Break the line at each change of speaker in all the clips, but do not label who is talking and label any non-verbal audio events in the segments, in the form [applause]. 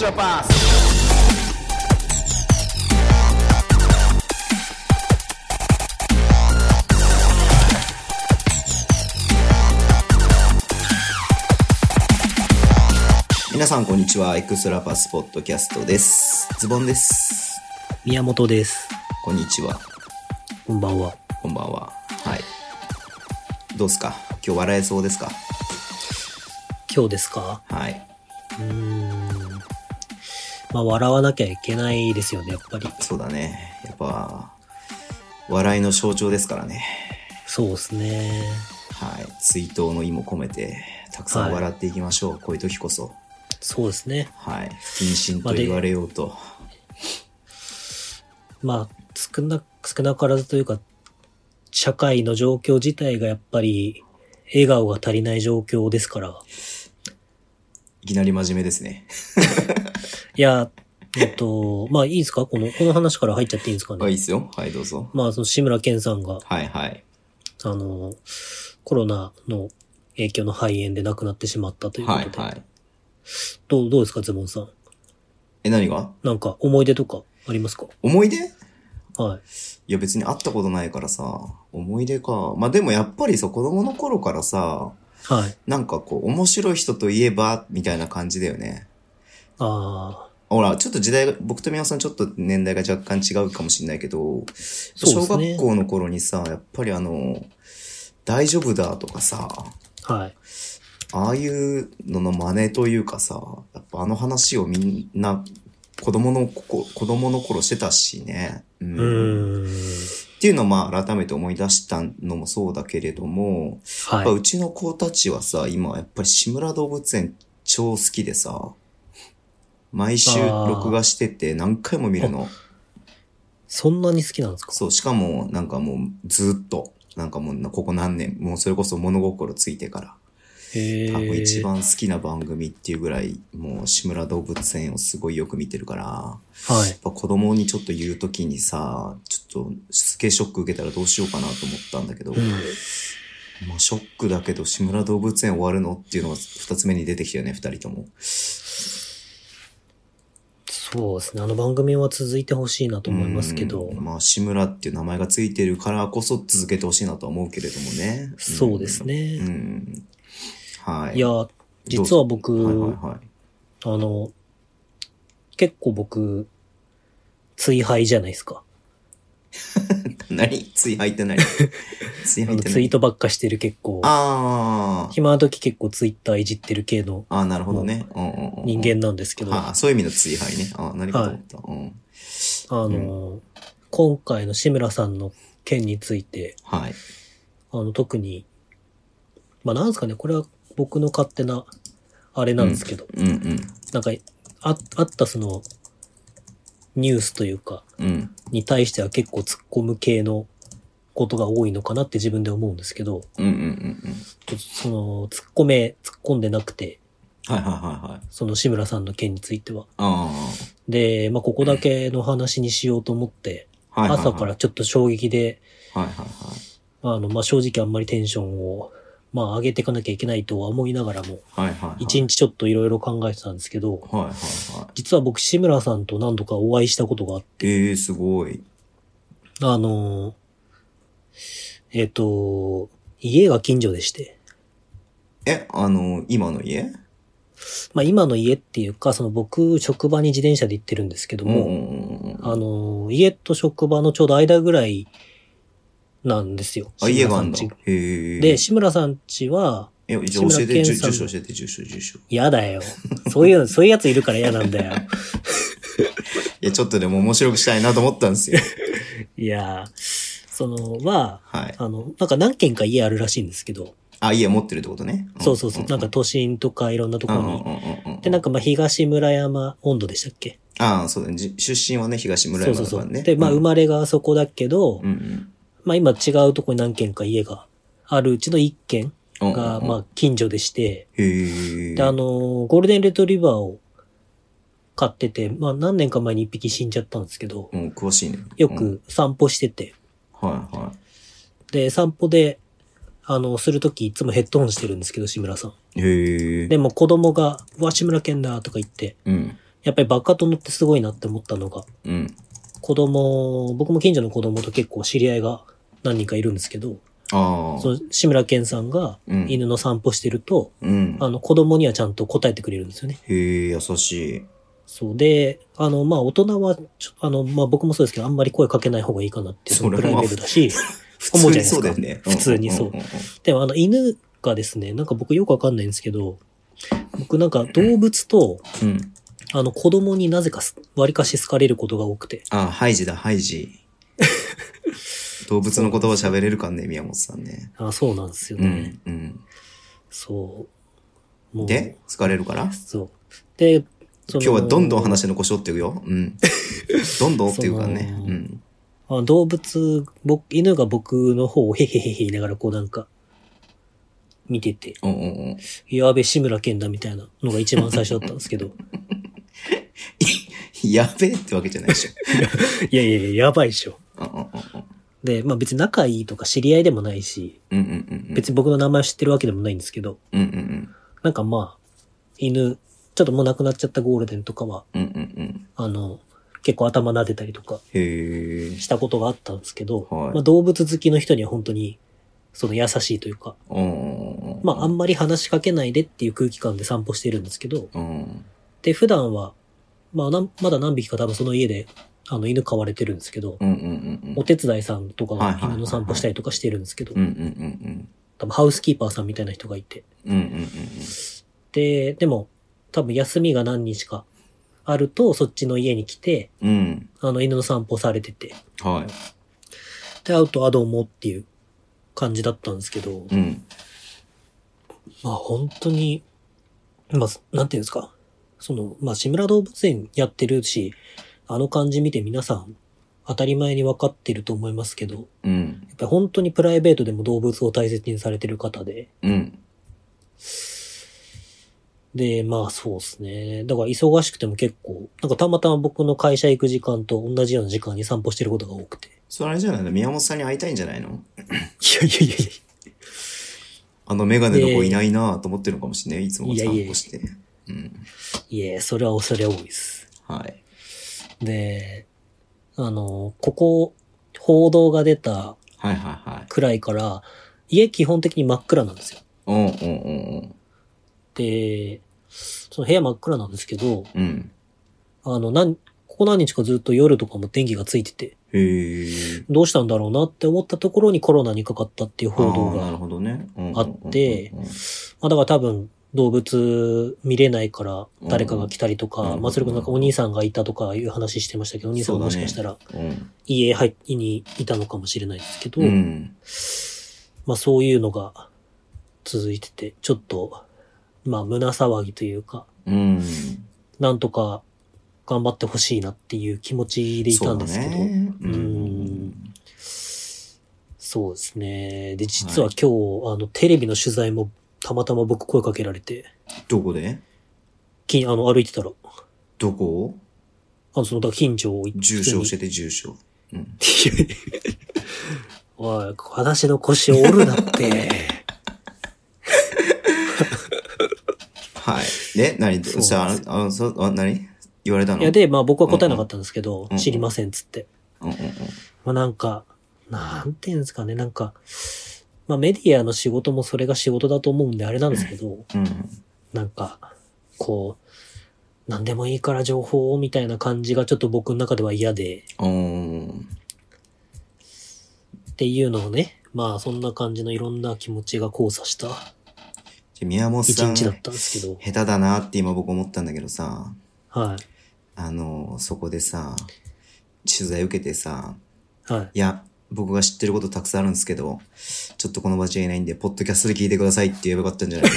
your pass.
Yes. 皆さんこんにちは。エクストラパスポッドキャストです。ズボンです。
宮本です。
こんにちは。
こんばんは。
こんばんは。はい。どうすか今日笑えそうですか
今日ですか
はい。
うーん。まあ、笑わなきゃいけないですよね、やっぱり。
そうだね。やっぱ、笑いの象徴ですからね。
そうですね。
はい。追悼の意も込めて、たくさ
は
ん
い
笑っていきましょう。こういう時こそ。
そうですね。
はい。不謹慎と言われようと。
まあ、少な、少なからずというか、社会の状況自体がやっぱり、笑顔が足りない状況ですから。
いきなり真面目ですね。
いや、えっ
[laughs]
と、まあいいですかこの、この話から入っちゃっていいんですかね。
あ、いいっすよ。はい、どうぞ。
まあ、その志村けんさんが、
はいはい。
あの、コロナの影響の肺炎で亡くなってしまったということ
は
で
い。はい。
どう、どうですか、ズボンさん。
え、何が
なんか思い出とかありますか
思い出
はい。
いや別に会ったことないからさ、思い出か。まあでもやっぱりさ、子供の頃からさ、
はい。
なんかこう、面白い人といえば、みたいな感じだよね。
あ
ほら、ちょっと時代が、僕と皆さんちょっと年代が若干違うかもしれないけど、
そうで
小
す
学
ね
校の頃にさ、やっぱりあの、大丈夫だとかさ、
あ、はい。
ああいうのの真似というかさ、やっぱあの話をみんな、子供のこ、子供の頃してたしね。
うーん。
っていうのをまあ改めて思い出したのもそうだけれども、やっぱ
は
うちの子たちはさ、今やっぱり志村動物園超好きでさ、毎週
あー
録画してて何回も見るの。
い。そんなに好きなんですか
そう、しかもなんかもうずっと、なんかもうここ何年、もうそれこそ物心ついてから、
へ
多分一
え。
番好きな番組っていうぐらい、もう志村動物園をすごいよく見てるから、や
はい
っ。ぱ子供にちょっと言うときにさ、ちょっとスケショック受けたらどうしようかなと思ったんだけど、
うん。
まあショックだけど志村動物園終わるのっていうのが二つ目に出てきたよね、二人とも。
そうですね。あの番組は続いてほしいなと思いますけど
うん。まあ志村っていう名前がついてるからこそ続けてほしいなとは思うけれどもね。
そうですね。
うん。うん。はい。
いや、実は僕、
はいはいはい。
あの、結構僕、追敗じゃないですか。
何つい入って
[laughs]
ない。つい
あ
入っ
の
てない。
ツイートばっかしてる結構。
あー
暇な時結構ツイッターいじってる系の
あー、なるほどね。うんうんうんうん
人間なんですけど、
はあ、そういう意味の追敗ね。ああ、何かと思った。うん。
あの、今回の志村さんの件について、
はい。
あの、特に、まあ、なんですかね、これは僕の勝手な、あれなんですけど、
うんうん。
なんか、あ、あったその、ニュースというか、
うん。
に対しては結構突っ込む系のことが多いのかなって自分で思うんですけど、
うんうんうんうん。
ちょっとその、突っ込め、突っ込んでなくて、
はいはいはいはい。
その志村さんの件については。
あ
で、まあ、ここだけの話にしようと思って、
あ。はいはいはい。
朝からちょっと衝撃で、
はいはいはい。
あの、まあ、正直あんまりテンションを、まあ、上げていかなきゃいけないとは思いながらも、
はいはい、はい。
一日ちょっといろいろ考えてたんですけど、
はいはいはい。
実は僕、志村さんと何度かお会いしたことがあって、
ええー、すごい。
あのーえっ、と、家が近所でして、
え、あの、今の家
まあ、今の家っていうか、その僕、職場に自転車で行ってるんですけど
うんう
も、
んうんうん。
あのー家と職場のちょうど間ぐらいなんですよ。
あ、家があんだ
志村さん。
へえ。
家で、志村さん家は、
え、じゃあ教えて、
志村け
住
んさん
住所教えて、住所、住所。い
嫌だよ。そういう、そういうやついるから嫌なんだよ。
や、ちょっとでも面白くしたいなと思ったんです
[laughs]
よ。
いやー、その、は、
はい。
あの、なんか何軒か家あるらしいんですけど、
あ、家持ってるってことね。
そうそうそう、なんか都心とかいろんなところに。
に
で、なんかまあ東村山温度でしたっけ
ああ、そうだね。じ出身はね、東村
そう
山
そう
だか
そ
らね。
う。で、まあ
うん
生まれがあそこだけど、
うんうん。
まあ今違うとこに何軒か家があるうちの1軒
うん
が、
うんうん
まあ近所でして、
へえ。
で、あのーゴールデンレトリバーを飼ってて、まあ何年か前に1匹死んじゃったんですけど、
うん、詳しいね。
よ
うん。
く散歩してて、
はいは
で、散歩で、あの、するときいつもヘッドホンしてるんですけど、志村さん。
い。へえ。
でも子供が、うわ、志村けんだとか言って、
うん。
やっぱりバカ殿ってすごいなって思ったのが、
うん。
子供、僕も近所の子供と結構知り合いが何人かいるんですけど、
あ
そ
あ。
の志村けんさんが
うん
犬の散歩してると、
うん。
あの子供にはちゃんと答えてくれるんですよね。
へえ、優しい。
そうで、あの、まあ、大人はちょ、あの、まあ、僕もそうですけど、あんまり声かけない方がいいかなっていう
それは
プライベートだし、
[laughs] 普
思
通
うじゃない
に
ですか
そうだよね。
普通にそうん
んんん
でもあの、犬がですね、なんか僕よくわかんないんですけど、僕なんか動物と、
うん。うん。
あの、子供になぜかす、割かし好かれることが多くて。
あ、ハイジだ、ハイジ。
[laughs]
動物の言葉喋れるかね、宮本さんね。
あそうなんですよ
う
ね。
ん。うん。
そう。もう
で、疲れるから
そう。で、そ
今
の
日はどんどん話の腰折っていくよ。
[laughs]
うん。どんどんっていうかね。
その
うん。
あ動物、僕、犬が僕の方をへへへへ言いながらこうなんか、見てて、
おんおんおん
やべ、志村けんだみたいなのが一番最初だったんですけ
[laughs]
ど、
やべえってわけじゃないでしょ。 [laughs]
いやいやいや、やばいっしょ。
うんうんうん
で、まあ別に仲いいとか知り合いでもないし、
うんうんうんうん。
別に僕の名前を知ってるわけでもないんですけど、
うんうん
なんかまあ、犬、ちょっともう亡くなっちゃったゴールデンとかは、
うん。うんうんうん。
あの、結構頭撫でたりとか
へえ。
したことがあったんですけど、
はい
まあ動物好きの人には本当に、その優しいというか、
うん。
まああんまり話しかけないでっていう空気感で散歩してるんですけど、
うん。
で、普段は、まあなんまだ何匹か多分その家で、あの犬飼われてるんですけど、
うんうんうんうん。
お手伝いさんとか
はいは
が
いはいはい
犬の散歩したりとかしてるんですけど
う、んうんうん
多分ハウスキーパーさんみたいな人がいて、
うん。うんうんうん
で、でも、多分休みが何日かあると、そっちの家に来て、
うん。うん。
あの、犬の散歩されてて、
は
で、会うと、あ、どうもっていう感じだったんですけど
い。、うん。
まあ、本当に、まあ、なんていうんですか、その、まあ、志村動物園やってるし、あの感じ見て皆さん、当たり前に分かってると思いますけど、
う
や
ん。
っぱり本当にプライベートでも動物を大切にされてる方で、
うん。
で、まあそうですね。だから忙しくても結構、なんかたまたま僕の会社行く時間と同じような時間に散歩してることが多くて。い
それあれじゃないの宮本さんに会いたいんじゃないの
やいやいやいや
あのメガネの子いないなぁと思ってるのかもしれない。いつも
いやいや
散歩して。うん。
いや。いや、それは恐れ多いです。
はい。
で、あの、ここ、報道が出た
はいはいはい。
くらいから、家基本的に真っ暗なんですよ。
うんうん
で、その部屋真っ暗なんですけど、
うんうん。うん。
あの、なん、ここ何日かずっと夜とかも電気がついてて、
へえ。
どうしたんだろうなって思ったところにコロナにかかったっていう報道
あーなる
が
ほどね。うんうんうんうん
あってまあ、だから多分動物見れないから誰かが来たりとか、
うん
まあそれこそなんかお兄さんがいたとかいう話してましたけど、お兄さんもしかしたら
うん。
家入りにいたのかもしれないですけど、
うん。
まあそういうのが続いてて、ちょっと、まあ胸騒ぎというか、
うん。
なんとか頑張ってほしいなっていう気持ちでいたんですけど、
そうだね。う
うんん。そうですね。で、実は今日、あのテレビの取材もたまたま僕声かけられて、
どこで
きあの歩いてたら、
どこ
あの、その、だから近所を行って
重症してて重症。うん。
おい、話の腰折る
[laughs]
なって。
はい。で、何
そう
さあ、あの、そあ何言われたの
いや、で、まあ僕は答えなかったんですけど、
うん
知りませんっつって。
うんうん
まあなんか、なんていうんですかね、なんか、まあメディアの仕事もそれが仕事だと思うんであれなんですけど、
うん。
なんか、こう、なんでもいいから情報をみたいな感じがちょっと僕の中では嫌で、
うん。おー
っていうのをね、まあそんな感じのいろんな気持ちが交差した
じゃあ宮本
一
さん、
日だ
下
ったんですけど、
手だなって今僕思ったんだけどさ、
は
あの、そこでさ、取材受けてさ、
い、はい。
いや、僕が知ってることたくさんあるんですけど、ちょっとこの場じゃ言えないんで、ポッドキャストで聞いてくださいって言えばよかったんじゃない
[laughs]
の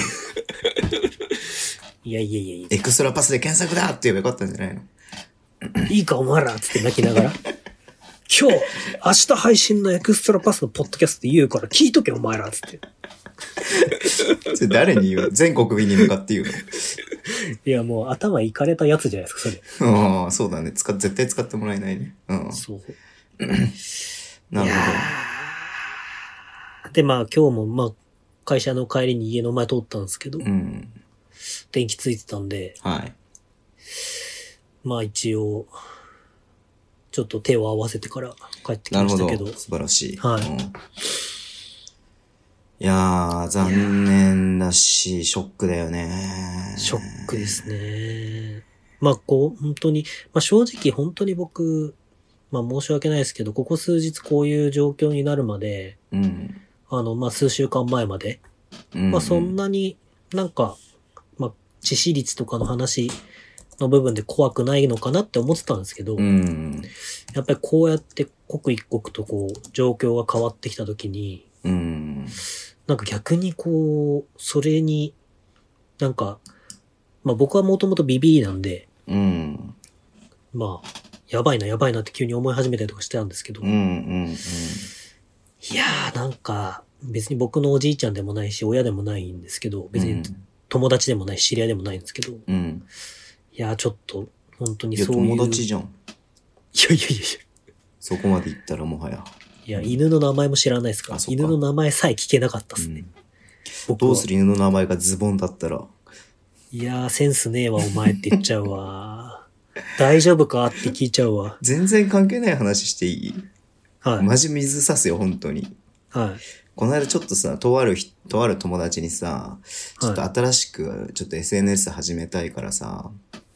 いやいやいやいや。
エクストラパスで検索だって言えばよかったんじゃないの
いいかお前らっつって泣きながら。 [laughs] 今日、明日配信のエクストラパスのポッドキャスト言うから聞いとけお前らっつって。
それ誰に言
[laughs]
う全国民に向かって言う
いやもう頭いかれたやつじゃないですか、それ。
のうんそうだね。使っ絶対使ってもらえないね。うん。
そう。
なる
で、まあ今日もまあ会社の帰りに家の前通ったんですけど
ほど。う、ん。
電気ついてたんで、
はい。
まあ一応、ちょっと手を合わせてから帰ってき
な
ま
るほ
した
ど
けど。。
素晴らしい。
はい
うんいやー、残念だし、ショックだよね。
ショックですね。まあこう、本当に、まあ正直本当に僕、まあ申し訳ないですけど、ここ数日こういう状況になるまで、
うん。
あの、まあ数週間前まで、
うん。
まあそんなになんか、まあ致死率とかの話の部分で怖くないのかなって思ってたんですけど、
うん。
やっぱりこうやって刻一刻とこう状況が変わってきた時に、
うん。
なんか逆にこう、それに、なんか、まあ僕はもともとビビりなんで、
うん。
まあ、やばいなやばいなって急に思い始めたりとかしてたんですけど、
うん。う
い
ん。
やーなんか、別に僕のおじいちゃんでもないし、親でもないんですけど、別に友達でもないし、知り合いでもないんですけど、い
うん。うん。
やーちょっと、本当に
いや、
そういう。
友達じゃん。
いやいやいやいや。
そこまで行ったらもはや。
いや、犬の名前も知らないですから
あ、そっか
犬の名前さえ聞けなかったで
う
すね。
ん
僕
ど
は
うする犬の名前がズボンだったら。
いやー、センスねえわ、お前って言っちゃ
[laughs]
うわ。大丈夫かって聞いちゃうわ。
全然関係ない話していい
はい。
マジ水さすよ、本当に。
はい。
この間ちょっとさ、とあるひ、とある友達にさ、ちょっと
は
新しく、ちょっと SNS 始めたいからさ、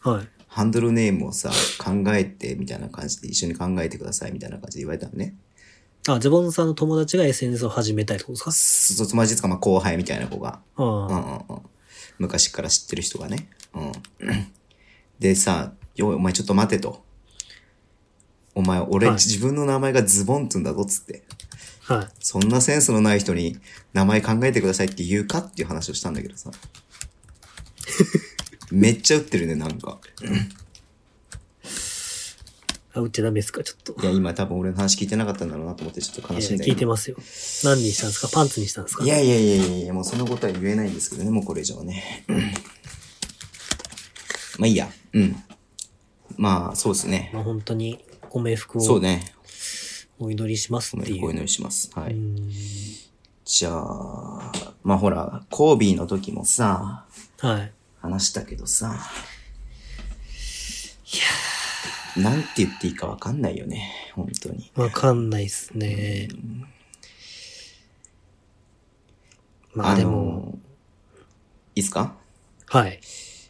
い。はい。
ハンドルネームをさ、考えて、みたいな感じで、一緒に考えてください、みたいな感じで言われたのね。
あ、ズボンさんの友達が SNS を始めたいってことです
そ友達つか、まあ、後輩みたいな子が。う
か
ん
あ
うんうん。昔から知ってる人がね。うん。 [clears throat] でさ、よい、お前ちょっと待てと。お前、俺、
はい
自分の名前がズボンって言うんだぞ、つって。
あ。はい。
そんなセンスのない人に名前考えてくださいって言うかっていう話をしたんだけど
[laughs]
さ。めっちゃ打ってるね、なんか。
あ、打っちゃダメですかちょっと。
いや、今多分俺の話聞いてなかったんだろうなと思ってちょっと
い
悲
や
しいんだ
聞
け
いて
ど。
ますよ。何にしたんですかパンツにしたんですか
いやいやいやいやいや、もうそのことは言えないんですけどね、もうこれ以上はね。まあいいや。うん。まあ、そうですね。
まあ本当にご冥福
そう
を
ね。
お祈りします
ご
っ
め
てい
ん、
う。
お祈りします。は
う
い。
ん
じゃあ、まあほら、コービーの時もさ、
はい。
話したけどさ、いやなんて言っていいかわかんないよね、本当に。
わかんないっすね。まあでも、
のいいっすか
はい。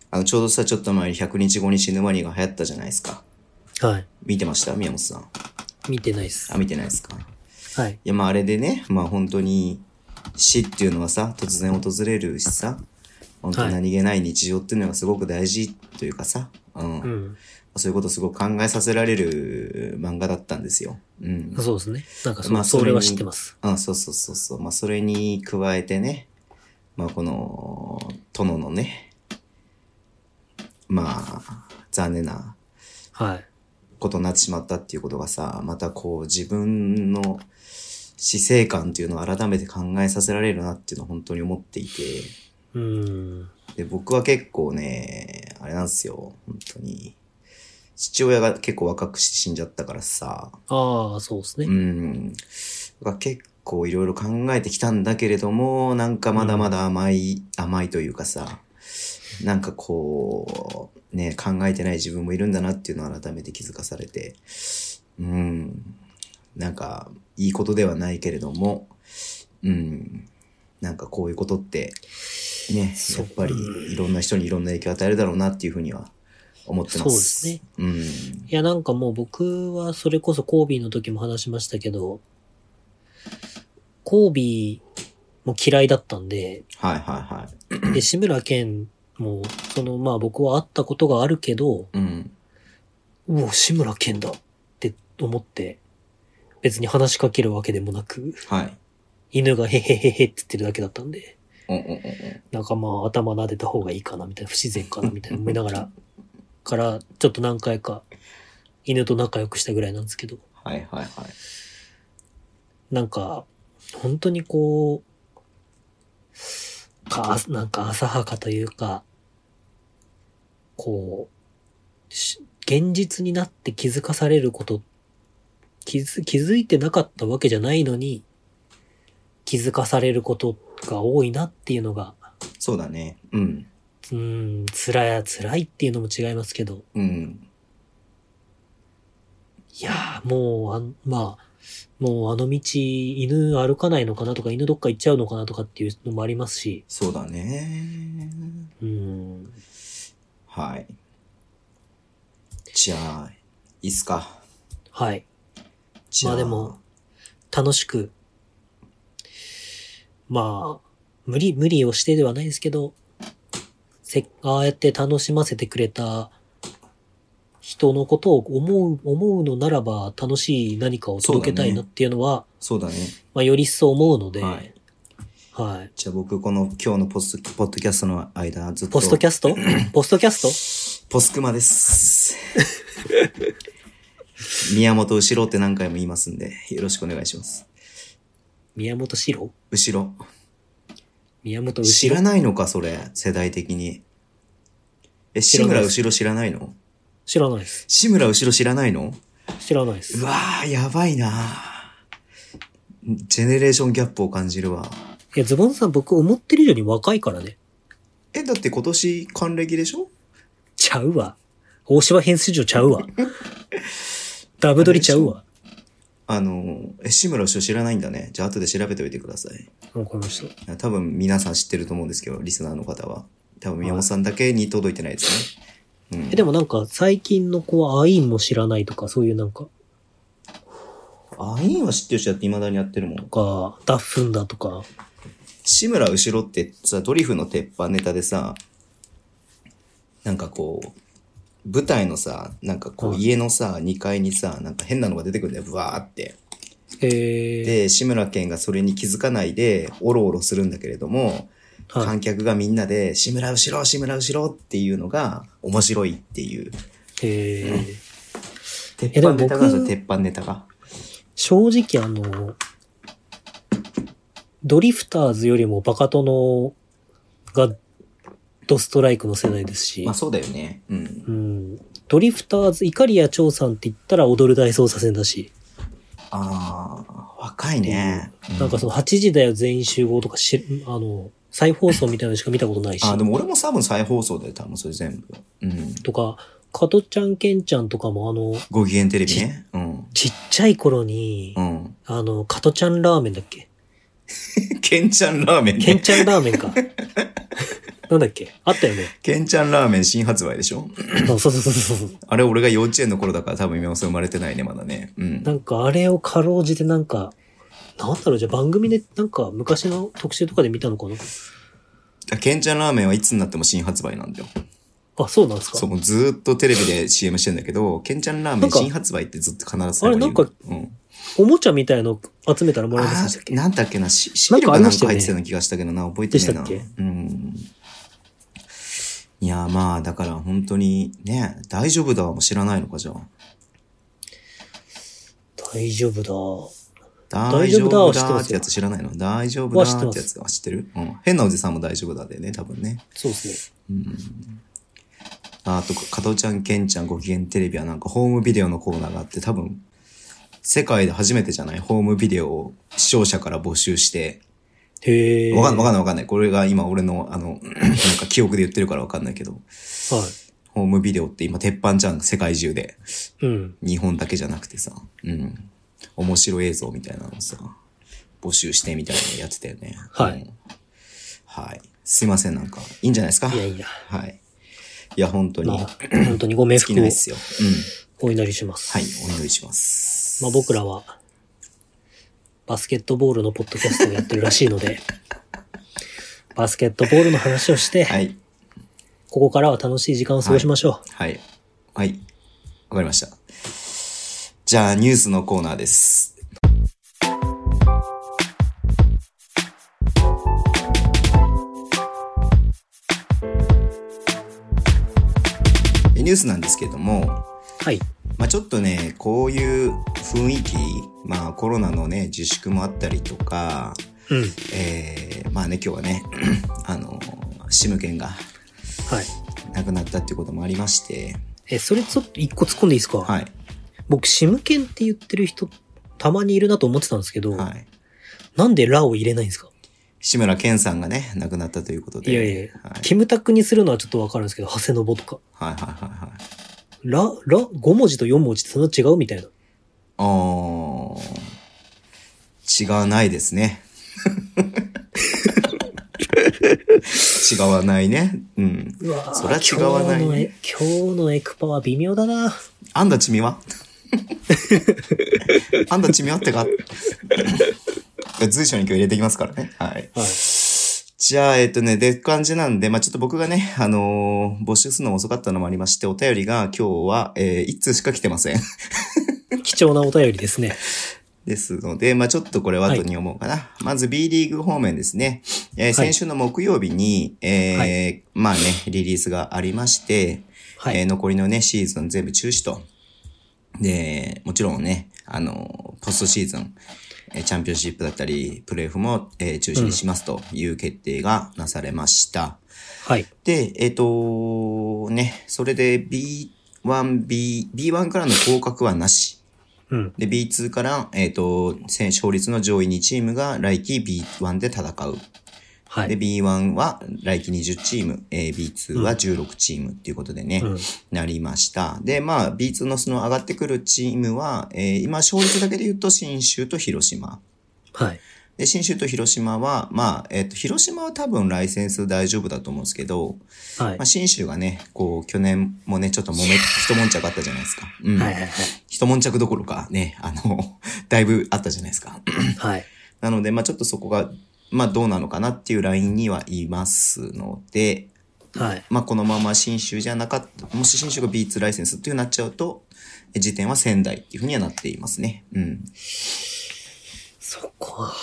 あの、ちょうどさ、ちょっと前に100日後に死ぬワニが流行ったじゃないですか。
はい。
見てました宮本さん。
見てないっす
あ、。見てないですか
はい。
いや、まああれでね、まあ本当に死っていうのはさ、突然訪れるしさ、本当に何気ない日常っていうのがすごく大事というかさ、うん。
うん。
そういうことをすごく考えさせられる漫画だったんですよ。うん。
そうですね。なんかそ,、
まあそ
そ
れ
れ
に
は知ってます。
うん、そうそうそうそう。まあそれに加えてね、まあこの、殿のね、まあ、残念な
はい。
ことになってしまったっていうことがさ、またこう自分の死生観っていうのを改めて考えさせられるなっていうのを本当に思っていて、
うん。
で、僕は結構ね、あれなんですよ、本当に。父親が結構若くして死んじゃったからさ、
ああ、そうです
う
ね。
ん。が結構いろいろ考えてきたんだけれども、なんかまだまだ甘い、甘いというかさ、なんかこう、ね、考えてない自分もいるんだなっていうのを改めて気づかされて、うん。なんか、いいことではないけれども、うん。なんかこういうことって、ね、
そ
や
う
っぱりいろんな人にいろんな影響を与えるだろうなっていうふうには思ってます。
そうですね。
うん。
いや、なんかもう僕はそれこそコービーの時も話しましたけど、コービーも嫌いだったん
[clears throat]
で、
はいはいはい。
で、志村けんも、その、まあ僕は会ったことがあるけど、
うん。
うお、志村けんだって思って、別に話しかけるわけでもなく、
はい。
犬がへへへへって言ってるだけだったんで、
うんうんうんうん。
なんかまあ頭撫でた方がいいかなみたいな、不自然かなみたいな思いながら、から、ちょっと何回か犬と仲良くしたぐらいなんですけど、
はいはいはい。
なんか、本当にこう、か、なんか浅はかというか、こう、し現実になって気づかされること、気づ、気づいてなかったわけじゃないのに、気づかされることが多いなっていうのが、
そうだね。うん。
うーん、辛い、辛いっていうのも違いますけど、
うん。
いやー、もう、あんまあ、もうあの道、犬歩かないのかなとか、犬どっか行っちゃうのかなとかっていうのもありますし、
そうだね。
うん。
はい。じゃあ、いいっすか。
はい。
じゃ
まあでも。楽しく、まあ、無理、無理をしてではないですけど、せっああやって楽しませてくれた人のことを思う、思うのならば楽しい何かを届けたいなっていうのは、
そうだね。
まあより一層思うので、
は
はいい。
じゃあ僕、この今日のポストポッドキャストの間、ずっと。
ポストキャストポストキャス
ポスクマです。 [laughs] 宮本後ろって何回も言いますんで、よろしくお願いします。
ト宮本四郎
後ろ。
宮本
知
後
ら
ろ
ないのか、それ、世代的に。え、
知
志
らない
村
です
後ろ知らないの
知らないです。
志村後ろ知らないの
知らないです
う。わー、やばいなージェネレーションギャップを感じるわ。
いや、ズボンさん僕思ってる以上に若いからね。
え、だって今年還暦でしょ
ちゃうわ。大島編集長ちゃ [laughs] うわ。ダブドリちゃうわ。
あの、え、志村後ろ知らないんだね。じゃあ後で調べておいてください。
わかりました。
多分皆さん知ってると思うんですけど、リスナーの方は。多分宮本さんだけに届いてないですね。うん、
え、でもなんか最近の子はアインも知らないとか、そういうなんか、
アイーンは知ってる人だって未だにやってるもん。
とか、ダッフンだとか、
志村後ろってさ、ドリフの鉄板ネタでさ、なんかこう、舞台のさ、なんかこう
はい
家のさ、2階にさ、なんか変なのが出てくるんだよ、ブワーって。
えー、
で、志村けんがそれに気づかないで、おろおろするんだけれども、
はい。
観客がみんなで、志村後ろ、志村後ろっていうのが面白いっていう。
えー
鉄
やで
板
も僕
ネタがあるんですよ、鉄板ネタが。
正直あの、ドリフターズよりもバカ殿がドストライクの世代ですし
まあ、そうだよね。うん。
うん、ドリフターズ、イカリア長さんって言ったら踊る大捜査線だし、
ああ、若いね。
なんかその8時だよ全員集合とかし、あの、再放送みたいなのしか見たことないし
あ、でも俺も多分再放送だよ、多分それ全部。うん。
とか、加トちゃん、ケンちゃんとかもあの、
ご機嫌テレビね。うん。
ちっちゃい頃に
う、ん。 [laughs]
あの、加トちゃんラーメンだっけ
ケンちゃんラーメン
ケン
ね。
ちゃんラーメ
[laughs]
ンか。なんだっけあったよね。
ケンちゃんラーメン新発売でしょ
あそうそうそうそうそう。
あれ俺が幼稚園の頃だから多分今も生まれてないね、まだね。うん
な。んかあれをかろうじてなんか、なんだろう、じゃあ番組でなんか昔の特集とかで見たのかな
ケンちゃんラーメンはいつになっても新発売なんだよ。
あ、そうなんですか
そう、ずーっとテレビで CM してんだけど、ケンちゃんラーメ
な
ン
んか
新発売ってずっと必ず
あれなんか
最後に言う、うん。
おもちゃみたいの集めたらもらえま
あ
せんでしたっ
ー
け
なんだっけな、しシ
な
ー
ん
ル
か
か
あり
な
ま
ん
した
か入
よね
ってたような気がしたけどな、覚えてねえな。
でしたっ
うん。いや、まあ、だから本当に、ね、大丈夫だわも知らないのか、じゃあ。
大丈夫
大
大
丈
丈
夫
夫
だ
だ
ー
は知ってますよ
ってやつ知らないの大丈夫だーっ
は
て
知って
やつは
ま
知ってるうん。変なおじさんも大丈夫だでね、多分ね。
だ。そうですね。
うん。あと、加藤ちゃん、ケンちゃん、ご機嫌テレビはなんかホームビデオのコーナーがあって、多分、世界で初めてじゃないホームビデオを視聴者から募集して、
へえ。
わかん
は
わかんないわかんない。これが今俺の、あの、なんか記憶で言ってるからわかんないけど、
い。
ホームビデオって今鉄板じゃん、世界中で。
うん。
日本だけじゃなくてさ、うん。面白い映像みたいなのさ、募集してみたいなのやってたよね。
はい
うんはい。すいません、なんか、いいんじゃないですか
いやいや
はい。いや、本当に。
まあ、本当にご冥
好き
福
ない
を
ですよ。うん。
お祈りします。
はい、お祈りします。
まあ僕らは、バスケットボールのポッドキャストをやってるらしいの
[laughs]
で、バスケットボールの話をして、
はい、
ここからは楽しい時間を過ごしましょう。
はい、はい。わかりました。じゃあ、ニュースのコーナーです。でニュースなんですけども、
はい。
まあ、ちょっとね、こういう雰囲気、まあコロナのね、自粛もあったりとか、
うん。
えー、まあね、今日はね、 [clears throat] あの、シムケンが
はい。
亡くなったっていうこともありまして、
え、それちょっと一個突っ込んでいいですか、
はい、
僕、シムケンって言ってる人、たまにいるなと思ってたんですけど、
はい。
なんでラを入れないんですか
志村けんさんがね、亡くなったということで。
いやいや
はい、
キムタクにするのはちょっとわかるんですけど、長谷信とか。
はいはいはいはい。
ラ、ラ、5文字と4文字ってそんな違うみたいな。
あー違わないですね。 [laughs] 違わないね。うん。
うわー
そりゃ違わない
今日の
ね
エ今日のエクパは微妙だな。
あんだちみは [laughs] あんだちみはってか。 [laughs] 随所に今日入れていきますからね。はい。
はい。
じゃあ、えっとね、で、感じなんで、まあちょっと僕がね、あのー募集するのが遅かったのもありまして、お便りが今日は、えー、一通しか来てません。 [laughs]
貴重なお便りですね。
ですので、まあちょっとこれは後に思うかな。まず B リーグ方面ですね。えー先週の木曜日に、えー
は
まあね、リリースがありまして、
はい。
えー残りのね、シーズン全部中止と。で、もちろんね、あの、ポストシーズン、えーチャンピオンシップだったり、プレーオフも、えー中止にしますという決定がなされました。
はい。
で、えっ、とね、それで B1、B、B1 からの降格はなし。
うん。
で、B2 から、えっ、と、戦勝率の上位2チームが来季 B1 で戦う。
は
で、
い。
B1 は来季20チーム、えー B2 は16チームっていうことでね、
うん。
なりました。で、まあ、B2 のその上がってくるチームは、えー今、勝率だけで言うと、新州と広島。
はい。
で、新州と広島は、まあ、えっ、と、広島は多分ライセンス大丈夫だと思うんですけど、
はい
まあ、。新州がね、こう、去年もね、ちょっと揉め、一悶着あったじゃないですか。うん。
はいはい
一悶着どころかね、あの、 [laughs] だいぶあったじゃないですか。
はい。はい。
なので、まあちょっとそこが、まあどうなのかなっていうラインにはいますので、
はい。
まあこのまま新州じゃなかった、もし新州が B2 ライセンスっていうなっちゃうと、え時点は仙台っていうふうにはなっていますね。うん。
そこは、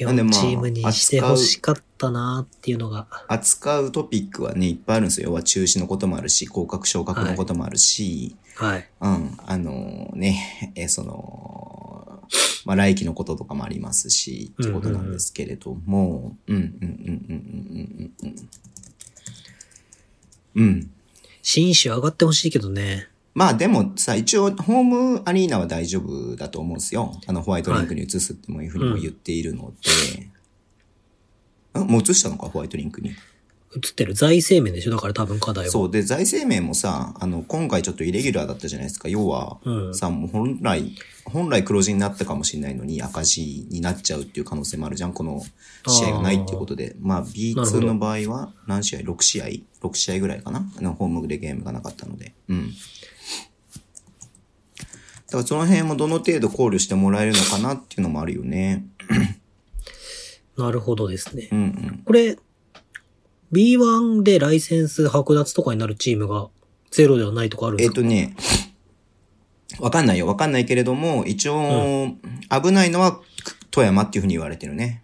なんで
4
まあ
チームにしてほしかったなっていうのが。
扱うトピックはね、いっぱいあるんですよ。要は中止のこともあるし、降格昇格のこともあるし、
はい。
うん。あのね、 [laughs] え、その、まあ、来期のこととかもありますし、ってことなんですけれども、うんうんうんうんうんうんうんうん。うん。
新種上がってほしいけどね。
まあでもさ、一応、ホームアリーナは大丈夫だと思うんですよ。あの、ホワイトリンクに移すってもいうふうにも言っているので。あもう移したのか、ホワイトリンクに。
映ってる財政面でしょだから多分課題は。
そう。で、財政面もさ、あの、今回ちょっとイレギュラーだったじゃないですか。要は、
うん
さ、もう本来、本来黒字になったかもしれないのに赤字になっちゃうっていう可能性もあるじゃん。この試合がないっていうことで。まあ、
なるほ
B2
ど
の場合は何試合 ?6 試合 ?6 試合ぐらいかなあの、ホームでゲームがなかったので。うん。だからその辺もどの程度考慮してもらえるのかなっていうのもあるよね。
なるほどですね
う。んうん。
これ、B1 でライセンス剥奪とかになるチームがゼロではないとかあるんで
えっ、
すか
とね、わかんないよ。わかんないけれども、一応、危ないのは富山っていうふうに言われてるね。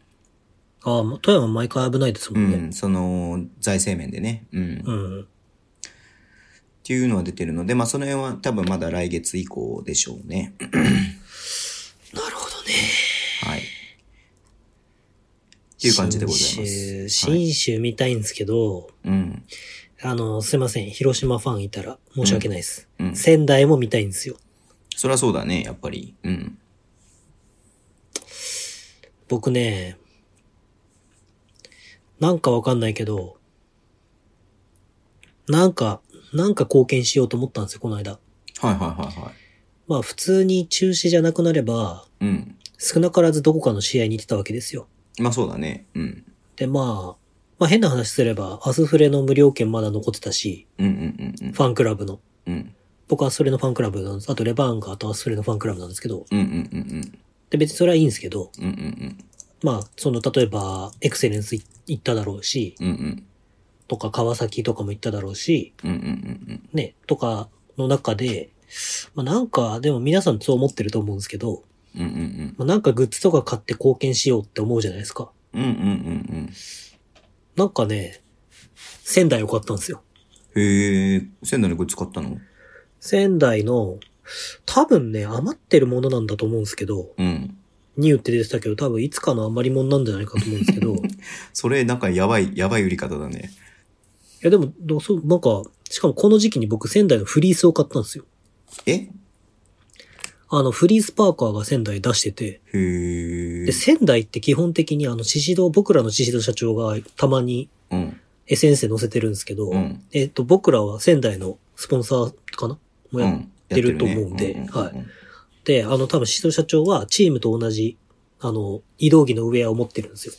ああ、富山毎回危ないですも
うん
ね。
ん。その、財政面でね。うん。
う
っ
ん。
ていうのは出てるので、まあ、その辺は多分まだ来月以降でしょうね。
なるほどね。
はい。っていう感じでございます。はい、
新州見たいんですけど、
うん。
あの、すいません。広島ファンいたら申し訳ないです。
うんうん
仙台も見たいんですよ。
そりゃそうだね、やっぱり。うん。
僕ね、なんかわかんないけど、なんか、なんか貢献しようと思ったんですよ、この間。
はいはいはいはい。
まあ普通に中止じゃなくなれば、
うん。
少なからずどこかの試合に行ってたわけですよ。
まあそうだね。うん。
で、まあ、まあ変な話すれば、アスフレの無料券まだ残ってたし、
うんうんうん
ファンクラブの。
うん。うん。
僕はアスフレのファンクラブなんです。あとレバーンガーとアスフレのファンクラブなんですけど、
うんうんうんうん。
で別にそれはいいんですけど、
うんうん
まあ、その、例えば、エクセレンス行っただろうし、
うん。うんうん。
とか川崎とかも行っただろうし、
うんうんうん
ね、とかの中で、まあなんか、でも皆さんそう思ってると思うんですけど、
うん。うんうん
まあなんかグッズとか買って貢献しようって思うじゃないですか。
うん。うんうんうん
なんかね、仙台を買ったんですよ。
うん。へえ、仙台のこれ使ったの
仙台の、多分ね、余ってるものなんだと思うんですけど、
うん。
ニューって出てたけど、多分いつかの余り物なんじゃないかと思うんですけど、い
それ、なんかやばい、やばい売り方だね。
やでも、どうそう、なんか、しかもこの時期に僕仙台のフリースを買ったんですよ。
え
あの、フリースパーカーが仙台出してて、
へえ
で、。仙台って基本的にあの、宍戸、僕らの宍戸社長がたまに
うん。
SNS で載せてるんですけど、
うん。
えっと、僕らは仙台のスポンサーかな
う
もや、
ん。
てると思うんで
やってるね
はい。って、あの、多分シスト社長はチームと同じ、あの、移動着のウェアを持ってるんですよ。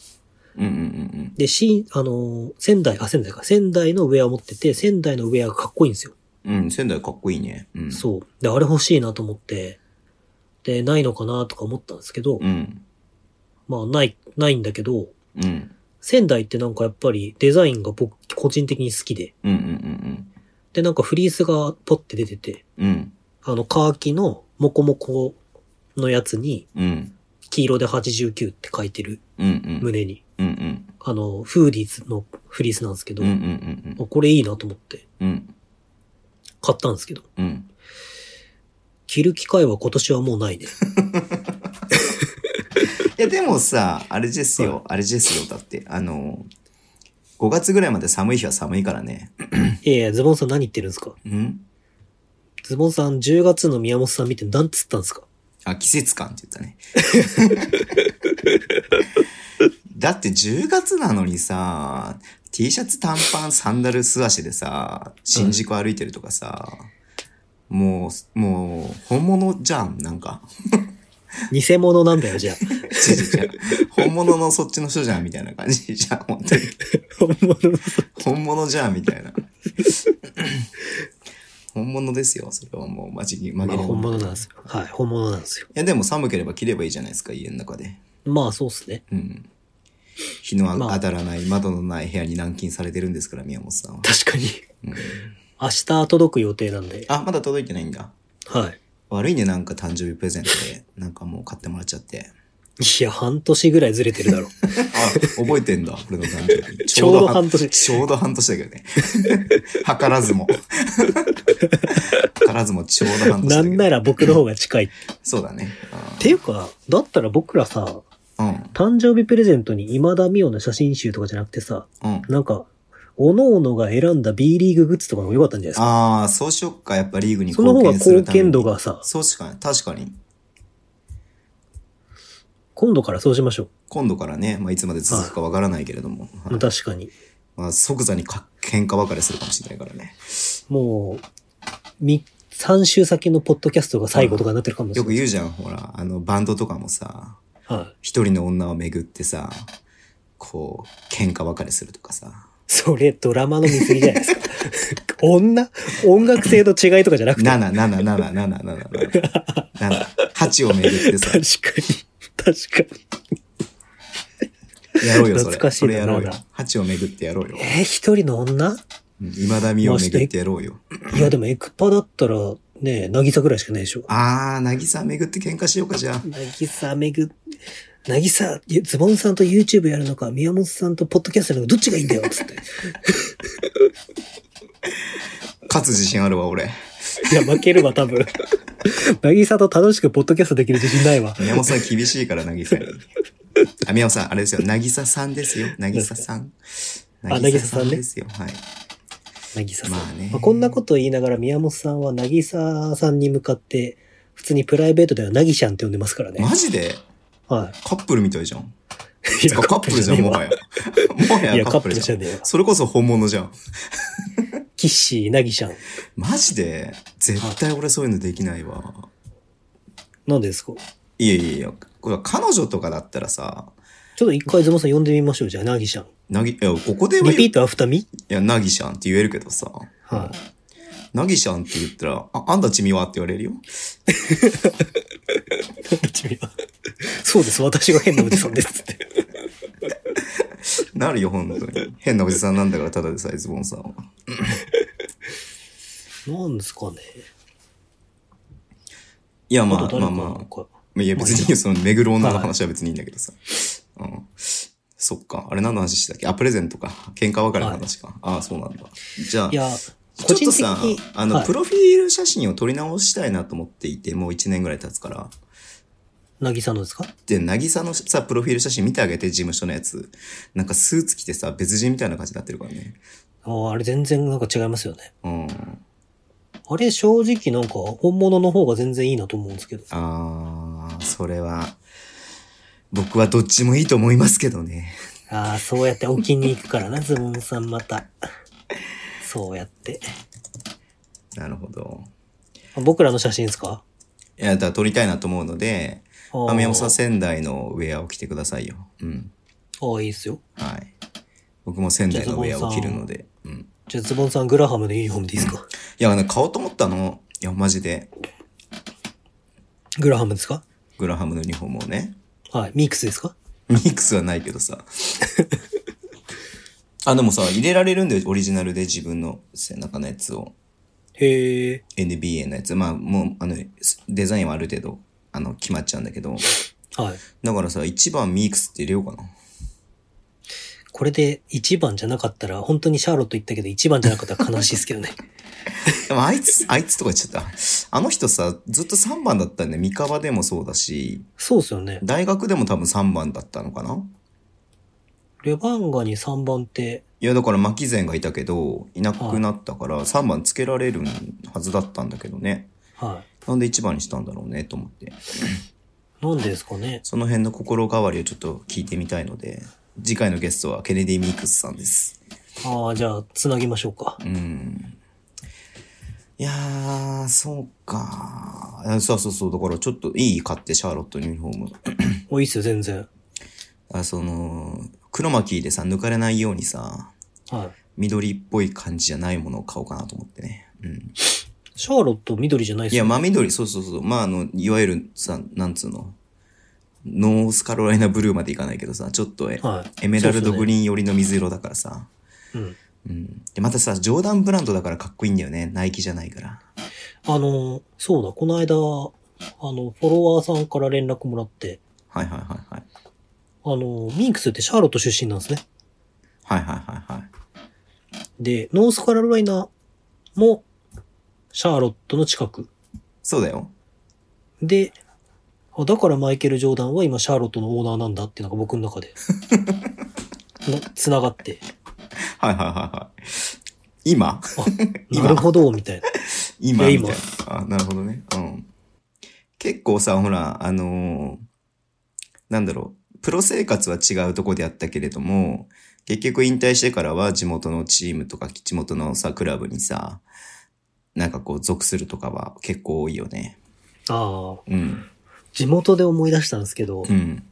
うんうんうん
で、し、あの、仙台、あ、仙台か。仙台のウェアを持ってて、仙台のウェアがかっこいいんですよ。
うん。うん、仙台かっこいいね。うん。
そう。で、あれ欲しいなと思って、で、ないのかなとか思ったんですけど、
うん。
まあ、ない、ないんだけど、
うん。
仙台ってなんかやっぱりデザインが僕、個人的に好きで、
うんうんうん
で、なんかフリースがポッて出てて、
うん。うん。
あの、カーキのモコモコのやつに、
うん。
黄色で89って書いてる
うんうん。
胸に、
うんうん。
あの、フーディーズのフリースなんですけど、
うんうんうん
あこれいいなと思って
うん。うん。
買ったんですけど、
うん。
着る機会は今年はもうないね。 [laughs]
いや、でもさ、あれです
は
よ。あれですよ。だって、あの、5月ぐらいまで寒い日は寒いからね。
いやいや、ズボンさん何言ってるんですか
うん
ズボンさん10月の宮本さん見て何つったんですか
あ、季節感って言ったね。 [laughs] だって10月なのにさ、T シャツ短パンサンダル素足でさ、新宿歩いてるとかさ、もう、もう、本物じゃん、なんか。
偽物なんだよ、じゃあ。
違う違う違
[laughs]
う本物のそっちの人じゃん、みたいな感じじゃん、本当に。
本物の
本物じゃん、み
[laughs]
たいな。本物ですよ、それはもう、まじ紛れも
ま
ない
あ本物なんですよ。はい、本物なんですよ。
いや、でも寒ければ着ればいいじゃないですか、家の中で。
まあ、そうっすね。
うん。日の
まあ
当たらない、窓のない部屋に軟禁されてるんですから、宮本さんは。
確かに。
うん
明日届く予定なんで。
あ、まだ届いてないんだ。
はい。
悪いね、なんか誕生日プレゼントで、なんかもう買ってもらっちゃって。
いや、半年ぐらいずれてるだろう。
あ、覚えてんだ、俺の誕生日。
[laughs] ちょうど半年
ちょうど半年だけどね。 [laughs] 計らずも。計らずもちょうど半年だ
な
けど。
んなら僕の方が近い。っ
そうだね。あ
ていうか、だったら僕らさ、
うん。
誕生日プレゼントに今田美桜の写真集とかじゃなくてさ、
うん。
なんか、おのおのが選んだ B リーググッズとかの方が良かったんじゃないですか。
ああ、そうしよっか、やっぱリーグに
その
貢
方が
献する
貢
ために。
献度がさ、
そうしかない。確かに。
今度からそうしましょ
今度からね、まあ、いつまで続くかわからないけれども。
う。
はい
確かに。
まあ、即座にか喧嘩別れするかもしれないからね。
もう、み、3週先のポッドキャストが最後とかになってるかもしれ
よく
ない。
言うじゃん、ほら、あの、バンドとかもさ、
はい。
一人の女を巡ってさ、こう、喧嘩別れするとかさ。
それ、ドラマの見過ぎじゃないですか。 [laughs] 女音楽性の違いとかじゃなくて。
七七七七七七七八を巡ってさ
確、かに。確かに。
やろうよ、そ
懐か
れ。
しい
そ
な
れやろうよ
七。
八を巡ってやろうよ。
えー一人の女
うん今田美を巡ってやろうよ。
いや、でもエクパだったら、ね、渚ぐらいしかないでしょ。
あー、渚巡って喧嘩しようか、じゃあ。
渚めぐ、渚、いやズボンさんと YouTube やるのか、宮本さんとポッドキャストやるのか、どっちがいいんだよ、つって。
勝つ自信あるわ、俺。
[laughs] いや、負ければ多分。 [laughs] 渚と楽しくポッドキャストできる自信ない [laughs] わ。
宮本さん厳しいから、渚に。あ、宮本さん、あれですよ、渚さんですよ。渚さん。
あ
渚
渚さんね
ですよ。はい。
渚さん。
まあね
こんなことを言いながら宮本さんは渚さんに向かって、普通にプライベートではなぎしゃんって呼んでますからね。
マジで
は
カップルみたいじゃん。
い。
つうかカップルじゃん、もはや。
[laughs]
もはい
や、
や
カ
カ
ッ
ッ
プ
プ
ル
ル
じ
じ
ゃ
ゃ
ね
ん。
えわ。
それこそ本物じゃん。
キッシー、なぎしゃん。
マジで絶対俺そういうのできないわ。
なんでですか
いやいやいや、これは彼女とかだったらさ、
ちょっと一回ズボンさん呼んでみましょう、じゃあ、なぎしゃん。
なぎ、いや、ここでは
リピ
言
ー
う、い
トアフタミ
や、なぎしゃんって言えるけどさ、
は
なぎしゃんって言ったら、あ、あんたちみはって言われるよ。
い。 [laughs] そうです、私が変なおじさんですって。
なるよ、本当に。変なおじさんなんだから、ただでさえズボンさんは。
[laughs] なんですかね。
いや、まあ
あと
ま
誰
あ
か
ま
なん
あ。
か
いや、別に、その、巡る女の話は別にいいんだけどさ。うん。そっか。あれ何の話したっけあ、プレゼントか。喧嘩別れの話か。ああ、そうなんだ。じゃあ、
いや、
ち
個
ょっ
人
と
的
さ
に、、
あの、
はい
プロフィール写真を撮り直したいなと思っていて、もう1年ぐらい経つから。
なぎさんのですか
で、なぎさのさ、プロフィール写真見てあげて、事務所のやつ。なんかスーツ着てさ、別人みたいな感じになってるからね。
あーあれ全然なんか違いますよね。
うん。
あれ正直なんか本物の方が全然いいなと思うんですけど。
あー、それは、僕はどっちもいいと思いますけどね。
ああ、そうやって置きに行くか
[laughs]
らな、ズボンさんまた。そうやって。
なるほど。
僕らの写真ですか
いや、だから撮りたいなと思うので、
あ
亀山さん仙台のウェアを着てくださいよ。うん。
ああ、いいっすよ。
はい。僕も仙台のウェアを着るので。うん。い
じゃあズボンさん、グラハムのユニフォームでいいですか
や、なんか買おうと思ったの。いや、マジで。
グラハムですか
グラハムのユニフォームをね。 [laughs]
はい。ミックスですか
ミックスはないけどさ。 [laughs] あ、でもさ、入れられるんだよ、オリジナルで自分の背中のやつを。
へえ。
NBA のやつ。まあ、もう、あの、デザインはある程度、あの、決まっちゃうんだけど。
はい。
だからさ、1番ミックスって入れようかな。
これで1番じゃなかったら、本当にシャーロット言ったけど1番じゃなかったら悲しいですけ
[laughs]
どね。
でもあいつ、あいつとか言っちゃった。あの人さ、ずっと3番だったんで、三河でもそうだし、
そうっすよね。
大学でも多分3番だったのかな
レバンガに3番って、
いや、だから巻前がいたけど、いなくなったから、3番つけられるはずだったんだけどね。
は
なんで1番にしたんだろうね、と思って。
い。なんでですかね。
その辺の心変わりをちょっと聞いてみたいので、次回のゲストはケネディ・ミックスさんです。
ああ、じゃあ、つなぎましょうか。
うん。いやー、そうか。あそうそうそう、だからちょっといい買って、シャーロットのユニフォーム。
お、いいっすよ、全然。
あその、黒巻でさ、抜かれないようにさ、
はい。
緑っぽい感じじゃないものを買おうかなと思ってね。うん。
シャーロット緑じゃないっ
い
す
や、
よ。
真緑、そうそうそう。まあ、あの、いわゆるさ、なんつうの、ノースカロライナブルーまでいかないけどさ、ちょっとえ、
はい。
エメラルド
そうっ
グ
す
リ
よね
ーン寄りの水色だからさ。
うん。
うん。で、またさ、ジョーダンブランドだからかっこいいんだよね。ナイキじゃないから。
あの、そうだ、この間、あの、フォロワーさんから連絡もらって、
はいはいはいはい。
あの、ミンクスってシャーロット出身なんですね。
はいはいはいはい。
で、ノースカロライナも、シャーロットの近く。
そうだよ。
で、あだからマイケル・ジョーダンは今シャーロットのオーナーなんだっていうのが僕の中
[laughs]
で、な繋がって、
はいはいはいはい。今今
なるほど、みたいな。
今
いや
み
今
たいな。あ、なるほどね。うん。結構さ、ほら、あのーなんだろう、プロ生活は違うとこでやったけれども、結局引退してからは地元のチームとか地元のさ、クラブにさ、なんかこう属するとかは結構多いよね。
ああ、
うん。
地元で思い出したんですけど、
うん。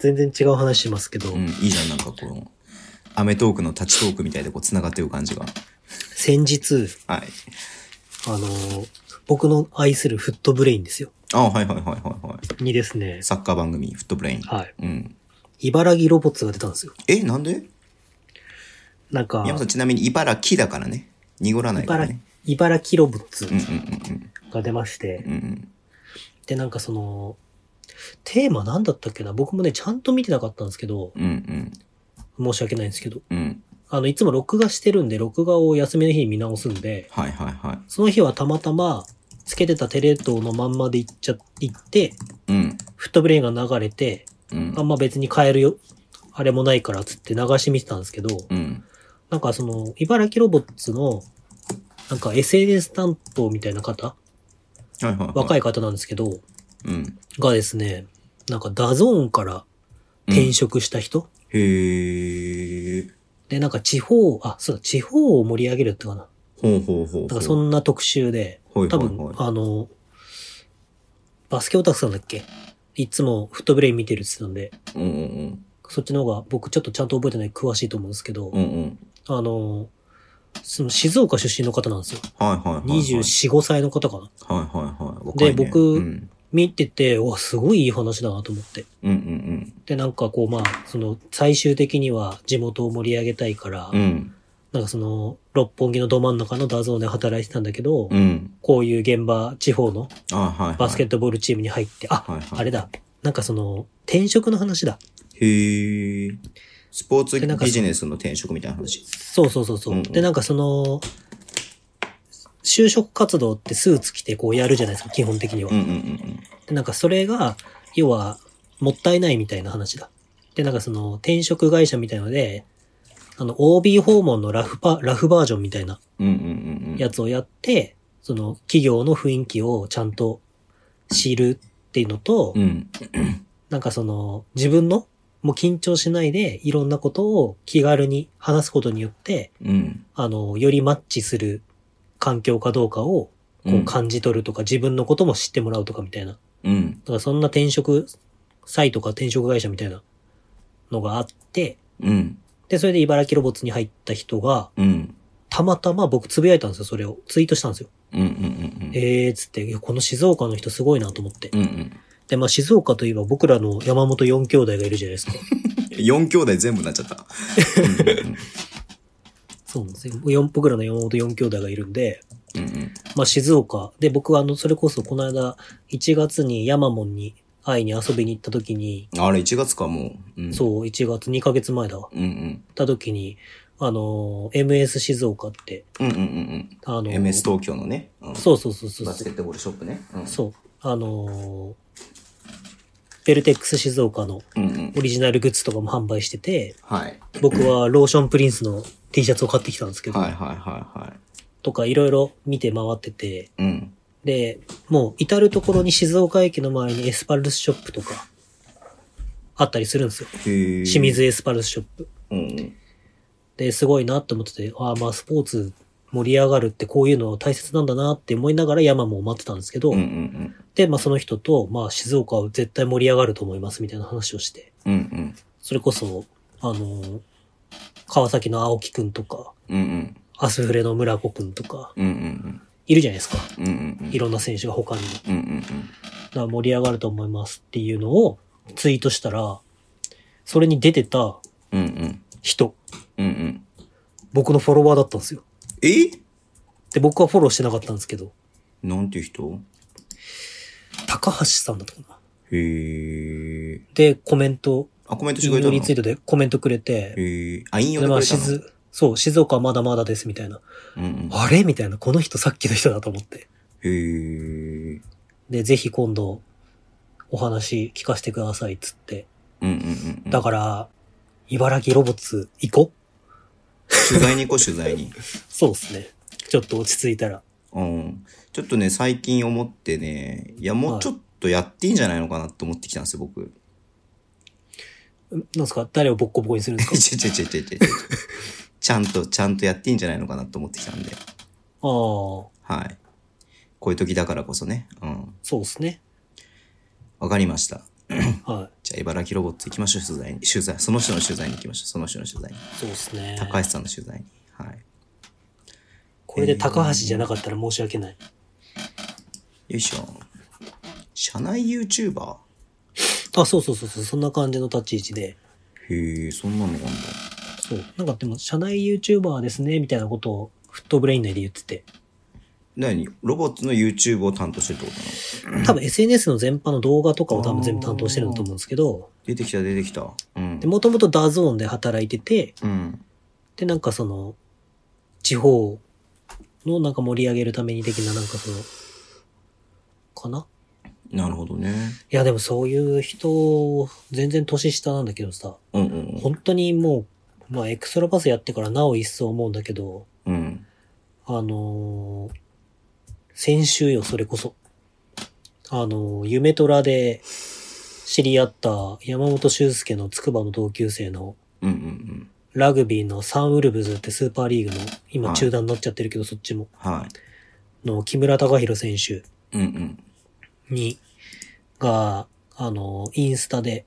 全然違う話しますけど、
うん。いいじゃん、なんかこう、アメトークのタッチトークみたいでこう繋がってる感じが。
先日、
はい。
あのー僕の愛するフットブレインですよ。
あ、はいはいはいはいは
にですね
い。、サッカー番組、フットブレイン。
はい。
うん。
茨城ロボッツが出たんですよ。
え、なんで
なんか、
山さんちなみに茨城だからね。濁らないから
茨
ね。
茨城ロボッツ
うんうんうん
が出まして、
うん。うん
で、なんかその、テーマなんだったっけな僕もね、ちゃんと見てなかったんですけど、
うんうん
申し訳ないんですけど、
うんうん。
あの、いつも録画してるんで、録画を休みの日に見直すんで、
はいはいは
その日はたまたま、つけてたテレ東のまんまで行っちゃ、行って、
い。うん。
フットブレインが流れて、
うん
あ。んま別に変えるよ、あれもないからっつって流し見てたんですけど、
うん。
なんかその、茨城ロボッツの、なんか SNS 担当みたいな方、
はいはい、はい。
若
い。
い方なんですけど、
うん。
がですね、なんかダゾーンから転職した人、
へー。
で、なんか地方、あ、そうだ、地方を盛り上げるってかな。
ほうほうほうほう。
なんかそんな特集で、
はい
多
はい
分、
はい。
あの、バスケオタクさんだっけいつもフットブレイン見てるって言ってたん
う
で、
んうん
そっちの方が僕ちょっとちゃんと覚えてない詳しいと思うんですけど、
うん。うんうん。
あの、その静岡出身の方なんですよ。
はいはいはい、はい。
24、5歳の方かな。
はいはいはい。若
で
いね、
僕
うん、
見てて、うわ、すごいいい話だなと思って。
うんうん
で、なんかこう、まあ、その、最終的には地元を盛り上げたいから、
うん。うん。
なんかその、六本木のど真ん中のダゾーンで働いてたんだけど、
うん。
こういう現場、地方の
あはい、はい。
バスケッ
ッ
トボールチームに入って、あ、
ト。はいはい。
あれだ。なんかその、転職の話だ。
へー。スポーツ
でなんか
ビジネスの転職みたいな話。
そうそうそうそう。
うんうん
で、なんかその、就職活動ってスーツ着てこうやるじゃないですか、基本的には
うん。うんうん
で、なんかそれが、要は、もったいないみたいな話だ。で、なんかその、転職会社みたいので、あの、OB 訪問のラフパ、ラフバージョンみたいな
うん。うんうんうんうん。
やつをやって、その、企業の雰囲気をちゃんと知るっていうのと、
うん。
なんかその、自分の、もう緊張しないで、いろんなことを気軽に話すことによって、
うん。
あの、よりマッチする環境かどうかをこう
か、
感じ取るとか、自分のことも知ってもらうとかみたいな。だ
うん、
からそんな転職サイトか転職会社みたいなのがあって、
うん、
で、それで茨城ロボッツに入った人が、
うん、
たまたま僕つぶやいたんですよ、それを。ツイートしたんですよ。
うん、うん、うん、うん、
えーっつって、いやこの静岡の人すごいなと思って。
うん、うん。
で、まあ静岡といえば僕らの山本4兄弟がいるじゃないですか。
4兄弟全部なっちゃった。
そうなんですよ。よん僕らの山本4兄弟がいるんで、
うん、うん、
まあ静岡。で、僕はあの、それこそこの間、1月に山門に会いに遊びに行った時に、
あれ、1月か、もう。うん、
そう、1月2ヶ月前だわ。行
う。うん、
った時に、あのー、MS 静岡って、
うん、うん、うん、うん。
あのー、
MS 東京のね、うん
そうそうそうそう
バスケットボールショップね。うん
そう。あのー、ベルテックス静岡の
うん、うん。
オリジナルグッズとかも販売してて、
はい。
僕はローションプリンスの T シャツを買ってきたんですけど、
はい、はい、はい、は
とかいろいろ見て回ってて、
い。うん。
で、もう至るところに静岡駅の周りにエスパルスショップとかあったりするんですよ。
へえ。
清。水エスパルスショップ。
うん、
で、すごいなって思ってて、ああまあスポーツ盛り上がるってこういうの大切なんだなって思いながら山も待ってたんですけど、
うん、うん、うん。
で、まあその人と、まあ静岡は絶対盛り上がると思いますみたいな話をして、
うん、うん、
それこそ、あのー川崎の青木くんとか、
うん、うん、
アスフレの村子くんとか、
うん、うん、
いるじゃないですか。
うん、うん、うん
いろんな選手が他にも。
うん、うん、
だから盛り上がると思いますっていうのをツイートしたら、それに出てた
うん、うん、うん、
人、
うん、うん。
僕のフォロワーだったんですよ。
え
で、僕はフォローしてなかったんですけど、
なんていう人
高橋さんだったかな。
へえ。
で、コメント、
あ、コメントして
引
くれた
用
の
リツイートでコメントくれて、
へえ。あ、引用で
で、
く
まあ、
れたの
静、そう、静岡はまだまだですみたいな。
うんうん。
あれみたいな、この人さっきの人だと思って。
へえ。
で、ぜひ今度、お話聞かせてくださいっつって。
うんうんうんうん。
だから、茨城ロボッツ行こ
取材に行こう、取材に。 [laughs]
うそうですね。ちょっと落ち着いたら。
うん。ちょっとね、最近思ってね、いや、も
は
う
い
ちょっとやっていいんじゃないのかなって思ってきたんですよ、僕。 [laughs]
んなんすか誰をボッコボコにするんです
[laughs]
か
ちょちょちょちょちょちょ。ちゃんと、ちゃんとやっていいんじゃないのかなって思ってきたんで。
ああ、そ
はい。こういう時だからこそね。うん。
うですね。
わかりました。
は
じゃあ、茨城ロボット行きましょう、取材に。取材。その人の取材に行きましょう、その人の取材に。
い。そうですね。
高橋さんの取材に。はい。
これで高橋じゃなかったら申し訳ない。
よいしょ。社内 YouTuber?
あ、そうそうそうそう、そんな感じの立ち位置で。
へえ、そんなのがあんだ。
そう。なんかでも、社内 YouTuber ですね、みたいなことを、フットブレイン内で言ってて。
何ロボットの YouTube を担当してるってことなの
多分 SNS の全般の動画とかを多分全部担当してるんだと思うんですけど、
出てきた、出てきた。うん
で、。もともとダゾーンで働いてて、
うん。
で、なんかその、地方のなんか盛り上げるために的な、なんかその、かな
なるほどね。
いや、でもそういう人、全然年下なんだけどさ、
うんうん
本当にもう、まあ、エクストラパスやってからなお一層思うんだけど、
うん。うん。
あのー先週よ、それこそ。あのー、夢虎で知り合った山本修介の筑波の同級生の
うんうんうん。
ラグビーのサンウルブズってスーパーリーグの、今
はい
中断になっちゃってるけど、そっちも、
は
の木村隆弘選手
い。うんうん。
に、が、あの、インスタで、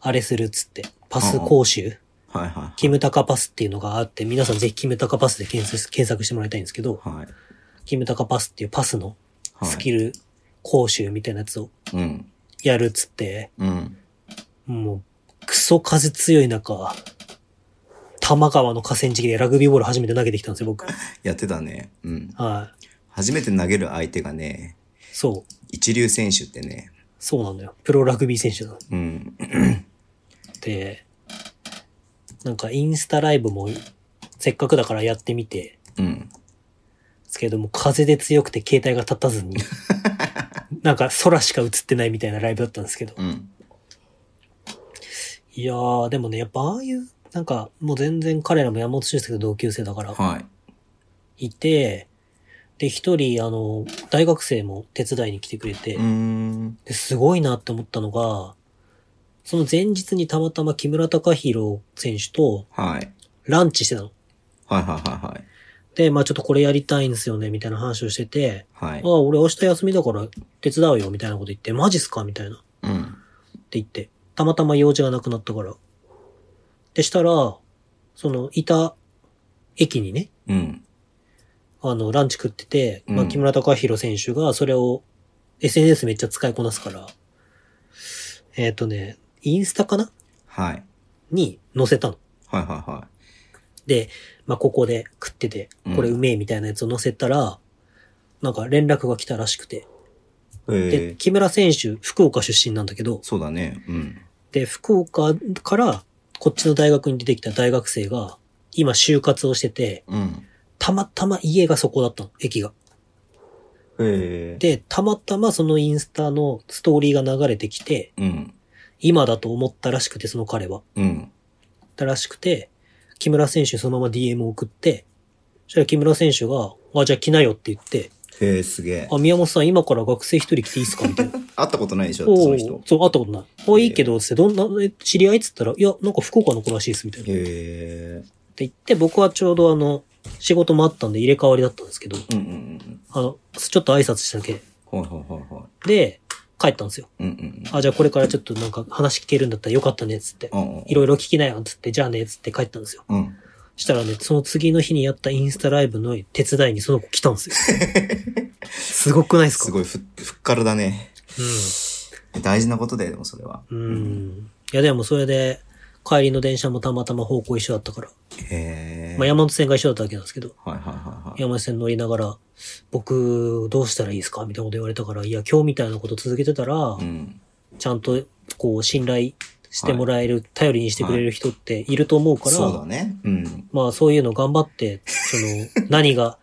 あれするっつって、パス講習、
はいは
キムタカパスっていうのがあって、皆さんぜひキムタカパスで検索検索してもらいたいんですけど、
い。はい。
キムタカパスっていうパスの
はい。
スキル講習みたいなやつを
うん。
やるっつって、
うん。
もう、クソ風強い中、玉川の河川敷でラグビーボール初めて投げてきたんですよ、僕。
やってたね。うん。
はい。
初めて投げる相手がね、
そう。
一流選手ってね。
そうなんだよ。プロラグビー選手だ。
うん。
で、なんかインスタライブもせっかくだからやってみて、
うん。
ですけども風で強くて携帯が立た
[laughs]
ずに、なんか空しか映ってないみたいなライブだったんですけど。
うん。
いやー、でもね、やっぱああいう、なんかもう全然彼らも山本修介と同級生だから、
はい。
いて、で、一人、あの、大学生も手伝いに来てくれて
うー、ん。
ですごいなって思ったのが、その前日にたまたま木村隆弘選手と
はい。
ランチしてたの。
はいはいはいはい。
で、まあちょっとこれやりたいんですよね、みたいな話をしてて、
はい
あ。あ、俺明日休みだから手伝うよ、みたいなこと言って、マジっすかみたいな。
うん。
って言って、たまたま用事がなくなったから。でしたら、その、いた駅にね、
うん。あ
あの、ランチ食ってて、ま
う
あ、
ん
木村隆弘選手がそれを、SNS めっちゃ使いこなすから、えっ、とね、インスタかな
はい。
に載せたの。
はいはいは
で、まあ、ここで食ってて
うん、
これうめえみたいなやつを載せたら、なんか連絡が来たらしくて。
い。え
で、
ー、
木村選手、福岡出身なんだけど、
そうだね。うん。
で、福岡からこっちの大学に出てきた大学生が、今就活をしてて、
うん。
たまたま家がそこだったの、駅が。
えー、
で、たまたまそのインスタのストーリーが流れてきて、
うん。
今だと思ったらしくて、その彼は。
うん。
たらしくて、木村選手にそのまま DM を送って、そしたら木村選手が、あ、じゃあ来なよって言って、
えー、すげえ。
あ、宮本さん今から学生一人来ていいっすかみたいな。
会ったことないでしょ、
お
その
う
人。
そう、会ったことない。あ、いいけど、つって、どんな、え知り合いっつったら、いや、なんか福岡の子らしいです、みたいな。
え
って言って、僕はちょうどあの、仕事もあったんで入れ替わりだったんですけど、
ー、うんうん
あの、ちょっと挨拶しただけ
うん。はいはいはいは
で、帰ったんですよ。
い。うんうん
あ、じゃあこれからちょっとなんか話聞けるんだったらよかったね、つって
う。ん。
いろいろ聞きなよ、つって、じゃあね、つって帰ったんですよ。
うん。うん。
したらね、その次の日にやったインスタライブの手伝いにその子来たんで
[laughs]
すよ。すごくないですか
すごいふ、ふっからだね。
う
大事なことだよ、でもそれは。
ん。うん。いや、でもそれで、帰りの電車もたまたま方向一緒だったから。
へえ。
まあ、山手線が一緒だったわけなんですけど、
はいはいはいはい。
山手線乗りながら、僕、どうしたらいいですかみたいなこと言われたから、いや、今日みたいなこと続けてたら、
うん。
ちゃんと、こう、信頼してもらえる、頼りにしてくれる人っていると思うから、
そうだね。うん。
まあそういうの頑張って、その、 [laughs] 何が、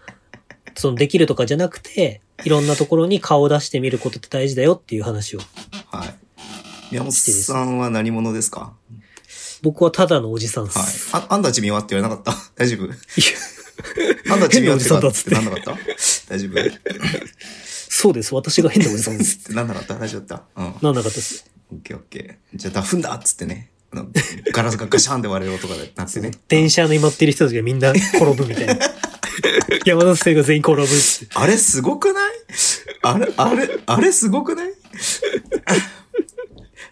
その、できるとかじゃなくて、いろんなところに顔を出してみることって大事だよっていう話を。
はい。宮本さんは何者ですか
僕はただのおじさんで
はい
す。。
あ、あんたちみはって言われなかった [laughs] 大丈夫あんたちみはって
変なおじさ
か
んだっ
っ
つってて
なんなかった大丈夫っ
そうです。私が変なおじさ
[laughs]
んです。
てなんなかった大丈夫だったうん。オ
なんなかったです。
ッケーオッケー。じゃあダフンだっつってね。あのガラスがガシャンって割れる音がなってね。
電車の今ってる人たちがみんな転ぶ
[laughs]
みたいな。山田生が全員転ぶって。
あれすごくないあれ、あれ、あれすごくない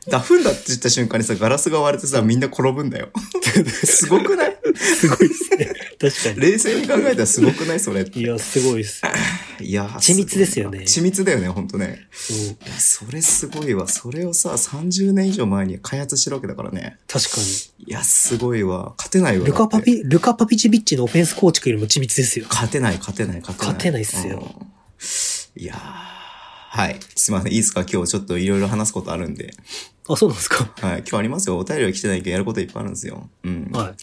ダフンだって言った瞬間にさ、ガラスが割れてさ、みんな転ぶんだよ。すごくない
すごいですね。確か
冷静に考えたらすごくないそれって
に。いや、すごいです。
いやー、
緻密ですよね
すごいな緻密だよね、ほんとね。
うん
いや、それすごいわ。それをさ、30年以上前に開発してるわけだからね。
確かに。
いや、すごいわ。勝てないわ。
ルカパ
だって
ピ、ルカパピチビッチのオフェンス構築よりも緻密ですよ。
勝てない、勝てない、勝てない。
勝てないっすよ
うん。いやーはい。すいません。いいですか今日ちょっといろいろ話すことあるんで。
あ、そうなんですか。
はい。今日ありますよ。お便りは来てないけど、やることいっぱいあるんですよ。うん。
は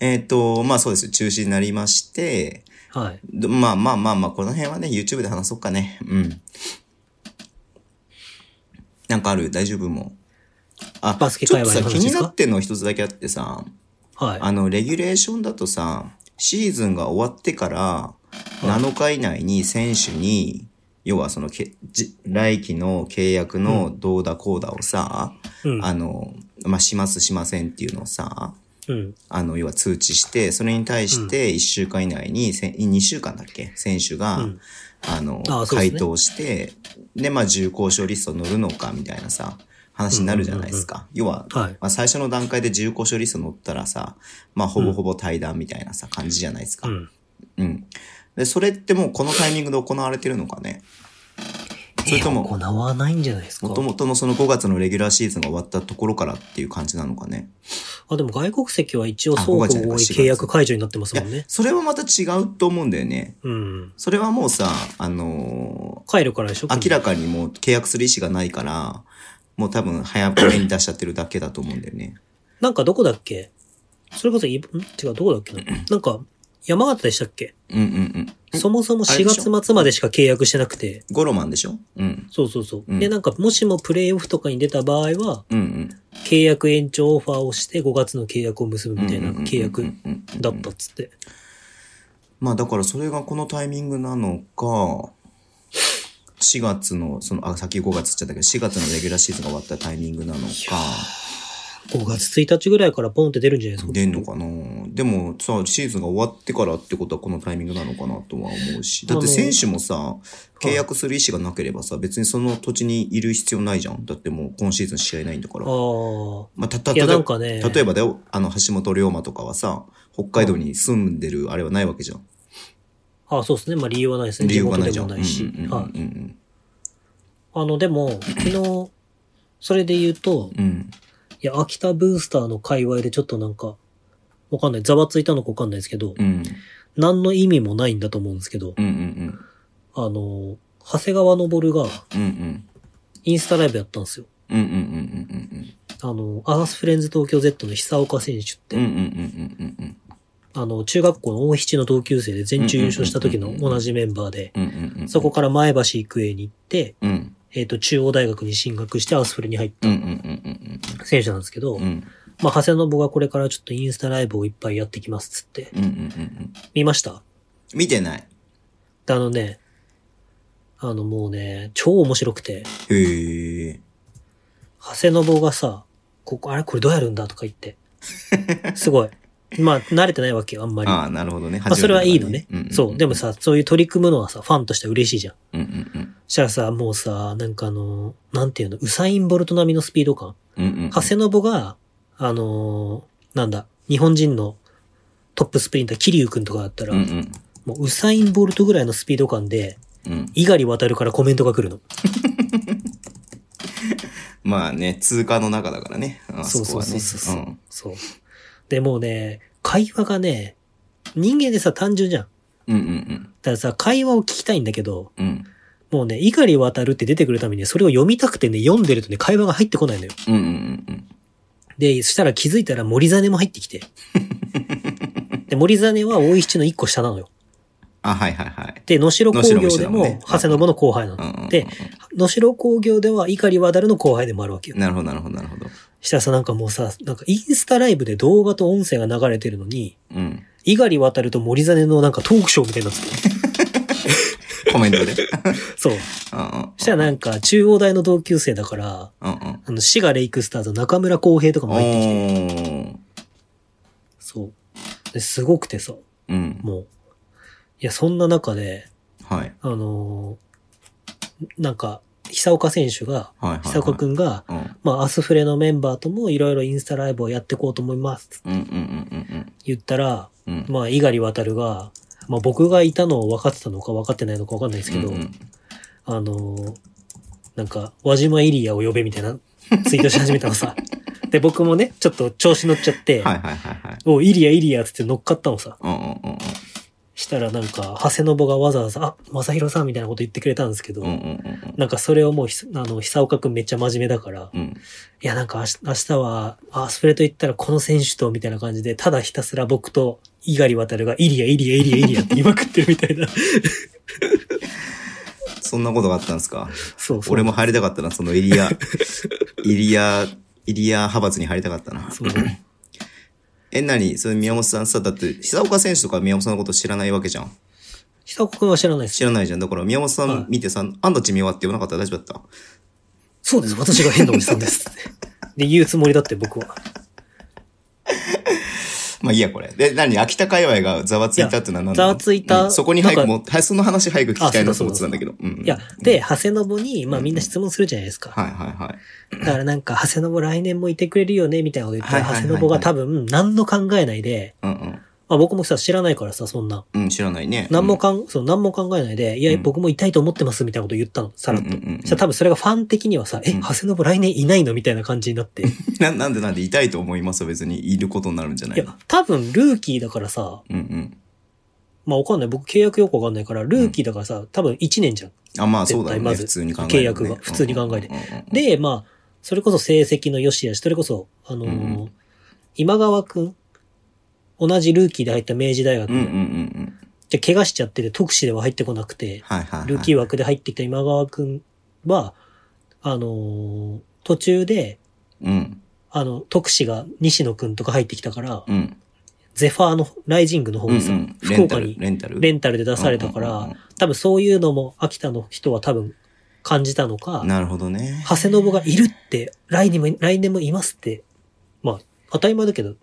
えっ、と、まあそうです。中止になりまして、
い。はい。
どまあまあまあまあ、この辺はね、YouTube で話そうかね。うん。なんかある大丈夫もう。あ、
バスケ
ちょっ
界
と
隈
さ、
の話
気
ですか
になってんの一つだけあってさ、
はい。
あの、レギュレーションだとさ、シーズンが終わってから、
はい
7日以内に選手に、要はそのけ、じ来期の契約のどうだこうだをさ、
うん。
あの、まあ、しますしませんっていうのをさ、
うん。
あの、要は通知して、それに対して1週間以内に、せん2週間だっけ選手が、
うん
あの、
あそうです
回
ね
答して、で、まあ、重交渉リスト乗るのか、みたいなさ、話になるじゃないですか。要は、
はい。
まあ、最初の段階で重交渉リスト乗ったらさ、まあ、ほぼほぼ対談みたいなさ、感じじゃないですか
う。ん。
うん。で、それってもうこのタイミングで行われてるのかね。それとも
えー行わないんじゃないですか
も。ともとのその5月のレギュラーシーズンが終わったところからっていう感じなのかね。
あ、でも外国籍は一応
あ
相互合
五
意
月じゃ
契
ないか
約解除になってます
いや
もんね、。
それはまた違うと思うんだよね。
うん。
それはもうさ、あの
帰るからでしょ
ー明らかにもう契約する意思がないから、もう多分早めに出しちゃってるだけだと思うんだよね。
なんかどこだっけそれこそい、ん違う、どこだっけ
[laughs]
ななんか、山形でしたっけ
うんうんうん。
そもそも
あれでしょ
4月末までしか契約してなくて。
ゴロマンでしょうん。
そうそうそう。
うん
で、なんか、もしもプレイオフとかに出た場合は、
うんうん。
契約延長オファーをして5月の契約を結ぶみたいな契約だったっつって。
まあだからそれがこのタイミングなのか、4月の、その、あ、さっき5月って言っちゃったけど、4月のレギュラーシーズンが終わったタイミングなのか、
5月1日ぐらいからポンって出るんじゃないですか。
出んのかなでもさ、シーズンが終わってからってことはこのタイミングなのかなとは思うし。だって選手もさ、契約する意思がなければさ、別にその土地にいる必要ないじゃん。だってもう今シーズン試合ないんだから。
あ
まあ、た
あ。
た
いや、
た
なんかね。
例えばだよ、あの、橋本龍馬とかはさ、北海道に住んでるあれはないわけじゃん。
ああ、そうですね。まあ理由はないですね。
理
地
由が
元
ない
で
じゃ
も
ん。
ないし
うん。うん
はい。
うん
あの、でも、昨日、それで言うと、
うんうん。
いや、秋田ブースターの界隈でちょっとなんか、わかんない。ざわついたのかわかんないですけど、
うん。うん
何の意味もないんだと思うんですけど、
うんうん
あの、長谷川昇が
うん。うんうん。
インスタライブやったんですよ。
うんうんうんうん
あの、アースフレンズ東京 Z の久岡選手っ
うんう
て、
ん。うんうんうんうんうん
あの、中学校の大七の同級生で全中優勝した時
うん
の
うんうんうん
同じメンバーで、
うんうんうん。
そこ。から前橋育英に行って、
うん。
えっ、と、中央大学に進学してアースフレに入っ
うんうんうん
た選手なんですけど、
うんうん。うん
まあ、長谷信がこれからちょっとインスタライブをいっぱいやってきますっつって、
うんうんうん。
見ました
見てない。
であのね、あのもうね、超面白くて、
へえ。
長谷信がさ、ここ、あれこれどうやるんだとか言って。すごい。まあ、慣れてないわけよ、あんま
[laughs]
り。
ああ、なるほどね。
まあ、それはいいのね。そう。でも
さ。
さ、そういう取り組むのはさ、ファンとしては嬉しいじゃん。
うんうん
そしたらさ、もうさ、なんかあの、なんていうの、ウサイン・ボルト並みのスピード感。
うん。うんうん。
長谷信が、あのーなんだ、日本人のトップスプリンター、桐生くんとかだったら、
うんうん。
もうウサイン・ボルトぐらいのスピード感で、
うん。
猪狩渡るからコメントが来るの。
まあね、通貨の中だからね。あ
そうそうそう
こ
そう。
はね
そう。でもうね、会話がね、人間でさ、単純じゃん。だ
うんうんうん
からさ、会話を聞きたいんだけど、
うん。うん
もうね、猪狩渡るって出てくるためにねそれを読みたくてね、読んでるとね、会話が入ってこないのよ。
うんうんうん
で、そしたら気づいたら森真も入ってき
[laughs]
て。で、森真は大石の一個下なのよ。
あ、はいはいはい。
で、野城工業で
能代も一緒だもんね
も、長谷信の後輩な
うんうんう
の。
ん
で、野城工業では碇渡るの後輩でもあるわけよ。
なるほどなるほどなるほど。
したらさ、なんかもうさ、なんかインスタライブで動画と音声が流れてるのに、
うん。
猪狩渡ると森真のなんかトークショーみたいになっ
[laughs]
てて。
コメントで。
そう。
うんうん
そしたらなんか中央大の同級生だから、
うんうん。
あの、滋賀レイクスターズの中村公平とかも
お
入ってきて。
ー
そう。ですごくてさ、
うん。
もう。いや、そんな中で、
はい。
あのーなんか、久岡選手が、
はいはいはい。
久岡くんが、
うん。
まあ、アスフレのメンバーともいろいろインスタライブをやっていこうと思います。って
うんうんうん
言ったら、
うんうん。うん。
まあ、猪狩渡が、まあ、僕がいたのを分かってたのか分かってないのか分かんないですけど、
うんうん
あのーなんか、輪島イリアを呼べみたいなツイートし始めた
[laughs]
のさ。で、僕もね、ちょっと調子乗っちゃって、
はいはいはいはい。
おうイリアイリアっつって乗っかったのさ。
うんうんうん
したらなんか、長谷信がわざわざ、あ、正弘さんみたいなこと言ってくれたんですけど、
うん。うんうんうん
なんかそれをもうひ、あの、久岡くんめっちゃ真面目だから、
うん。うん。
いやなんか明日明日は、あ、スプレート行ったらこの選手と、みたいな感じで、ただひたすら僕と、猪狩渡が、イリア、イリア、イリア、イリアって言い [laughs] まくってるみた
[laughs]
いな。
そんなことがあったんですか
そうそう。
俺も入りたかったな、そのエリ
[laughs]
ア、エリア、エリア派閥に入りたかったな。
そう。
[clears throat] え、なにそれ宮本さんさ、だって、久岡選手とか宮本さんのこと知らないわけじゃん。
久岡くんは知らないです。
知らないじゃん。だから宮本さ
はい
ん見てさ、あんたちみわって言わなかったら大丈夫だっ
そうです、私が変なおじさんです。で、言うつもりだって僕は。
たまあいいや、これ。で、なに秋田界隈がざわついたってのは何
いやざわついた
うんそこに早
な
く
んか
も、はその話早く聞きたいなと
あそう
思っ
だ
てた
そ
ん
うだ
だけど。うん。
いや、で、長谷信に、まあみんな質問するじゃないですか。
はいはいはい。
だからなんか、長谷信来年もいてくれるよね、みたいなこと言ったら、
はいはいはい
長谷信が多分、何の考えないで、
うん
まあ僕もさ、知らないからさ、そんな。
うん。うん、知らないね。
何もかん、そう、何も考えないで、いや、
うん
僕も痛いと思ってます、みたいなこと言ったの、さらっと。
うんうんうんうん
そしたら多分それがファン的にはさ、え、
うん
長谷信来年いないのみたいな感じになって。い
うんな。なんでなんで痛いと思います別にいることになるんじゃないの
や、多分ルーキーだからさ、
うんうん。
まあわかんない。僕契約よくわかんないから、ルーキーだからさ、多分1年じゃん。
あ、まあそうだよ
絶対ま
ね。
ず
普通に考えてね
契約が普通に考えて。
うんうんうんうん
で、まあ、それこそ成績の良し悪し、それこそ、あのー
うんう
今川くん、同じルーキーで入った明治大学、
うんうんうんうん。
じゃあ怪我しちゃってて、特使では入ってこなくて、
はいはい、はい。
ルーキー
は。
枠で入ってきた今川くんは、あのー途中で、
うん。
あの、特使が西野くんとか入ってきたから、
うん。
ゼファーのライジングの方
うんう
にさ、
ん。レ
福
ンタ
岡
ル
に
レンタル
レンタルで出されたか
うんうんうん
ら、多分そういうのも秋田の人は多分感じたのか、
なるほどね。
長谷信がいるって、来年も、来年もいますって、当たり前だけど、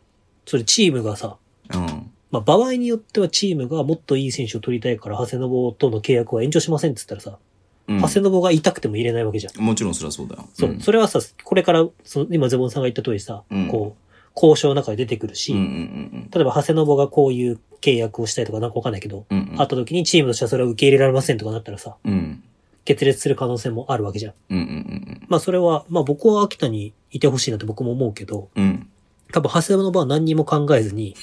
それチームがさ、
うん。
まあ、場合によってはチームがもっといい選手を取りたいから、長谷信との契約は延長しませんって言ったらさ、
うん、
長谷信が痛くても入れないわけじゃん。
もちろんそりゃそうだよ。
そう、
ん、
それはさ、これから、その今、ゼボンさんが言った通りさ、
うん
こう、交渉の中で出てくるし、
うんうん
例えば、長谷信がこういう契約をしたいとかなんかわかんないけど、
うんうん。うんうん。
あった時にチームとしてはそれは受け入れられませんとかなったらさ、
うん。
決裂する可能性もあるわけじゃん。
うんうん
まあそれは、まあ僕は秋田にいてほしいなって僕も思うけど、
うんうん。うん。
多分、長谷信は何にも考え
[laughs]
ずに、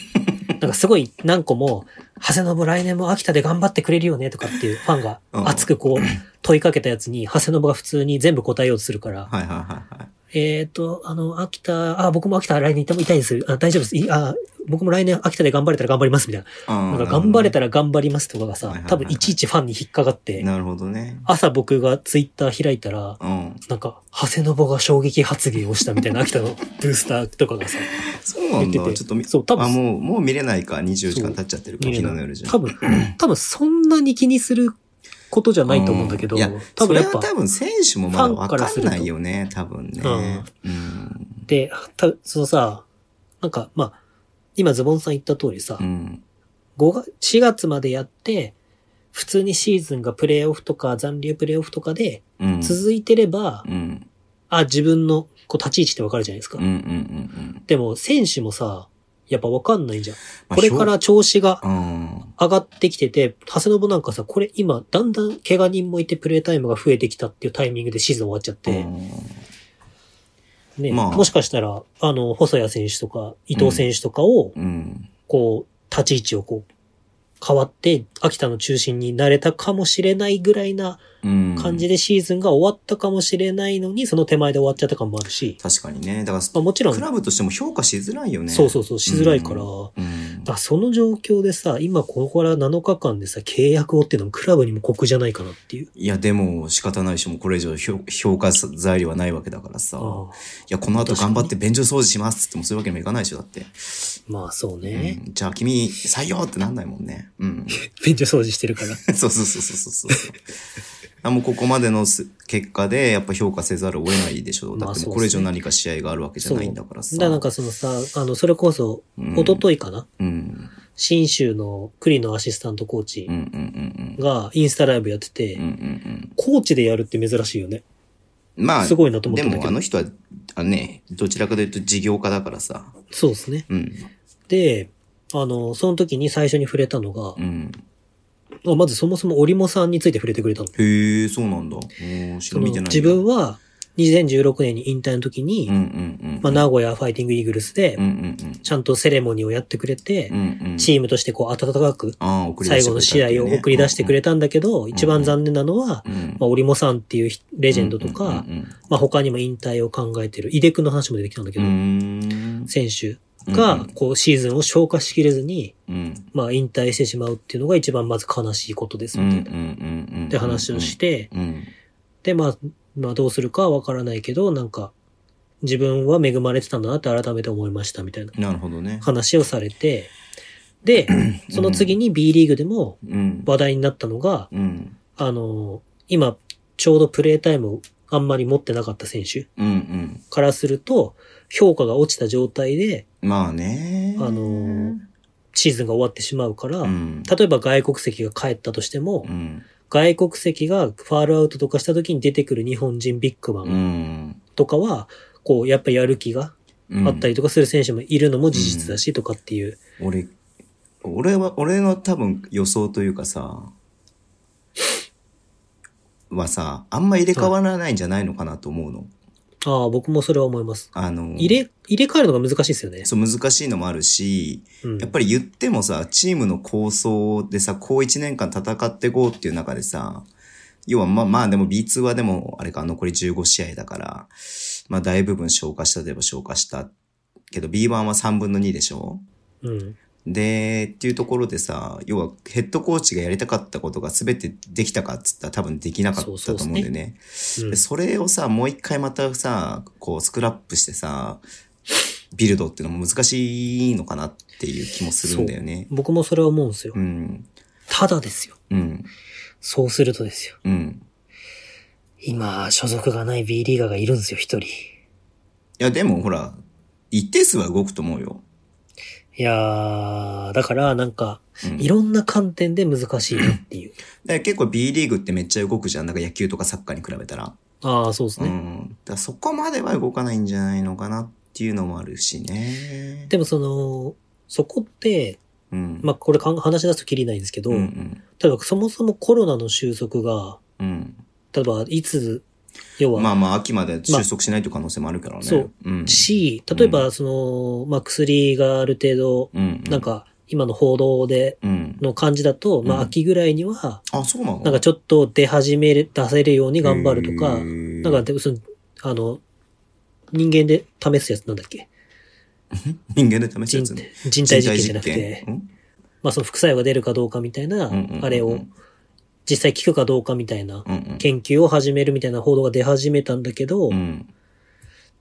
なんかすごい何個も、長谷信来年も秋田で頑張ってくれるよねとかっていうファンが
うん
熱くこう問いかけたやつに、長谷信が普通に全部答えようとするから、
はいはいはいはい。
えっ、と、あの、秋田、あ、僕も秋田来年行っても痛いです。あ大丈夫です。いあ、僕も来年秋田で頑張れたら頑張りますみたいな。
あ
な
あ。
んか頑張れ
た。
たら頑張りますとかが
はい
さ
はい、はい
多分いちいちファンに引っかかって、
なるほどね。
朝僕がツイッター開いたら、
うん。
なんか、長谷信が衝撃発言をしたみたいな秋田
[laughs]
のブースターとかがさ、
そうなん
言っ
だ。
て
ちょ
て
っとみ、
そう多分
あ、もう、もう見れないか。24時間経っちゃってるか。
見
昨
れ
日
ない
の夜じゃ。
多分、多分そんなに気にすることじゃないと思うんだけど、
いや、
多
多
分
分
や
や
っぱ、
多分選手もまだわかんないよね、多分
らすると
ね。うん。
で、たそのさ、なんか、まあ、今ズボンさん言った通りさ、
うん。
5月、4月までやって、普通にシーズンがプレイオフとか残留プレイオフとかで
うん。
続いてれば、
うん。
あ、自分のこう立ち位置ってわかるじゃないですか。
うんうんうんうん。
でも選手もさ、やっぱわかんないじゃん。
まあ
これか、ら調子が
うん。
上がってきてて、長谷信なんかさ、これ今、だんだん怪我人もいてプレイタイムが増えてきたっていうタイミングでシーズン終わっちゃって、ね、
まあ
もしかしたら、あの、細谷選手とか、伊藤選手とかを、
うん。
こう、立ち位置をこう、変わって、秋田の中心になれたかもしれないぐらいな
うん。
感じでシーズンが終わったかもしれないのに、その手前で終わっちゃった感もあるし、
確かにね。だか
まあ、もちろ
ら、
ん、
クラブとしても評価しづらいよね。
そうそうそう、しづらいから、
うん。うん
あその状況でさ、今ここから7日間でさ、契約をっていうのもクラブにも酷じゃないかなっていう。
いや、でも仕方ないし、もうこれ以上評評価材料はないわけだからさ。
ああ
いや、この後頑張って便所掃除しますって言ってもそういうわけにもいかないでしょ、だって。
まあそうね。
うんじゃあ君、採用ってなんないもんね。うん。
便所掃除してる [laughs] か
[laughs]
ら。
そうそうそうそうそうそう。あもうここまでのす結果でやっぱ評価せざるを得ないでしょ。だって
まあ
もう
そう
これ
で
以
す
上
ね
何か試合があるわけじゃないんだからさ。
だからなんかそのさ、あの、それこそ、
うん、
一昨日かな、
うん。
新州の栗のアシスタントコーチ
うんうんうん
がインスタライブやってて、
うん。うんうん
コーチでやるって珍しいよね。
うん。まあ、
すごいなと思っ
で
たんだけ
もあ
ど。
の人は、あね、どちらかというと事業家だからさ。
そうですね。
うん。
で、あの、その時に最初に触れたのが
う、ん。
あまずそもそも織茂さんについて触れてくれたの。
へえ、そうなんだ。おー、知
そ
ら
の
見てない。
自分、は2016年に引退の時に、
うんうんうん。
まあ、名古屋ファイティングイーグルスで
うん、うん
ちゃんとセレモニーをやってくれて、
うん。うんうん。
チームとしてこう温かく
ああ、送り出
最
してくれ
後の
たってい
試合
うね
を送り出してくれたんだけど、一番残念なのは、
うんうん
まあ、織茂さんっていうひレジェンドとか、
うんうん
まあ、他にも引退を考えてる、井出くんの話も出てきたんだけ
うん
ど、
うん。う
選手
ーん
が、こう、シーズンを消化しきれずに、
うんうん。
まあ、引退してしまうっていうのが一番まず悲しいことです、みたいな。
っ、
って話をしてて、
うん
で、まあ、まあ、どうするかはわからないけど、なんか、自分は恵まれてたんだなって改めて思いました、みたいな
なるほどね。
話をされて、で、その次に B リーグでも
うん。
話題になったのが、
うん。
あの、今、ちょうどプレータイムをあんまり持ってなかった選手
うんうん。
からすると、評価が落ちた状態で
まあね。
あのーシーズンが終わってしまうから、
うん。
例えば外国籍が帰ったとしても、
うん。
外国籍がファールアウトとかした時に出てくる日本人ビッグマ
う
ン
ん。
とかは、こう、やっぱやる気が
うん
あったりとかする選手もいるのも事実だしとかっていう。
俺、俺は、俺の多分予想というかさ、はさ、あんま入れ替わらないんじゃないのかなと思うの。
ああ、僕もそれは思います。
あのー、
入れ、入れ替えるのが難しいですよね。
そう難しいのもあるし、
うん
やっぱり言ってもさ、チームの構想でさ、こう1年間戦っていこうっていう中でさ、要はまあまあでも B2 はでもあれか残り15試合だから、まあ大部分消化したといえば消化したけど B1 は3分の2でしょ
うん。
で、っていうところでさ、要はヘッドコーチがやりたかったことが全てできたかっつったら多分できなかったと思うんだよね。
うん
でそれをさ、もう一回またさ、こう、スクラップしてさ、ビルドっていうのも難しいのかなっていう気もするんだよね。
僕もそれは思うんですよ
う。ん。
ただですよ。
うん。
そうするとですよ。
うん。
今、所属がない B リーガーがいるんですよ、一人。
いや、でもほら、一定数は動くと思うよ。
いやー、だからなんか、
うん
いろんな観点で難しいなっていう。
で結構 B リーグってめっちゃ動くじゃん。なんか野球とかサッカーに比べたら。
ああ、そうです
う
ね。
ん。だからそこまでは動かないんじゃないのかなっていうのもあるしね。
でもその、そこって、
うん。
まあ、これかん話し出すときりないんですけど、
うんうん。
例えばそもそもコロナの収束が、
うん。
例えばいつ、要は、
まあまあ、秋まで収束しないという可能性もあるからね。
そう。
うん。
し、
うん
例えばその、まあ、薬がある程度、
うん。
なん、か、今の報道で、
うん。
の感じだと、ま
う
あ、
ん
秋ぐらいには、
あ、そうなの
なんかちょっと出始める、出せるように頑張るとか、
な
なんか、でもその、あの、人間で試すやつなんだっけ
人間で試した
人
やつね。
人体実験じゃなく
人体
て
実、験
まあその副作用が出るかどうかみたいな
うんうんうんう、ん
あれを実際効くかどうかみたいな
うんうん
研究を始めるみたいな報道が出始めたんだけど
う、ん。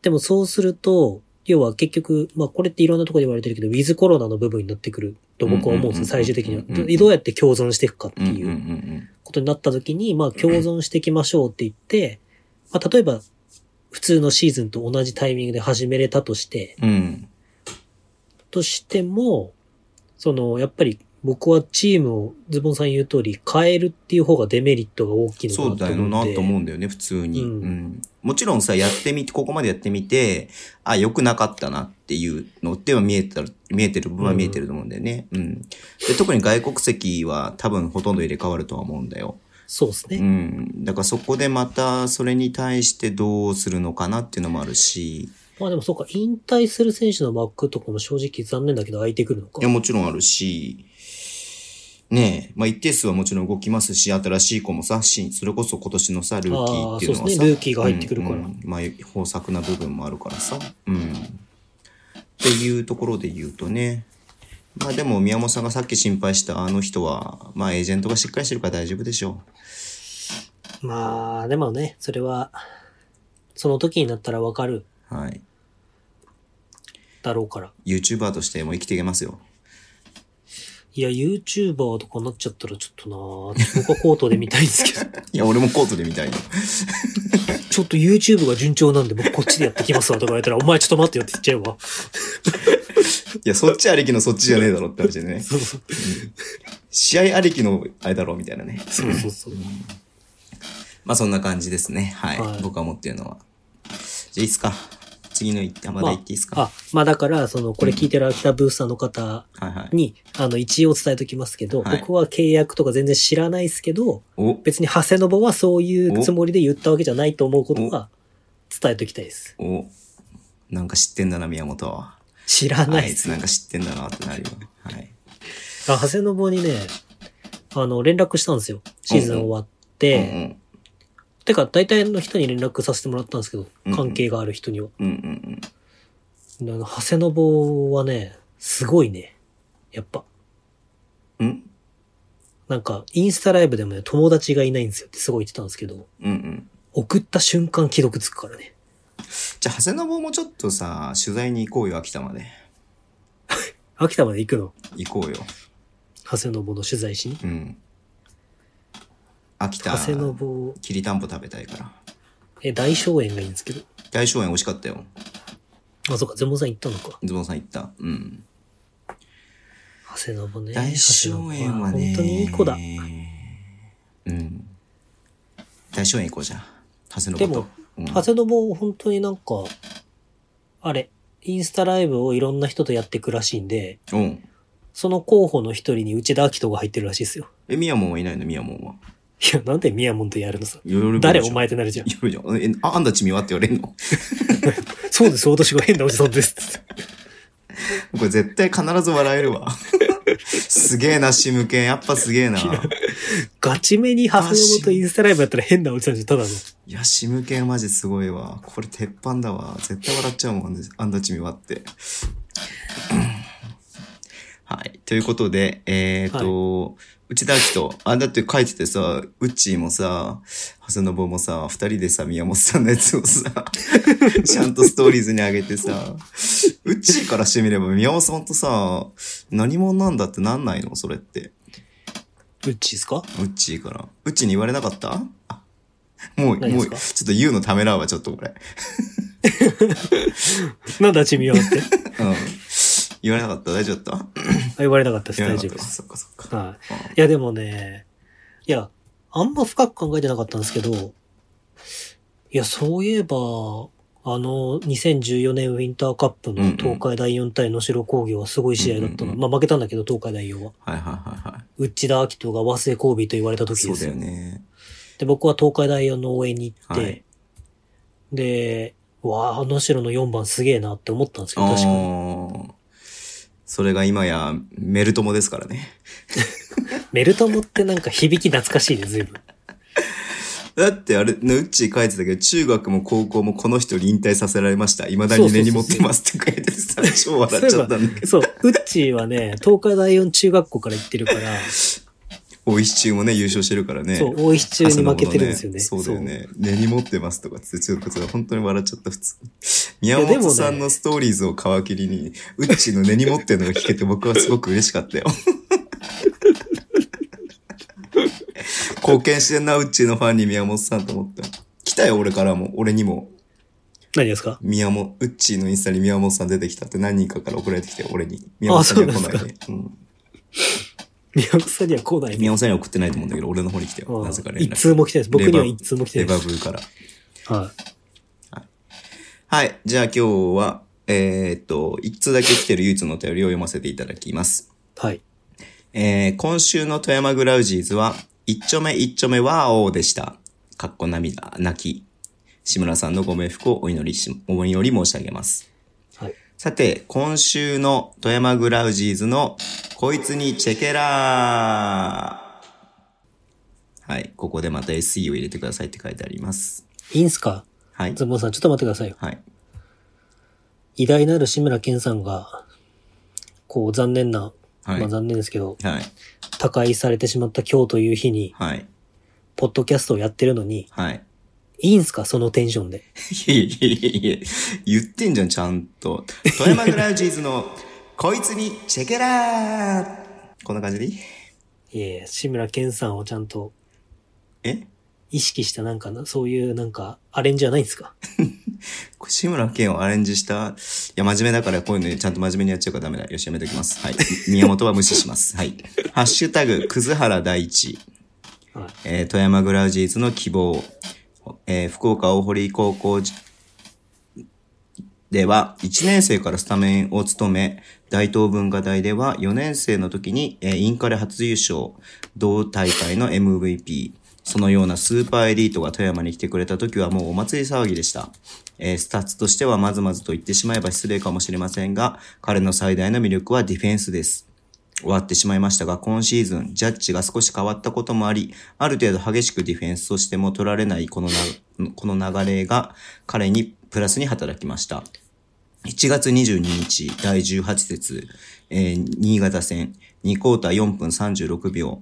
でもそうすると、要は結局、まあこれっていろんなところで言われてるけど、ウィズコロナの部分になってくると僕は思う
うんう
んですよ、
んうんうん
最終的には。
うんうん
どどうやって共存していくかって
うんうん
いううんことになった時に、まあ共存していきましょうって言って、まあ例えば、普通のシーズンと同じタイミングで始めれたとして、
うん。うん。
としても、その、やっぱり僕はチームをズボンさん言う通り変えるっていう方がデメリットが大きいのか
そう
な
だ
と
よ
思
な
って。
と思うんだよね、普通に。う
うん
ん。もちろんさ、やってみて、ここまでやってみて、あ、良くなかったなっていうのっては見えた、見えてる部分は見えてると思うんだよね。うん。で特に外国籍は多分ほとんど入れ替わるとは思うんだよ。
そうです
う
ね。
ん。だからそこでまた、それに対してどうするのかなっていうのもあるし、
まあでもそうか、引退する選手の枠とかも正直残念だけど空いてくるのか
いや、。もちろんあるし、ねえ、まあ、一定数はもちろん動きますし、新しい子もさ、しそれこそ今年のさ、ルーキーっていうのは
あーそうです
さ、
ねルーキーが入ってくるから
うんうんまあ、豊作な部分もあるからさ、うん。っていうところで言うとね、まあでも宮本さんがさっき心配したあの人は、まあエージェントがしっかりしてるから大丈夫でしょ
まあ、でもね、それは、その時になったらわかる
う。はい。
だろうから。
YouTuber としても生きていけますよ。
いや、YouTuber とかなっちゃったらちょっとな僕はコートで見たいんですけ [laughs] ど、
いや、俺もコートで見たいよ。
ちょっと YouTube が順調なんで僕こっちでやってきますわとか言われたら、お前ちょっと待ってよって言っちゃうわ。
いや、そっちありきのそっちじゃねえだろって話で [laughs] ね。
そうそう
試合ありきのあれだろみたいなね。
そうそうそう。
まあそんな感じですね。はい。
はい
僕が持ってるのは。じゃあいいっすか。次の一まだ行っていいっすか。
[laughs] あ、まあだから、その、これ聞いてる秋田ブースターの方
はいはい。
に、あの、一応伝えときますけど、
はい
僕は契約とか全然知らないですけど、
お
別に長谷信はそういうつもりで言ったわけじゃないと思うことは伝えときたいです。
おなんか知ってんだな、宮本は。
知ら
あ
ない
い
です。
つなんか知ってんだなってなるよ。はい。
あ長谷信にね、あの、連絡したんですよ。シーズン終わって。てか、大体の人に連絡させてもらったんですけど
うんう、ん
関係がある人には。
うんうんうんうん。
あの長谷信はね、すごいね。やっぱ。
うん
なんか、インスタライブでもね、友達がいないんですよってすごい言ってたんですけど、
うんうん。
送った瞬間既読つくからね。
じゃあ、長谷信もちょっとさ、取材に行こうよ、秋田まで。
秋田まで行くの。
行こうよ。
長谷信の取材しに。
うん。秋田
長、谷信、
きりたんぽ食べたいから。
え、大松園がいいんですけど。
大荘園美味しかったよ。
あ、そうか、ゼモンさん行ったのか。
ズボンさん行った。うん。
長谷信ね。
大正円はね
長谷信本当にいい子だ。
うん大正円行こうじゃん長谷信と
でも
うん、
長谷信本当になんか、あれ、インスタライブをいろんな人とやってくらしいんで、
うん
その候補の一人に内田明人が入ってるらしいですよ。
えミヤモンはいないのミヤモンはい
や、なんで宮本とやるのさ。
夜
誰お前ってなるじゃん。
夜じゃんえああんたちみはって言われんの [laughs]
そうです、私が変なおじさんです。
これ絶対必ず笑えるわ [laughs] すげえなシムケンやっぱす
[laughs]
げえない
ガチめに長谷信とインスタライブやったら変なおじさんじゃん、 [laughs] ただの。
やシムケンマジすごいわこれ鉄板だわ絶対笑っちゃうもんあんたちみはって [clears throat] はい。ということで、えっ、と、内田明と、あ、だって書いててさ、うっちーもさ、長谷信もさ、二人でさ、宮本さんのやつをさ、ちゃんとストーリーズに上げてさ、うっちーからしてみれば宮本さんとさ、何者なんだってなんないのそれって。
うっちですか
うっちーから。うっちーに言われなかったあもう、
何で
もう、
す
ちょ
か
っと言うのためらうわ、ちょっとこれ。
なんだ、チミはって。あ
うん。言われなかった大丈夫だ
[laughs]
った
言われなかったです。
言わ
大
れなかった
丈夫で
か
す。
そっかそっか。
はい。いや、でもね、いや、あんま深く考えてなかったんですけど、いや、そういえば、あの、2014年ウィンターカップの東海第4対能代工業はすごい試合だった
う
の。
んうん
まあ負けたんだけど、東海第4は。
はいはいはいは
内田明人が和製コービーと言われた
い。
時
そ
で
う
す
だ
よ
よ。ね。
で、僕は東海大4の応援に行って、
はい
で、わあ、能代の4番すげえなって思ったんですけど、
あ
確かに。
あ。それが今やメルトモですからね。
メルトモってなんか響き懐かしいね、随分。
[laughs] だってあれ、ねうっちー書いてたけど、中学も高校もこの人に引退させられました。未だに根に持ってますって書いててさ、超笑っちゃったんだけど。
そう、ウッチーはね、東海第4中学校から行ってるから、
大石中もね、優勝してるからね。
そう、大石中に負けてるんですよね。
朝のものそうだよね。根に持ってますとかつって、ちょっとこれ本当に笑っちゃった、普通。宮
でもね
本さんのストーリーズを皮切りに、うっちーの根に持ってるのが聞けて僕はすごく嬉しかったよ。貢献してんな、うっちーのファンに宮本さんと思った。来たよ、俺からも。俺にも。
そう。何ですか
宮本、ウッチーのインスタに宮本さん出てきたって何人かから送られてきて、俺に。宮本さんには来ないで。うん
宮本さんには来ないね。
宮本さんには送ってないと思うんだけど、俺の方に来てよ。
うん
なぜか連
一
絡。
通も来てないです。僕には
レバ
一通も来て
レ
ない
バ
で
ブーから。
す。はい。
はい。じゃあ今日は、えーっと、一通だけ来てる唯一のお便りを読ませていただきます。
はい。
えー今週の富山グラウジーズは、一丁目一丁目ワーオーでした。かっこ涙、泣き。志村さんのご冥福をお祈りし、お祈り申し上げます。
はい。
さて、今週の富山グラウジーズの、こいつにチェケラーはい。ここでまた SE を入れてくださいって書いてあります。
いいんすか
はい。
ズボンさん、ちょっと待ってくださいよ。
はい。
偉大なる志村けんさんが、こう、残念な、
はい
まあ残念ですけど、
はい。
他界されてしまった今日という日に、
はい。
ポッドキャストをやってるのに、
はい。
いいんすかそのテンションで。
いえいえいえいえ、言ってんじゃん、ちゃんと。富山グラウジーズの、こいつにチェケラーこんな感じでいい
いえいえ、志村けんさんをちゃんと
え
意識したなんかな、そういうなんか、アレンジはないんですか
これ志村けんをアレンジした、いや、真面目だからこういうのちゃんと真面目にやっちゃうからダメだ。よし、やめときます。はい。宮本は無視します。はい。ハッシュタグ、くずはら大地。
はい。
えー富山グラウジーズの希望、えー福岡大堀高校じでは1年生からスタメンを務め、大東文化大では4年生の時に、えーインカレ初優勝、同大会の MVP、そのようなスーパーエリートが富山に来てくれた時はもうお祭り騒ぎでした。えースタッツとしてはまずまずと言ってしまえば失礼かもしれませんが、彼の最大の魅力はディフェンスです。終わってしまいましたが、今シーズン、ジャッジが少し変わったこともあり、ある程度激しくディフェンスとしても取られないこのな、この流れが彼にプラスに働きました。1月22日、第18節、えー新潟戦、2クォーター4分36秒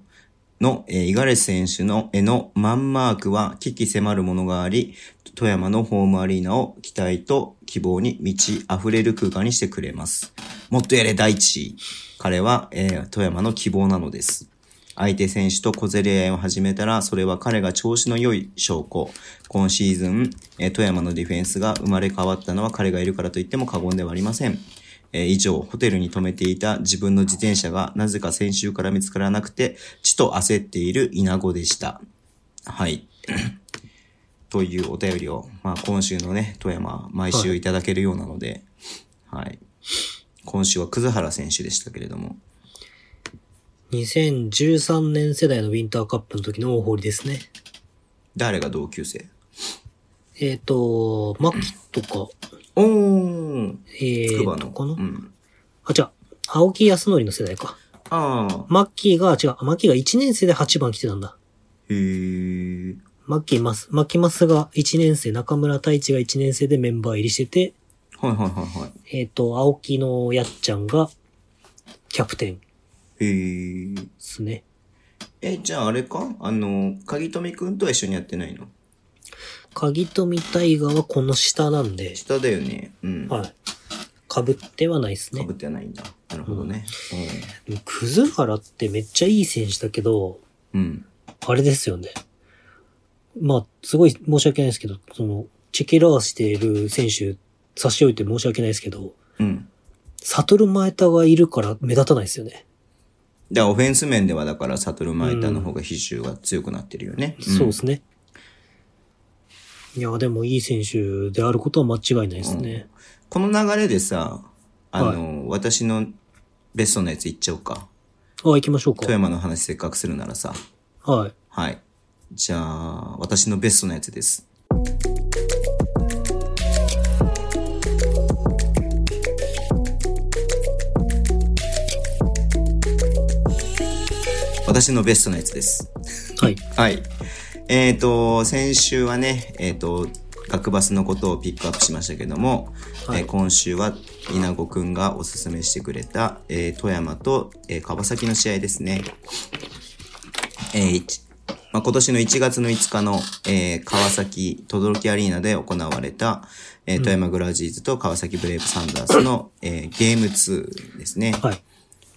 の、えー、イガレス選手の、へのマンマークは、危機迫るものがあり、富山のホームアリーナを期待と希望に満ち溢れる空間にしてくれます。もっとやれ、大地彼は、えー富山の希望なのです。相手選手と小競り合いを始めたら、それは彼が調子の良い証拠。今シーズン、えー富山のディフェンスが生まれ変わったのは彼がいるからといっても過言ではありません。えー以上、ホテルに止めていた自分の自転車がなぜか先週から見つからなくて、ちと焦っている稲子でした。はい。 [coughs] というお便りを、まあ今週のね、富山、毎週いただけるようなので、はい。今週は葛原選手でしたけれども。
2013年世代のウィンターカップの時の大堀ですね。
誰が同級生
えっ、と、マキとか、
おー
え
筑波
ー、と
の。
かな、
うん。
あ、違う。青木康則の世代か。
ああ。
マッキーが、違う、マッキーが1年生で8番来てたんだ。
へえ。
マッキーマス、マキマスが1年生、中村太一が1年生でメンバー入りしてて、
はいはいはいは
えっ、と、青木のやっちゃんが、キャプテンで
い。へえ。
すね。
え、じゃああれかあの、鍵富くんとは一緒にやってないの
鍵富大河はこの下なんで、
下だよね。うん。か
はい。被ってはないですね
ぶ。ってはないんだ。なるほどね。
でも葛原ってめっちゃいい選手だけど、
うん。うん。
あれですよね。まあ、すごい申し訳ないですけど、その、チェケラーしてる選手差し置いて申し訳ないですけど、
うん。
サトル前田がいるから目立たないですよね。
だからオフェンス面ではだから、サトル・マイタの方が比重が強くなってるよね。
そうで
ん
すね。いや、でもいい選手であることは間違いないですね。
この流れでさ、あの、私のベストのやついっちゃおうか。
あ、行きましょうか
富。山の話せっかくするならさ。
はい。
はい。じゃあ、私のベストのやつです。私のベストのやつです。
はい。
はい。えっ、と、先週はね、えっ、と、学バスのことをピックアップしましたけども、
はい
えー今週は稲子くんがおすすめしてくれた、えー富山と、えー川崎の試合ですね。えー一まあ、今年の1月の5日の、えー川崎轟アリーナで行われた、えー富山グラウジーズと川崎ブレイブサンダースの、えーゲーム2ですね。
はい。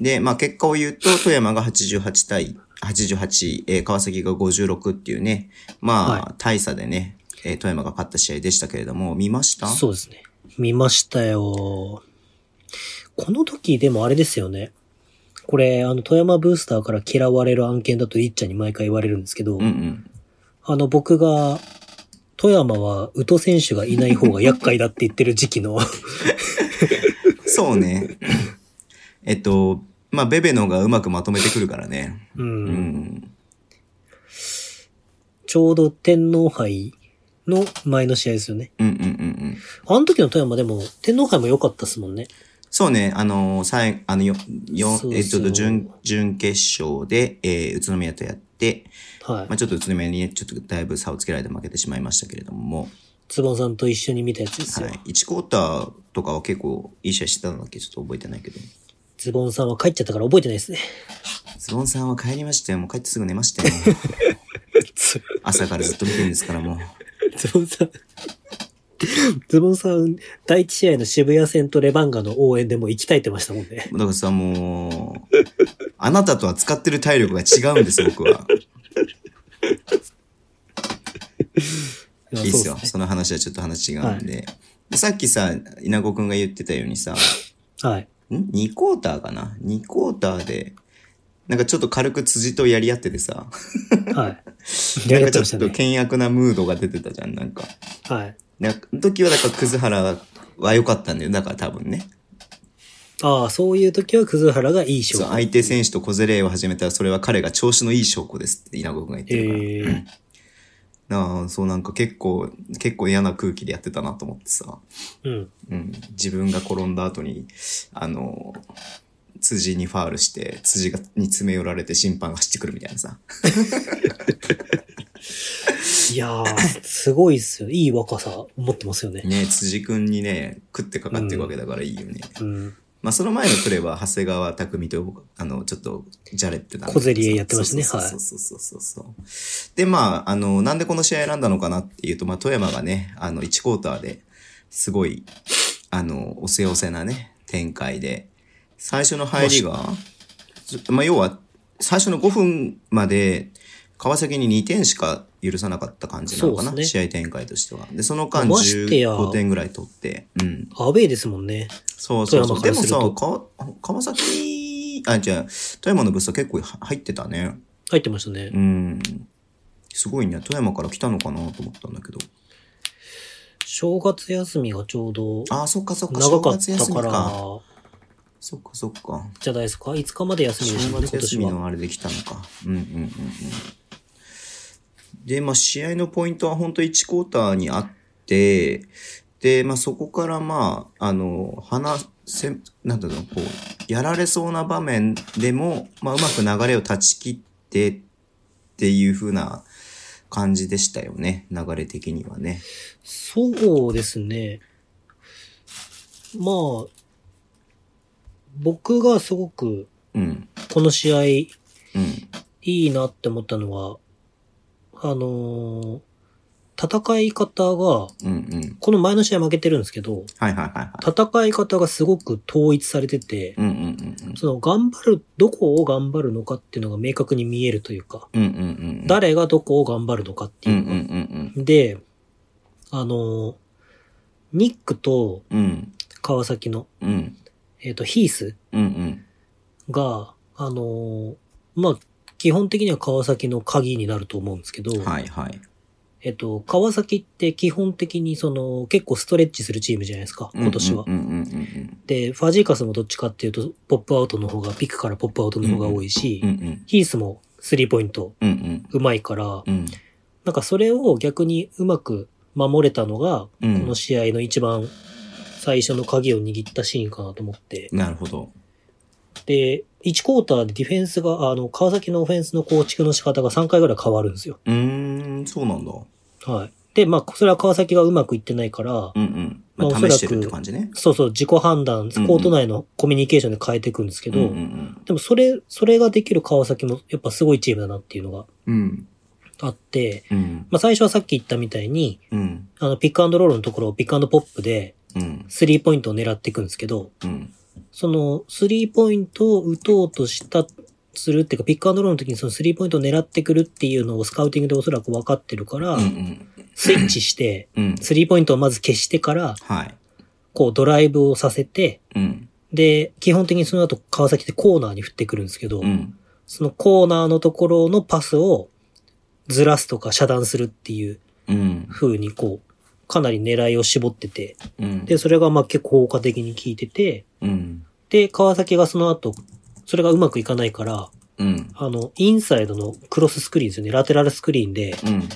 で、まあ結果を言うと、富山が88対88、えー川崎が56っていうね、まあ大差でね、えー富山が勝った試合でしたけれども、見ました
そうですね。見ましたよ。この時でもあれですよね。これ、あの、富山ブースターから嫌われる案件だといっちゃんに毎回言われるんですけど、
うんうん。
あの、僕が、富山は宇都選手がいない方が厄介だって言ってる時期
[laughs]
の、
そう
[laughs]
ね。えっと、まあベベのがうまくまとめてくるからね。
う、
うんん。
ちょうど天皇杯の前の試合ですよね。
うんうんうんうん。
あの時の富山でも、天皇杯も良かったですもんね。
そうね、あの、最、あの、よ、よ
そうそう
えっと、準、準決勝で、えー宇都宮とやって、
はい
まあ。ちょっと宇都宮にね、ちょっとだいぶ差をつけられて負けてしまいましたけれども、
ズボンさんと一緒に見たやつですよ。
はい。1クォーターとかは結構いい試合してたんだっけちょっと覚えてないけど。
ズボンさんは帰っちゃったから覚えてないで
[laughs]
すね。
ズボンさんは帰りましたよ。もう帰ってすぐ寝ま
[laughs]
したよ。
ズ
朝からずっと見てるんですからもう。
ズボンさん。ズボンさん、第一試合の渋谷戦とレバンガの応援でもう行きたいってましたもんね。
だからさ、もう、あなたとは使ってる体力が違うんです、僕
[laughs]
は。
いや
いいっす
そう
よ。
っ
その話はちょっと話違うんで。でさっきさ、稲子くんが言ってたようにさ、
すねはい。
ん ?2 クォーターかな ?2 クォーターで、なんかちょっと軽く辻とやり合っててさ、
はい。や
なん
り合
か
って
ちょ
ました
っと
ね。
険悪なムードが出てたじゃん、なんか。
はい。
なんか時はだから葛原は良かったんだよ。だから多分ね。
ああ、そういう時は葛原がいい
そう
勝負。
相手選手と小競り合いを始めたらそれは彼が調子のいい証拠ですって稲子君が言って
え
るから。
ー、
なあそうなんか結構、結構嫌な空気でやってたなと思ってさ。
うん。
うん。自分が転んだ後に、あの、辻にファールして、辻が、に詰め寄られて審判が走ってくるみたいなさ。
いやー、すごいっすよ。いい若さ持ってますよね。
ね辻君にね、食ってかかっていくわけだからいいよね。
うん。
まあ、その前のプレーは、長谷川匠と、あの、ちょっと、じゃれってたんだけど
小競り合いやってましたね
そうそうそうそうそうそうそうそう。で、まあ、あの、なんでこの試合選んだのかなっていうと、まあ、富山がね、あの、1クォーターですごい、あの、おせおせなね、展開で、最初の入りが、ずまあ、要は、最初の5分まで、川崎に2点しか許さなかった感じなのかな、
そうです
試合展開としては。で、その間
ましてや
15点ぐらい取って、うん。
アウェイですもんね。
そうそうそう。で
富山
も
からする
さ
と、
か川崎、あ、じゃあ、富山のブースは結構は入ってたね。
入ってましたね
う。ん。すごいね。富山から来たのかなと思ったんだけど。
正月休みがちょうど
あー、そっかそっか。
長かっ
正
た
月休み
から、
そっかそっか。
じゃないですか ?5 日まで休みでし
正
たね、
月休
今年
み
は。
のあれで来たのか。うんうんうんうん。で、まあ、試合のポイントは本当1クォーターにあって、で、まあ、そこから、まあ、あの、話せ、なんだろう、こう、やられそうな場面でも、まあ、うまく流れを断ち切ってっていう風な感じでしたよね。流れ的にはね。
そうですね。まあ、僕がすごく
うん。
この試合い
うん。
いなって思ったのは、あのー戦い方が、
うんうん。
この前の試合負けてるんですけど、
はいはいはいはい。
戦い方がすごく統一されてて、
うんうんうんうん。
その頑張る、どこを頑張るのかっていうのが明確に見えるというか、
うんうんうんうん。
誰がどこを頑張るのかって
うん
いううんの
う
が
んうん。
で、あの、ニックと
うん。
川崎の、
うん。
えっ、と、ヒース
うんうん。
が、あの、まあ、基本的には川崎の鍵になると思うんですけど、
はいはい。
えっと、川崎って基本的にその結構ストレッチするチームじゃないですか、今年は。
うんうんうん
で、ファジーカスもどっちかっていうと、ポップアウトの方が、ピックからポップアウトの方が多いし、
うん。うんうん。
ヒースもスリーポイント
うんうん。
うまいから、
うん
なんかそれを逆にうまく守れたのが、
う
こ
ん。
の試合の一番最初の鍵を握ったシーンかなと思って。
なるほど。
で、1クォーターでディフェンスが、あの、川崎のオフェンスの構築の仕方が3回ぐらい変わるんですよ。
うーん、そうなんだ。う
はい。で、まあ、それは川崎がうまくいってないから、
んうん。まあ、
まあおそら
試
く
してるって感じね。
そうそう、自己判断、
うん
コート内のコミュニケーションで変えていくんですけど、
うんうん
でもそれ、それができる川崎もやっぱすごいチームだなっていうのが
うん。うん。
あって、
うん。
まあ最初はさっき言ったみたいに、
うん。
あのピックアンドロールのところをピックアンドポップで
うん。
スリーポイントを狙っていくんですけど、
うん。
そのスリーポイントを打とうとした、するっていうか、ピックアンドロールの時にそのスリーポイントを狙ってくるっていうのをスカウティングでおそらく分かってるから、
うん
スイッチして、
うん。うん。
スリーポイントをまず消してから、
はい。
こうドライブをさせて、
うん。
で、基本的にその後川崎ってコーナーに振ってくるんですけど、
うん。
そのコーナーのところのパスをずらすとか遮断するっていう
うん。
風にこう、かなり狙いを絞ってて、
うん。
で、それがまあ結構効果的に効いてて、
うん。
で、川崎がその後、それがうまくいかないから、
うん。
あの、インサイドのクロススクリーンですよね、ラテラルスクリーンで、
うん。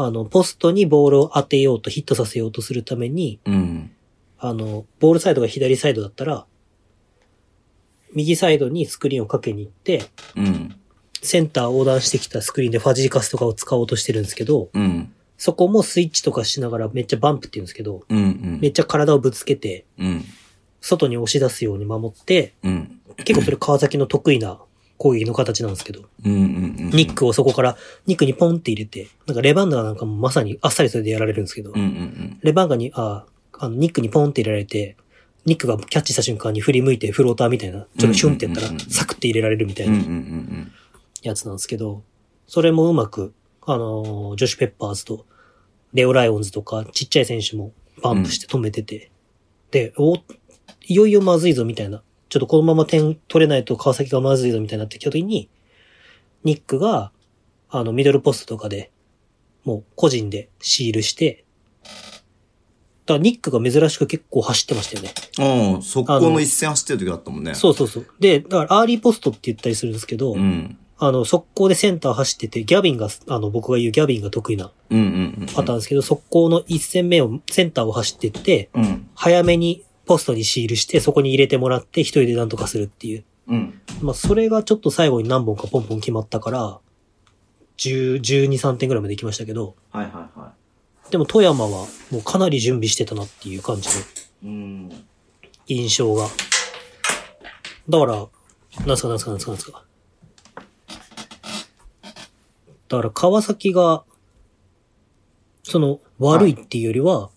あの、ポストにボールを当てようとヒットさせようとするために、
うん。
あの、ボールサイドが左サイドだったら、右サイドにスクリーンをかけに行って、
うん。
センター横断してきたスクリーンでファジーカスとかを使おうとしてるんですけど、
うん。
そこもスイッチとかしながらめっちゃバンプって言うんですけど、
うん。
めっちゃ体をぶつけて、
うん。
外に押し出すように守って、
うん。
結構それ川崎の得意な攻撃の形なんですけど、
うん。うん。
ニッ。クをそこから、ニックにポンって入れて、なんかレバンガなんかもまさにあっさりそれでやられるんですけ
う、
ど
ん。うん。
レバンガに、あ、あのニックにポンって入れられて、ニックがキャッチした瞬間に振り向いてフローターみたいな、ちょっとヒュンってやったら
うんうんうんうん
サクって入れられるみたい
うん。う。
なん
うん。
やつなんですけど、それもうまく、あのージョシュ・ペッパーズと、レオ・ライオンズとか、ちっちゃい選手もバンプして止めてて、で、お、いよいよまずいぞみたいな、ちょっとこのまま点取れないと川崎がまずいぞみたいになってきた時に、ニックが、あの、ミドルポストとかで、もう個人でシールして、だからニックが珍しく結構走ってましたよね。
ああ、速攻の一線走ってる時だったもんね。
そうそうそう。で、だからアーリーポストって言ったりするんですけど、
うん。
あの、速攻でセンター走ってて、ギャビンが、あの、僕が言うギャビンが得意な
うん。うん。
パターンですけど、速攻の1戦目を、センターを走ってって、
うん。
早めにポストにシールして、そこに入れてもらって、一人でなんとかするっていう。
うん。
まあ、それがちょっと最後に何本かポンポン決まったから、10、12、3点ぐらいまで行きましたけど、
はいはいは
でも富山はもうかなり準備してたなっていう感じ
い。
の
うん。
印象が。だから、なんすかなんすかなんすかなんすか。だから川崎が、その悪いっていうよりは、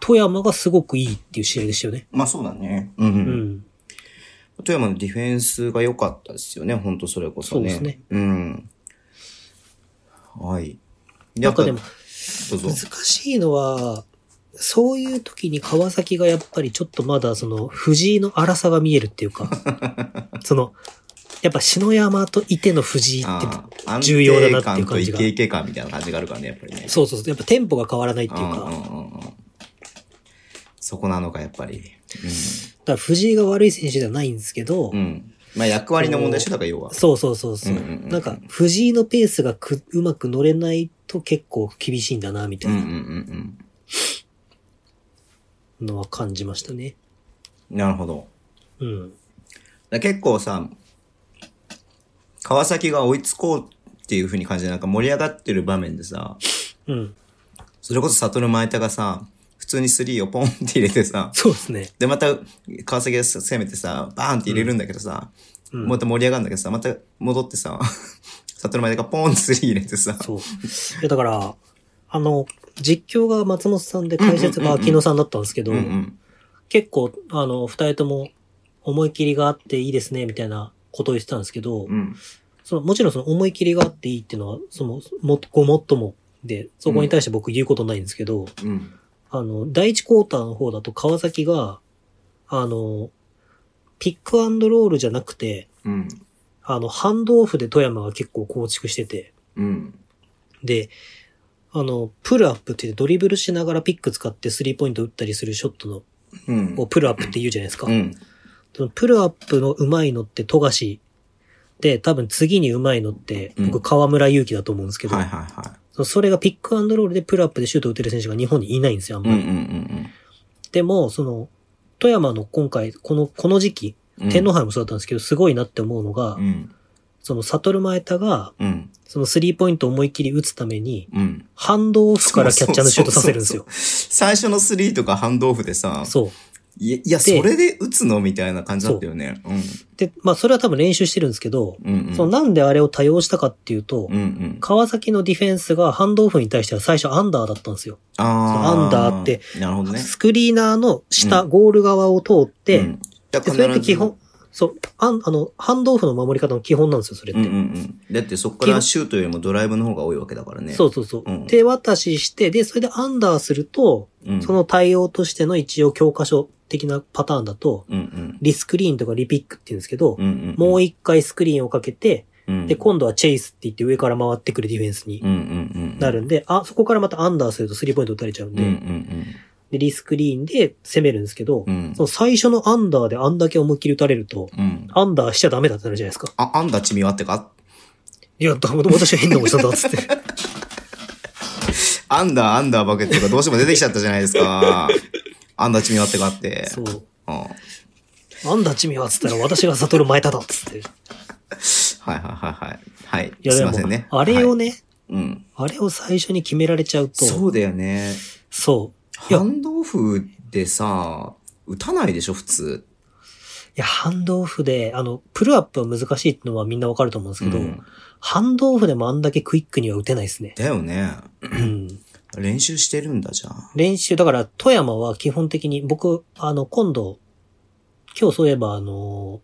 富山がすごくいいっていう試合でしたよね。
まあそうだね。うん。う、
うんん。
富山のディフェンスが良かったですよね。ほんとそれこそね。
そうですね。
うん。はい。
なんかで
や
も
っ、ぱどう
難
ぞ。
しいのは、そういう時に川崎がやっぱりちょっとまだその藤井の荒さが見えるっていうか、 [laughs] その、やっぱ篠山といての藤井って
ああ
重要だなっていう感じ
安定感とイ
が
ケイケ感みたいな感じがあるからね、やっぱりね。
そうそうそう、やっぱテンポが変わらないっていうか、
うんうんうんうんそこなのか、やっぱり。
だから藤井が悪い選手ではないんですけど、
うん。うん。まあ役割の問題でしょ、だから要は。
そうそうそうそう,、
うんうんうん
なんか藤井のペースがくうまく乗れないと結構厳しいんだな、みた
うん
い
うんう
なんのは感じましたね。
うん。なるほど。
う
だ
ん。
から結構さ、川崎が追いつこうっていう風に感じで、なんか盛り上がってる場面でさ、
うん。
それこそ悟前田がさ、普通にスリーをポンって入れてさ、
そうですね。
で、また川崎が攻めてさ、バーンって入れるんだけどさ、
うん
また盛り上がるんだけどさ、また戻ってさ、悟前田がポンってスリー入れてさ、
そう。いや、だから、あの、実況が松本さんで解説が秋野さんだったんですけど、
うんうん。
結構、あの、二人とも思い切りがあっていいですね、みたいなことを言ってたんですけど、
うん。
そのもちろんその思い切りがあっていいっていうのは、その、もっとごもっともで、そこに対して僕言うことないんですけど、
うん。
あの、第一クォーターの方だと川崎が、あの、ピックアンドロールじゃなくて、
うん。
あの、ハンドオフで富山が結構構築してて、
うん。
で、あの、プルアップって言ってドリブルしながらピック使ってスリーポイント打ったりするショットの
うん。
をプルアップって言うじゃないですか。
うん。
そのプルアップの上手いのって富樫で、多分次に上手いのって、
うん
僕河村勇輝だと思うんですけど、
はいはいは
そのそれがピックアンドロールでプルアップでシュート打てる選手が日本にいないんですよ、あん
い。う
ま
んう
り
んうん
でも、その、富山の今回、この、この時期、
うん。
天皇杯もそうだったんですけど、すごいなって思うのが、
うん。
その、悟る前田が、
うん。
そのスリーポイントを思いっきり打つために、
うん。
ハンドオフからキャッチャーのシュートさせるんですよ。
最初のスリーとかハンドオフでさ、
そう。
いや、いやそ
で
れで打つのみたいな感じだったよね。う
で、まあ、それは多分練習してるんですけど、
ん。うん。うん
その、なんであれを多用したかっていうと、
うんうん。
川崎のディフェンスがハンドオフに対しては最初アンダーだったんですよ。
あ
アンダーって。
なるほどね。
スクリーナーの下、
う
ゴール側を通って、
うん、だ
で
から
それって
必ず
基本、そう、あんあの、ハンドオフの守り方の基本なんですよ、それっ
うん
て。
うんうん。だってそこからシュートよりもドライブの方が多いわけだからね。
そうそうそ
う
う。
ん
手渡しして、で、それでアンダーすると、
うん。
その対応としての一応教科書的なパターンだと、
うんうん。
リスクリーンとかリピックって言うんですけど、
うんうん。
もう一回スクリーンをかけて、
うん、
で、今度はチェイスって言って上から回ってくるディフェンスに
うんうんうん。
なるんで、あ、そこからまたアンダーするとスリーポイント打たれちゃうん
うん
で、
うん
で、リスクリーンで攻めるんですけど、
うん。うん
そ。の最初のアンダーであんだけ思いっきり打たれると、
うん。
アンダーしちゃダメだってなるじゃないですか。
あ、アンダーチミワってか
いや、だ私は変なおじさんだっつって。
アンダー、アンダーバケットがどうしても出てきちゃったじゃないです
[laughs]
か。アンダーチミワってかって。
[laughs] そう。
うん。はい
アンダーチミはっつったら私が悟る前田だっつって。い
はいはいはい。はい。
や、
すい
で
ま
も
せんね。、
あれをね、
はい、うん。
あれを最初に決められちゃうと、そう。
そうだよね。
いや
ハンドオフでさ、打たないでしょ、普通。
いや、ハンドオフで、あの、プルアップは難しいってのはみんなわかると思うんですけど、
うん
ハンドオフでもあんだけクイックには打てないで
[laughs]
すね。
だよね。
うん。
練習してるんだじゃん。
練習、だから富山は基本的に、僕、あの、今度、今日そういえば、あの、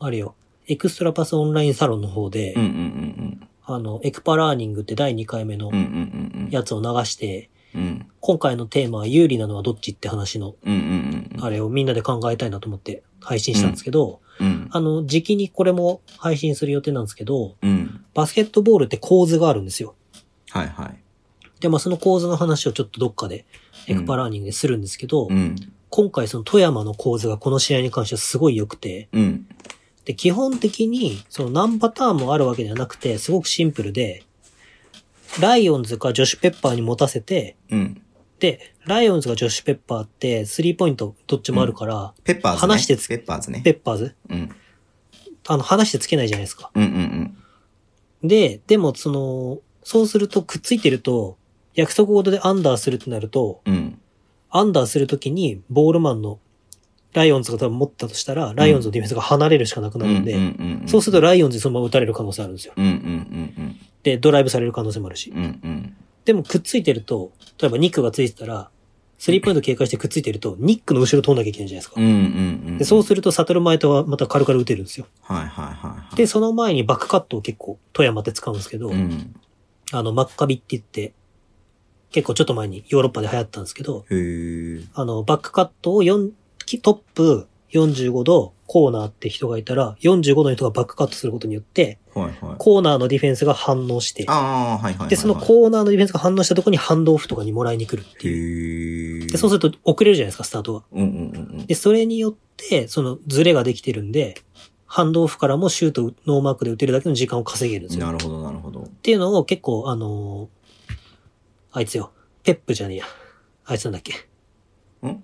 あれよ、エクストラパスオンラインサロンの方で、
うんうんうん
あの、エクパラーニングって第2回目の
うん。うんうんうんうん。
やつを流して、
うん
今回のテーマは有利なのはどっちって話の、
うんうんうん。
あれをみんなで考えたいなと思って配信したんですけど、
うん。
あの、時期にこれも配信する予定なんですけど、
うん。
バスケットボールって構図があるんですよ。
はいはい。
で、まあその構図の話をちょっとどっかで、
うん
エクパラーニングでするんですけど、
うん。
今回その富山の構図がこの試合に関してはすごい良くて、
うん。
で、基本的にその何パターンもあるわけではなくて、すごくシンプルで、ライオンズかジョシュペッパーに持たせて、
うん。
で、ライオンズがジョシュペッパーって、スリーポイントどっちもあるから、
ペッパーズ、ね。
話してつ
ペッパーズね
ペ。ッパーズ、
うん。
あの、話してつけないじゃないですか。
うんうん
で、でもその、そうするとくっついてると、約束ごとでアンダーするってなると、
うん。うん。
アンダーするときにボールマンのライオンズが多分持ったとしたら、ライオンズのディフェンスが離れるしかなくなるんで、
うんうんうん、
そうするとライオンズにそのまま打たれる可能性あるんですよ。
うんうんうん
で、ドライブされる可能性もあるし
うん。。うんうん。
でもくっついてると、例えばニックがついてたら、スリーポイント警戒してくっついてると、ニックの後ろ通んなきゃいけないじゃないです
う
か。
んうんうん。
でそうすると、サトル前とはまた軽々打てるんですよ。
はいはいはいはい。
で、その前にバックカットを結構富山って使うんですけど、
うん。
あの、マッカビって言って、結構ちょっと前にヨーロッパで流行ったんですけど、
へー
あの、バックカットを4、きトップ45度コーナーって人がいたら、45度の人がバックカットすることによって、
はいはい。
コーナーのディフェンスが反応して、
ああ、はいはいはいはい。
で、その
う。
コーナーのディフェンスが反応したとこにハンドオフとかにもらいに来るって
へ
いう。
ー
で、そうすると遅れるじゃないですか、スタートは。
うんうんうん
で、それによって、そのズレができてるんで、ハンドオフからもシュート、ノーマークで打てるだけの時間を稼げるんで
う
す
ん。
よ。
な
っ
るほどなるほど。
ていうのを結構、あのーあいつよ、ペップじゃねえや。あいつなんだっけ。
ん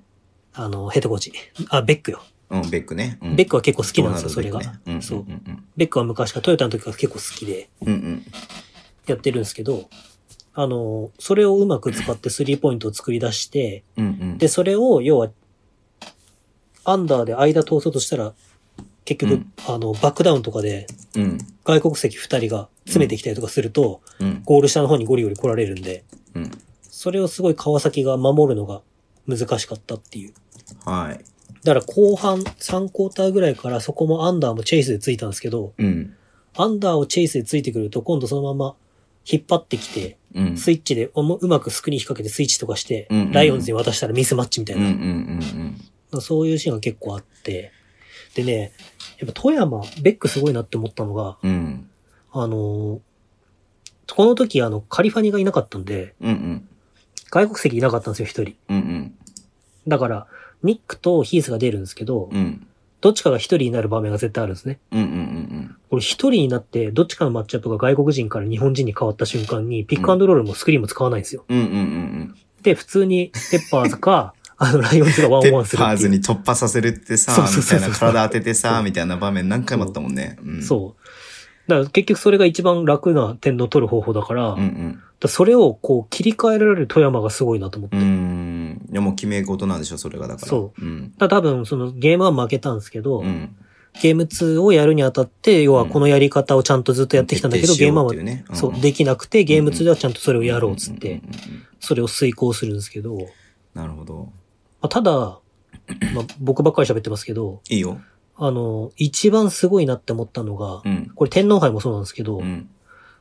あの、ヘッドコーチ。あ、ベックよ。
うん、ベックね。うん、
ベック
は
は結構好きなんですよ、そ
ド
れ
ナル
が
ドベックね。うん、
そう
う。ん
ベックは昔からトヨタの時から結構好きで
うん。うん
やってるんですけど、あの、それをうまく使ってスリーポイントを作り出して、
うん。うんうん。
で、それを要は、アンダーで間通そうとしたら、結局、
うん
あの、バックダウンとかで
うん。
外国籍二人が詰めてきたりとかすると、
うん。
ゴール下の方にゴリゴリ来られるんで、
うん。
それをすごい川崎が守るのが難しかったっていう。
はい。
だから後半3クォーターぐらいからそこもアンダーもチェイスでついたんですけど、
うん。
アンダーをチェイスでついてくると、今度そのまま引っ張ってきて、
うん。
スイッチでおもうまくスクリーン引っ掛けてスイッチとかして
うんうんうん、
ライオンズに渡したらミスマッチみたい
うんうん
な、
うん
そういうシーンが結構あって、でね、やっぱ富山、ベックすごいなって思ったのが、
うん。うん。
あのーこの時あの、カリファニがいなかったんで、
うんうん。
外国籍いなかったんですよ、一人。
うんうん。
だから、ニックとヒースが出るんですけど、
うん。
どっちかが一人になる場面が絶対あるんですね。
うんうんうん
これ一人になって、どっちかのマッチアップが外国人から日本人に変わった瞬間に、ピックアンドロールもスクリーンも使わないんですよ。
うん。うんうんうん
で、普通に、ペッパーズ
[laughs]
か、あの、ライオンズが
うん。
ワン
ペ
オンワンす
ッ
る
パー
って
ズ
いう。
に突破させるってさ、
そうそう
み
そ
た
う
い
そ
な
う
体当ててさ
そ、う
みたいな場面何回もあったもんね。うん。
そう。だから結局それが一番楽な点の取る方法だから、
うんうん。
だからそれをこう切り替えられる富山がすごいなと思っ
う
て。
ー
だか
ん。いやもう決め事なんでしょ、それがだから。。
そう
うん。
ら多分そのゲームは負けたんですけど、
うん。
ゲーム2をやるにあたって、要はこのやり方をちゃんとずっとやってきたんだけど、ゲームは、そう、できなくて、ゲーム2ではちゃんとそれをやろうっつっ
うんう
て
ん、うんうん。
それを遂行するんですけど、ま
なるほど。
あ、ただ、まあ、僕ばっかり喋ってますけど、
いいよ。
あの、一番すごいなって思ったのが
う、ん。
これ天皇杯もそうなんですけど、
うん。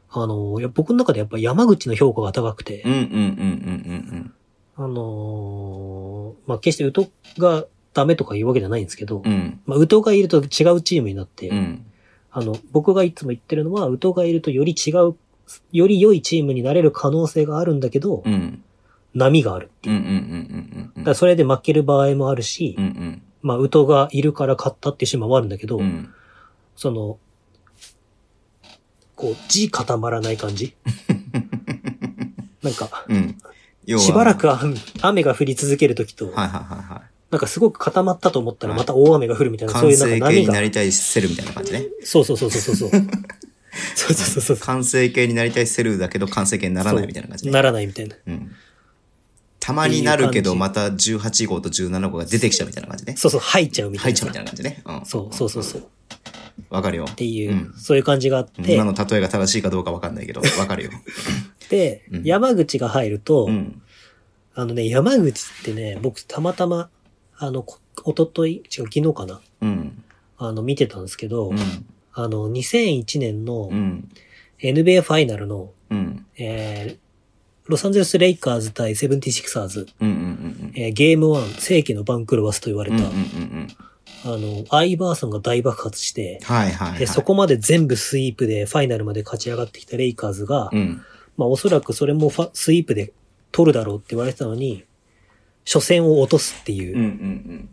あの、いや僕の中でやっぱ山口の評価が高くて、
うんうんうんうん
あのーまあ、決して宇都がダメとか言うわけじゃないんですけど、
うんうん。うん。
まあ、宇都がいると違うチームになって、
うん。
あの、僕がいつも言ってるのは、宇都がいるとより違う、より良いチームになれる可能性があるんだけど、
うん。
波があるって
う
いう。
んうんうんうんうん。
だからそれで負ける場合もあるし、
うんうん。
まあ、宇都がいるから勝ったっていうシーンもあるんだけど、
うん。
その、こう、地固まらない
[laughs]
感じなんか、
うん。要は
しばら。く雨雨が降り続けるときと、
はいはいはいは
なんかすごく固まったと思ったらまた大雨が降るみたい
い。
な、そ
完
ういうなん
成形
か波
にな
が。
りたいセルみたいな感じね。
そうそうそうそう
[laughs]
そう。そうそうそうそうそ
完成形になりたいセルだけど完成形にならないみたいな感じ
う。
ね。
ならないみたいな。
うん。たまになるけ
っ
ど、
ていう
また18号と17号が出てきちゃうみたいな感じね。
そうそう、入っちゃうみた
入
い
っちゃ
なさ。
うみたいな感じね。うん。
そうそうそうそう。っ
わかるよ。
ていう、
うん
そういう感じがあって
今、の例えが正しいかどうかわかんないけど、わかるよ。
で、
うん
山口が入ると、
うん。
あのね、山口ってね、僕たまたま、あの、こおととい、違う、昨日かな、
うん。
あの、見てたんですけど、
うん。
あの、2001年の
うん。
NBA ファイナルの、
うん。
えー、ロサンゼルス・レイカーズ対セブンティシクサーズ、
うん。うん。うん。
えーゲーム1、世紀の番狂わすと言われ
うん。うん。うん。
た、
うん。
あの、アイバーソンが大爆発して、
はいはいはい。
で、そ。こまで全部スイープでファイナルまで勝ち上がってきたレイカーズが、
うん。
まあおそらくそれもファスイープで取るだろうって言われてたのに、初戦を落とすっていう、
うん。うん。うん。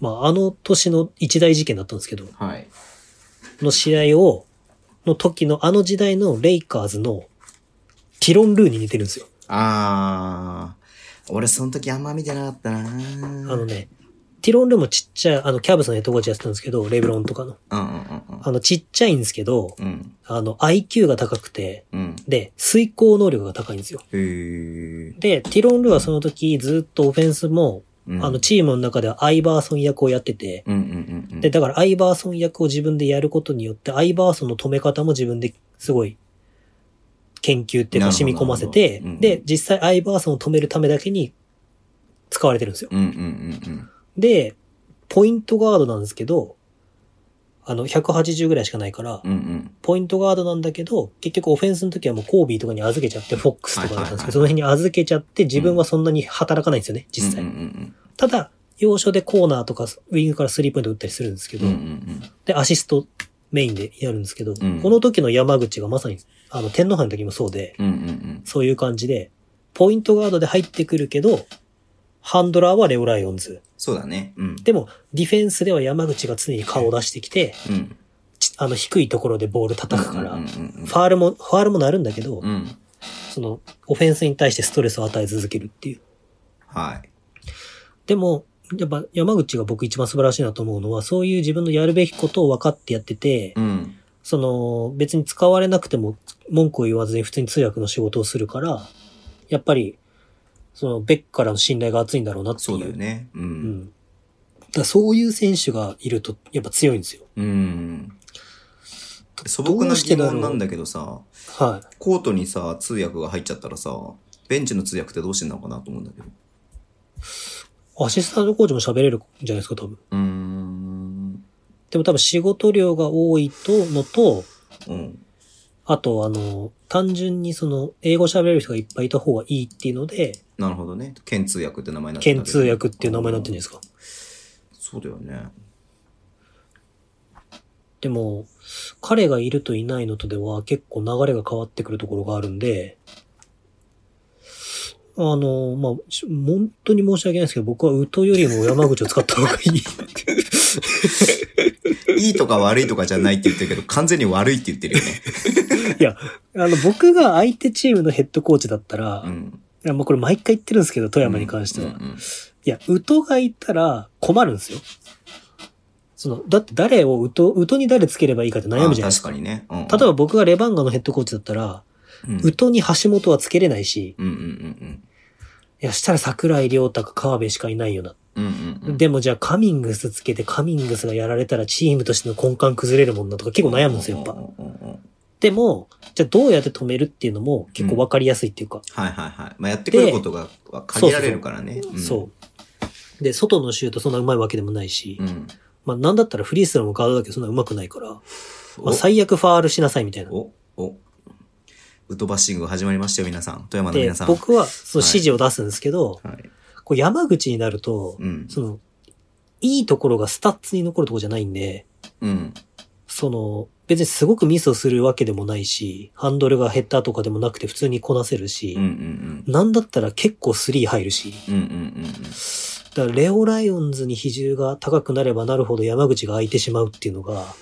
まああの年の一大事件だったんですけど、
はい。
の試合を、の時のあの時代のレイカーズのティロン・ルーに似てるんですよ。
あー。俺、その時あんま見てなかったな
あ
あ
の。ね、ティロン・ルーもちっちゃい、あのキャブスのヘッドコーチやってたんですけど、レブロンとかの。
うんうんうん
あのちっちゃいんですけど、
うん。うん。
あの IQ が高くて、
うん。
で、遂行能力が高いんですよ。
へー。
で、ティロン・ルーはその時ずっとオフェンスも、
うん
あの、チームの中ではアイバーソン役をやってて、
うんうんうんうん。
で、だからアイバーソン役を自分でやることによって、アイバーソンの止め方も自分ですごい研究っていう
なるほど
か染み込ませ
な
て、
るほどうん
で、実際アイバーソンを止めるためだけに使われてるんですよ。
うんうんうん
で、ポイントガードなんですけど、あの、180ぐらいしかないから
うん。う、んうん。
ポイントガードなんだけど、結局オフェンスの時はもうコービーとかに預けちゃって、フォックスとかだったんですけど、その辺に預けちゃって、自分はそんなに働かないんですよね、実際
うん。うん
ただ、要所でコーナーとか、ウィングからスリーポイント打ったりするんですけ
うん。う
ど
んう、ん
で、アシストメインでやるんですけど、
うん
この時の山口がまさに、あの、天皇杯の時もそうで、
うん。うんうんうん。
そういう感じで、ポイントガードで入ってくるけど、ハンドラーはレオライオンズ。
そうだね。うん。
でも、ディフェンスでは山口が常に顔を出してきて、
うん。
ちあの、低いところでボール叩くから、
うん
フ
うん
ァールも、ファールもなるんだけど
う、ん。うん。
その、オフェンスに対してストレスを与え続けるっていう。
はい。
でも、やっぱ山口が僕一番素晴らしいなと思うのは、そういう自分のやるべきことを分かってやってて、
うん。
その、別に使われなくても文句を言わずに普通に通訳の仕事をするから、やっぱり、その、ベックからの信頼が厚いんだろうなってい
そ
う。
うだよね。う。
うんん。だからそういう選手がいると、やっぱ強いんですよ。
うん。素朴な疑問なんだけどさ、
はい。
コートにさ、通訳が入っちゃったらさ、ベンチの通訳ってどうしてんのかなと思うんだけど。
アシスタントコーチも喋れるんじゃないですか、多分。
うーん。
でも多分仕事量が多いとのと、
うん。
あと、あの、単純にその、英語喋れる人がいっぱいいた方がいいっていうので、
なるほどね。県通訳って名前になって
県通訳っていう名前になってるんですか。
す。そうだよね。
でも、彼がいるといないのとでは結構流れが変わってくるところがあるんで、あの、まあ、し本当に申し訳ないですけど、僕はウトよりも山口を使った方がい
[laughs]
いって。
いいとか悪いとかじゃないって言ってるけど、完全に悪いって言ってるよね。
いや、あの、僕が相手チームのヘッドコーチだったら、
うん。
いやもうこれ毎回言ってるんですけど、富山に関しては。
うんうん
いや、ウトがいたら困るんですよ。その、だって誰をウト、ウトに誰つければいいかって
うん
悩むじゃな
あ
いです
確
か。
かにね。例え
例えば僕がレバンガのヘッドコーチだったら、
うん
ウトに橋本はつけれないし、
うんうんうん
いや、したら桜井亮太か川辺しかいないよな。
うん。うんうんうん。
でもじゃあカミングスつけてカミングスがやられたらチームとしての根幹崩れるもんなとか結構悩むんですよ、やっ
う
ぱ。
んうんうんうん
でも、じゃあどうやって止めるっていうのも結構わかりやすいっていうか、
はいはいはい。まあ、やってくることが限られるからね。ん
そう。で、外のシュートそんな上手いわけでもないし、
うん。
まあなんだったらフリースローもガードだけどそんな上手くないから、ま
お
あ最悪ファールしなさいみたいな。
お、お、ウトバッシングが始まりましたよ、皆さん。富山の
で
皆さ、ん。
僕はその
はい
指示を出すんですけど、
はい。
こう山口になると、
うん。
その、いいところがスタッツに残るところじゃないんで、
うん。
その、別にすごくミスをするわけでもないし、ハンドルが減ったとかでもなくて普通にこなせるし、
うんうんうん。
なんだったら結構スリー入るし、
うんうんうんうん。
だからレオライオンズに比重が高くなればなるほど山口が空いてしまうっていうのが、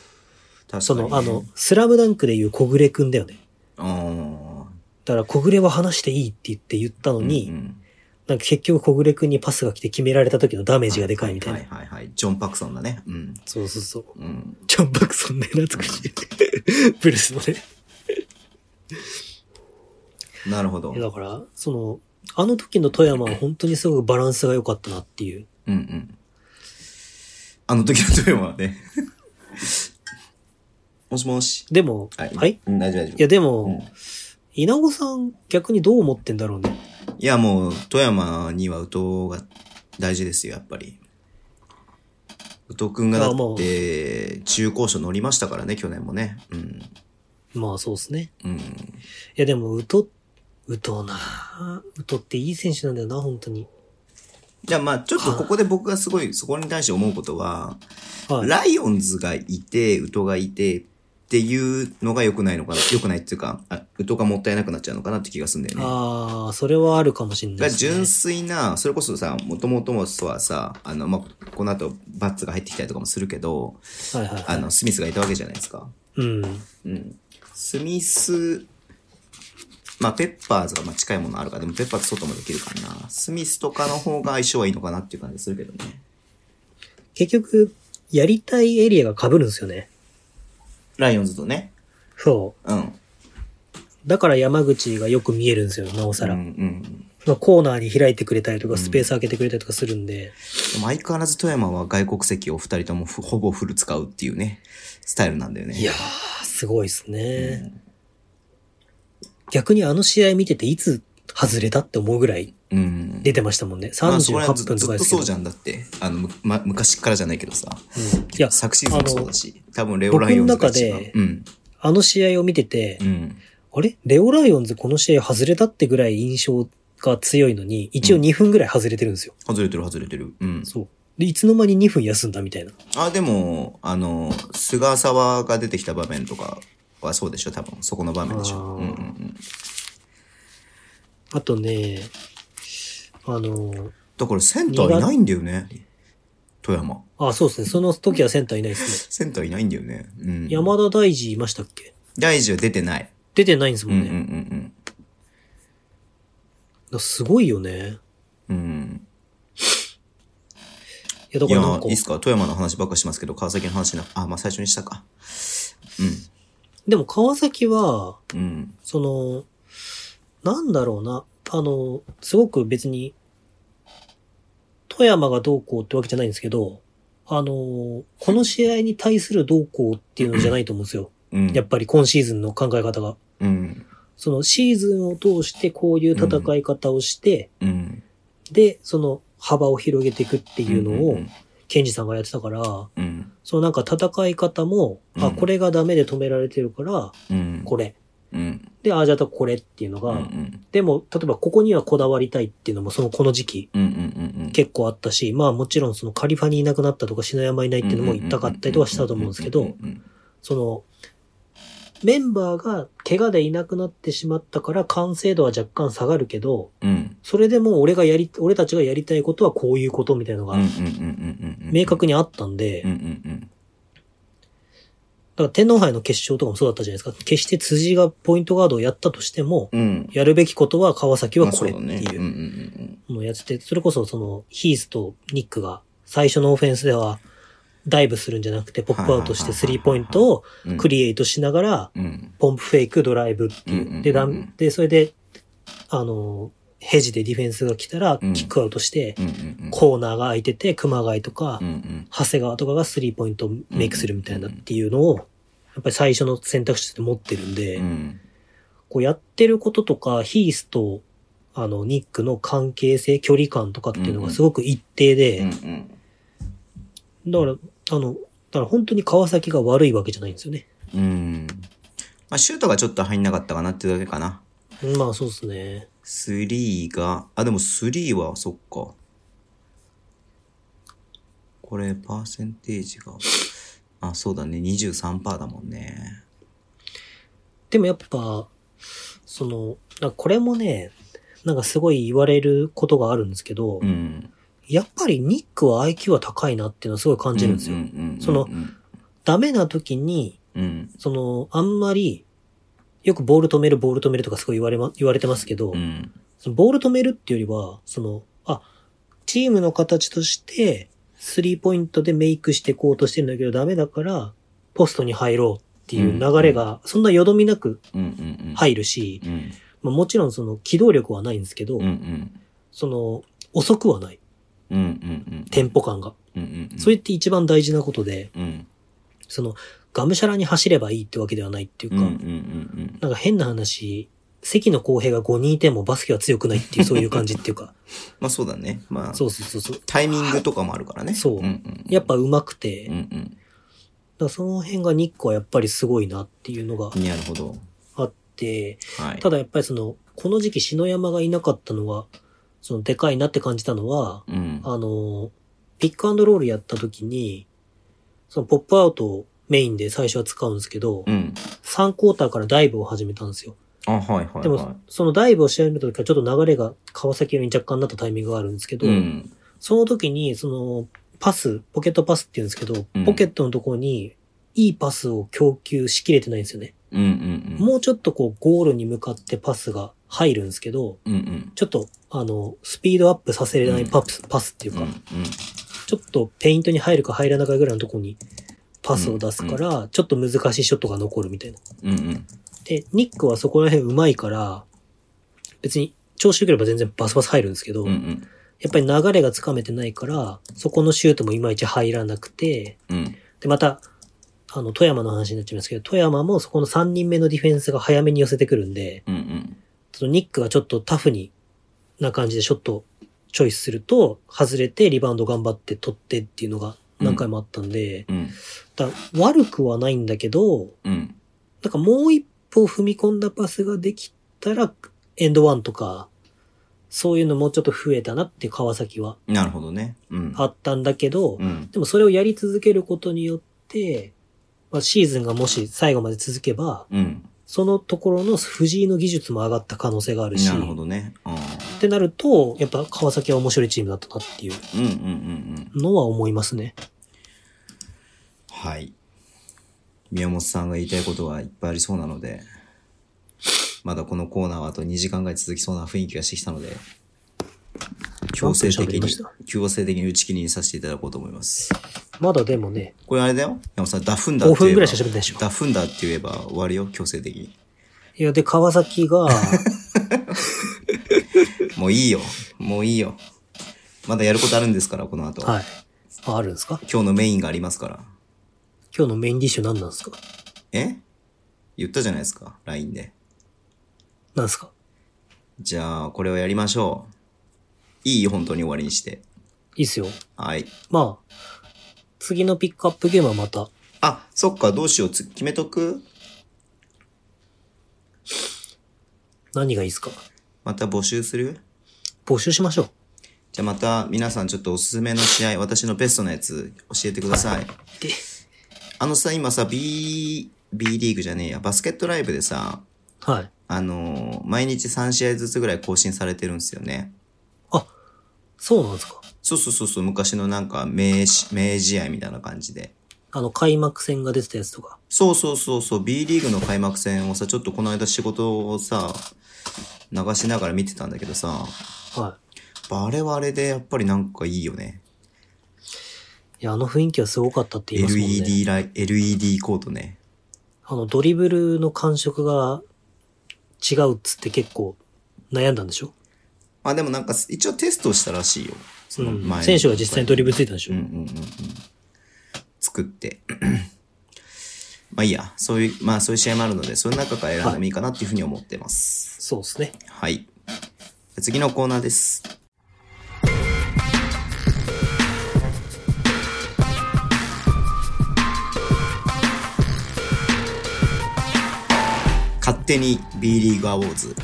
そ
確かにね
の、あの、、スラムダンクでいう小暮くんだよね。
あ
だから小暮は話していいって言って言ったの
あ。
に、
うんうん
なんか結局小暮くんにパスが来て決められた時のダメージがでかいみたいな。
はいはいはい。ジョン・パクソンだね。うん。
そうそうそう。
うん。
ジョン・パクソンね、懐かしい。 [laughs] ブルースのね。
なるほど。
いうや
ん
だから、その、あの時の富山
[clears throat]
は本当にすごくバランスが良かったなっていう。
うん。あの時の富山は
[laughs]
ね。もしもし。
でも、
はい。
はい、い
うん大丈夫大丈夫。
や、で
うん
も、稲子さん逆にどう思ってんだろうね。
いや、もう、富山には宇藤が大事ですよ、やっぱり。宇藤くんがだ
あも
っ
う
て、中高所乗りましたからね、去年もね。うん。
まあそうですね。
うん。
いやでも、うと、うとなあうとっていい選手なんだよな、本当に。
じゃあ、まあ、ちょっとここで僕がすごい、そこに対して思うことは、
はい。
ライオンズがいて、宇都がいて、っていうのが良くないのかな、良くないっていうか、あ宇都がもったいなくなっちゃうのかなって気がするんだよね。
ああ、それはあるかもしれない
が
ですね。
純粋な、それこそさ、もともともはさ、あの、まあ、この後、バッツが入ってきたりとかもするけど、
はいはいはい。
あの、スミスがいたわけじゃないですか。
うん。
うん。スミス、まあ、ペッパーズがまあ近いものあるから、でもペッパーズ外もできるからな。スミスとかの方が相性はいいのかなっていう感じするけどね。
結局、やりたいエリアが被るんですよね。
ライオンズとね。
そ
うん。
う。だから山口がよく見えるんですよ、なおさら。
うんうん。
まあ、コーナーに開いてくれたりとか、スペース開けてくれたりとかするんで、
でも相変わらず富山は外国籍を二人ともふほぼフル使うっていうね、スタイルなんだよね。
いやー、すごいですね、
うん
逆にあの試合見てて、いつ外れたって思うぐらい
うん。
出てましたもんね。
まあそこら辺
38分
ずず
とか
っ
で
と
すけ
そ
ど。
うじゃんだって。あの、むま、昔からじゃないけどさ。
うんいや、
昨シーズンもそうだし。多分レオライオンズが一番。
僕の中で
うん。
あの試合を見てて、
うん。
あれレオライオンズこの試合外れたってぐらい印象が強いのに、一応
うん
2分ぐらい外れてるんですよ。
外れてる外れてる。うん。
そう。で、いつの間に2分休んだみたいな。
あ、でも、あの、菅沢が出てきた場面とかはそうでしょ、多分。そこの場面でし
あー
ょ。うんうんうん。
あとね、あの、
だからセンターいないんだよね。富山。
あ、そうですね。その時はセンターいないです
センターいないんだよね。うん。
ね。山田大二いましたっけ
大事は出てない。
出てないんです
う
も
んうんん
ね。
うん
だからすごいよね。
うん。うん。
いや、だ
い
から
や
なん
ー、
か
いいっ、すか富山の話ばっかしてますけど、川崎の話な、あ、まあ最初にしたか。
でも川崎は、
うん。うん。
その、なんだろうな、あの、すごく別に、富山がどうこうってわけじゃないんですけど、あの、この試合に対するどうこうっていうのじゃないと思うんですよ。
うん。
やっぱり今シーズンの考え方が。
うん。
そのシーズンを通してこういう戦い方をして、
うん。
で、その幅を広げていくっていうの
う
を
ん、
ケンジさんがやってたから、
うん。
そのなんか戦い方も、
う
あ、
ん
これがダメで止められてるから、
うん。
これ、
うん。
で、ああ、じゃあこれっていう
う
の
ん
が、
うん。
でも、例えばここにはこだわりたいっていうのも、その、この時期、
うんうんうんうん。
結構あったし、まあもちろんそのカリファにいなくなったとか、篠山いないっていうのも言ったかったりとかしたと思うんですけ
う
ど
ん、うん
その、メンバーが怪我でいなくなってしまったから完成度は若干下がるけど、
うんうん。
それでも俺がやり、俺たちがやりたいことはこういうことみたいなの
うんうんうん
が
うんうんうん。
明確にあったんで、
う
だ
んうん
から天皇杯の決勝とかもそうだったじゃないですか。決して辻がポイントガードをやったとしても、
うん。うん。
やるべきことは川崎
ま
は
あ
こ
そ
れっ
だ
て
ね
い
う
う
んうんうん
もうやってて、それこそそのヒースとニックが最初のオフェンスではダイブするんじゃなくてポップアウトしてスリーポイントを
うんうん。
クリエイトしながら
うん。
ポンプフェイクドライブって
うんうんうんう
い
ん
う。で、だんで、それで、あの、ヘジでディフェンスが来たらキ
うん
ックアウトして
うんうんうん。
コーナーが空いてて熊谷とか
うんうん。
長谷川とかがスリーポイントをメイクするみたいなっていうのをやっぱり最初の選択肢として持ってるんで、
うん
こうやってることとか、ヒースと、あの、ニックの関係性、距離感とかっていうのがすごく一定
うんう
で、
ん。
だから、あの、だから本当に川崎が悪いわけじゃないんですよね。
うん。まあ、シュートがちょっと入んなかったかなってだけかな。
まあそうですね。
スリーが、あ、でもスリーは、そっか。これ、パーセンテージが、あ、そうだね、23%だもんね。
でもやっぱ、その、なんかこれもね、なんかすごい言われることがあるんですけど、
うん。
やっぱりニックは IQ は高いなっていうのはすごい感じるんですよ。
うんうんうんうん
そのダメな時に、
うん。
その、あんまり、よくボール止める、ボール止めるとかすごい言われま、言われてますけど、
うん。
そのボール止めるっていうよりは、その、あ、チームの形として、スリーポイントでメイクしてこうとしてるんだけどダメだから、ポストに入ろうっていう流れが、そんなよどみなく
うん。うん。うん。い。
入るし、
うん。
まあ、もちろんその機動力はないんですけど、
うん。うん。
その、遅くはない。
うん。うん。
テンポ感が。
うん。うん。うん。
それって一番大事なことで、
うん。
その、がむしゃらに走ればいいってわけではないっていう
う
か、
ん。うん。うん。
なんか変な話、関野公平が5人いてもバスケは強くないっていう、そういう感じっていうか、
まあ、 [laughs] そうだね。まあ、
そうそうそうそう。
タイミングとかもあるからね。
そう
うんうん。
やっぱ上手くて、
うん。
だからその辺が日光はやっぱりすごいなっていうのが
うん。なるほど。
あって、
はい。
ただやっぱりその、この時期篠山がいなかったのは、そのでかいなって感じたのは、
うん。
あの、ピックアンドロールやった時に、そのポップアウトをメインで最初は使うんですけど、
うん。
3クォーターからダイブを始めたんですよ。
あ、はいはいはい。
でも、そのダイブをし始めた時はちょっと流れが川崎より若干なったタイミングがあるんですけど、
うん。
その時に、その、パス、ポケットパスって言うんですけど
うん、
ポケットのところに、いいパスを供給しきれてないんですよね。
うんうんうん。
もうちょっとこう、ゴールに向かってパスが入るんですけど、
うんうん。
ちょっと、あの、スピードアップさせれないパス、パスっていう
うん
か
う、ん。
ちょっとペイントに入るか入らないかぐらいのところにパスを出すから、ちょっと難しいショットが残るみたいな。
うんうん。
で、ニックはそこら辺上手いから、別に調子良ければ全然バスバス入るんですけど、
うんうん。
やっぱり流れがつかめてないから、そこのシュートもいまいち入らなくて、
うん。
で、また、あの、富山の話になっちゃいますけど、富山もそこの3人目のディフェンスが早めに寄せてくるんで、
うんうん。
そのニックがちょっとタフにな感じでショットをチョイスすると、外れてリバウンド頑張って取ってっていうのが何回もあったんで、
うん
だから悪くはないんだけど、
うん。
なんかもう一歩踏み込んだパスができたら、エンドワンとか、そういうのもうちょっと増えたなっていう川崎は
なるほどね。うん。
あったんだけど、
うん。
でもそれをやり続けることによって、まあ、シーズンがもし最後まで続けば、
うん。
そのところの藤井の技術も上がった可能性があるし、
なるほどね。あー
ってなると、やっぱ川崎は面白いチームだったなっていう
うんうんうんうん。
のは思いますね。
はい。宮本さんが言いたいことはいっぱいありそうなので、まだこのコーナーはあと2時間ぐらい続きそうな雰囲気がしてきたので、強制
何分喋
的
りま
に
した、
強制的に打ち切りにさせていただこうと思います。
まだでもね、
これあれだよ宮本さん、ダフンだ
5
って言
分
え
ぐら
ば
いし、か喋ってないでしょ。
ダフンだって言えば終わるよ、強制的に。
いや、で、川
[laughs]
崎が、
もういいよ。もういいよ。まだやることあるんですから、この後。
はい。あ、あるんですか
今日のメインがありますから。
今日のメインディッシュ何なんですか
え言ったじゃないですか、LINE で。
何ですか
じゃあ、これをやりましょう。いい本当に終わりにして。
いいっすよ。
はい。
まあ、次のピックアップゲームはまた、
あ、そっか、どうしよう。つ決めとく
何がいいですか
また募集する
募集しましょう。
じゃあまた皆さんちょっとおすすめの試合、私のベストのやつ教えてください。
で、
あのさ、今さ、B、B リーグじゃねえや、バスケットライブでさ、
はい。
あのー毎日3試合ずつぐらい更新されてるんですよね。
そうなんですか
そうそうそうそう、昔のなんか名し、名試合みたいな感じで。
あの、開幕戦が出てたやつとか。
そうそうそうそう、B リーグの開幕戦をさ、ちょっとこの間仕事をさ、流しながら見てたんだけどさ、
は
あれはあれでやっぱりなんかいいよね。
い。いや、あの雰囲気はすごかったって言いますもんね。
LED ライ、LED コートね。
あの、ドリブルの感触が違うっつって結構悩んだんでしょ
あ、でもなんか一応テストしたらしいよ。その
うん。
前
選手が実際にドリブルついたんでしょ、
うんうんうんうん。作って。 [clears throat] まあいいや。そういう、まあそういう試合もあるので、その中から選んでもいいかなっていうふうに思ってます。
そうですね。
はい。次のコーナーです。勝手に B リーグアウォーズ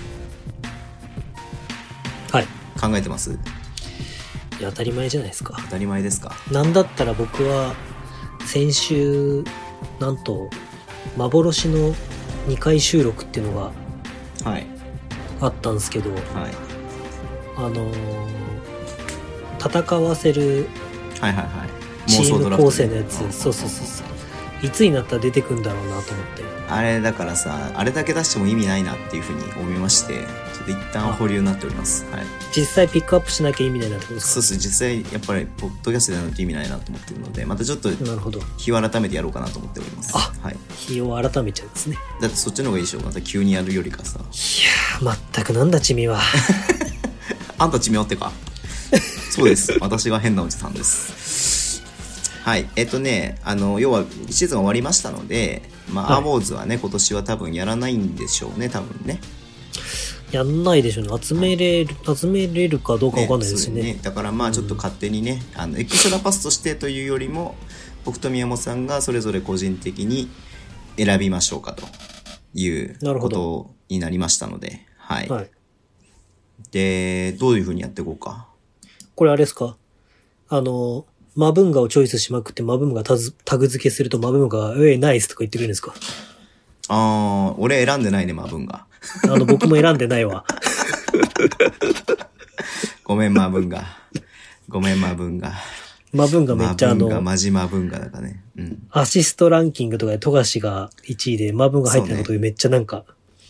はい。
考えてます
いや、当たり前じゃないですか。
当たり前ですか
なんだったら僕は、先週、なんと、幻の2回収録っていうのが
はい。
あったんですけど、
はい。
あのー戦わせる
はいはいはい。
チーム構成のやつ、
妄想ドラフトね
そうそうそうそう。いつになったら出てくんだろうなと思って。
あれだからさ、あれだけ出しても意味ないなっていうふうに思いまして、ちょっと一旦保留になっております。はい。
実際ピックアップしなきゃ意味ないなってことですか
そうですね、実際やっぱりポッドキャストでやらないと意味ないなと思ってるので、またちょっと
なるほど。
日を改めてやろうかなと思っております。
あ
はい。
日を改めちゃうんですね。
だってそっちの方がいいでしょ、また急にやるよりかさ。
いやー、全くなんだ、
[laughs]
チミは。
あんた地名ってか。 [laughs] そうです。私が変なおじさんです。はい。えっとね、あの、要は、シーズン終わりましたので、まあ、
はい
アウォーズはね、今年は多分やらないんでしょうね、多分ね。
やんないでしょうね。集めれる、集めれるかどうかわかんないですよね。
そうだからまあちょっと勝手にね、あのエクストラパスとしてというよりも僕と宮本さんがそれぞれ個人的に選びましょうかという
なる
こ
ほど
とになりましたので、はい、
はい。
でどういうふうにやっていこうか
これあれですかあの、マブンガをチョイスしまくって、マブンガタズタグ付けするとマブンガが、えい、ナイスとか言ってくれるんですか
あー俺選んでないねマブンが
あの、僕も選んでないわ。
[laughs] ごめんマブンが [laughs] ごめんマブンが
マブンガめっちゃ
マ
あ
ブンが
の、
マジマブンがだからねうん
アシストランキングとかで富樫が1位で、マブンが入ってたことでめっちゃなんか、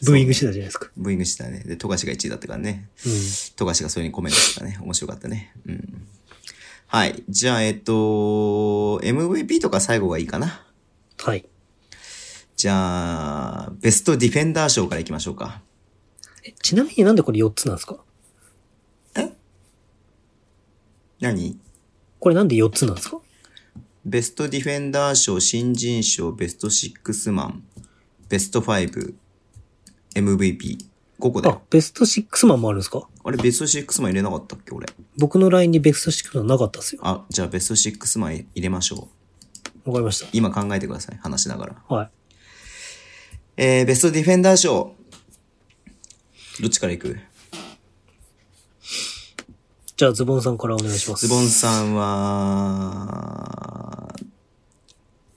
ブーイングしてたじゃないですか。
ブーイングしてたねで富樫が1位だったからね
うん。
富樫がそれにコメントしたね。面白かったね。うん。はい。じゃあ、えっと、MVP とか最後がいいかな。
はい。
じゃあ、ベストディフェンダー賞からいきましょうか。
えちなみになんでこれ4つなんですか
何
これなんで4つなんですか
ベストディフェンダー賞、新人賞、ベスト6マン、ベスト5、MVP。5個だ
あ
よ。、
ベスト6マンもあるんですか
あれ、ベスト6マン入れなかったっけ俺。
僕の LINE にベスト6マンなかったですよ。
あ、じゃあベスト6マン入れましょう。
わかりまし
今考えてください。話しながら。
た。はい。
えー、ベストディフェンダー賞。どっちからいく
じゃあズボンさんからお願いします。
ズボンさんは、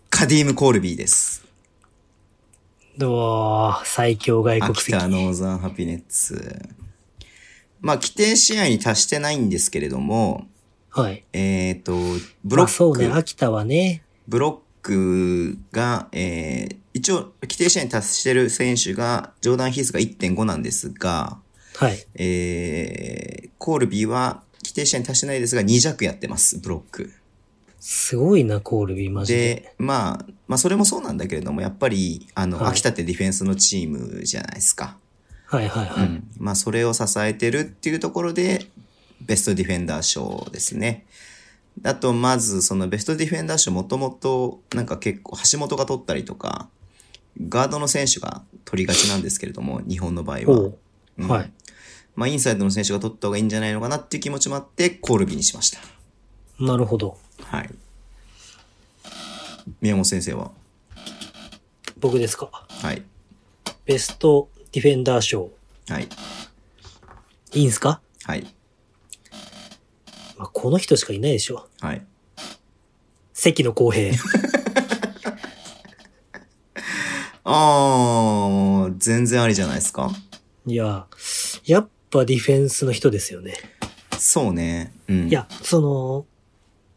カディーム・コールビーです。
うわー最強外国
秋
籍。
田ノーザンハピネッツ。まあ、規定試合に達してないんですけれども、
はい。
えっ、と、ブ
ブ
ロック、
そうね、秋田はね、
ブロックが、えー一応、規定試合に達してる選手が、ジョーダン・ヒースが1.5なんですが、
はい。
えーコールビーは、規定試合に達してないですが、2弱やってます、ブロック。
すごいな、コールビー、マジで。
で、まあ、まあ、それもそうなんだけれども、やっぱり、あの、
はい
秋田ってディフェンスのチームじゃないですか。
はいはいは
う
い。
ん。まあ、それを支えてるっていうところで、ベストディフェンダー賞ですね。あと、まず、そのベストディフェンダー賞、もともと、なんか結構、橋本が取ったりとか、ガードの選手が取りがちなんですけれども、日本の場合
お
は
う。
うん
はい。
まあ、インサイドの選手が取った方がいいんじゃないのかなっていう気持ちもあって、コールビーにしました。
なるほど。
はい。宮本先生は
僕ですか。
はい。
ベストディフェンダー賞。
はい。
いいんすか、
はい。
まあ、この人しかいないでしょ。
はい。
関野公
[laughs]
平。
あー、全然ありじゃないですか。
いや、やっぱディフェンスの人ですよね。
そうね。うん。
い。や、その、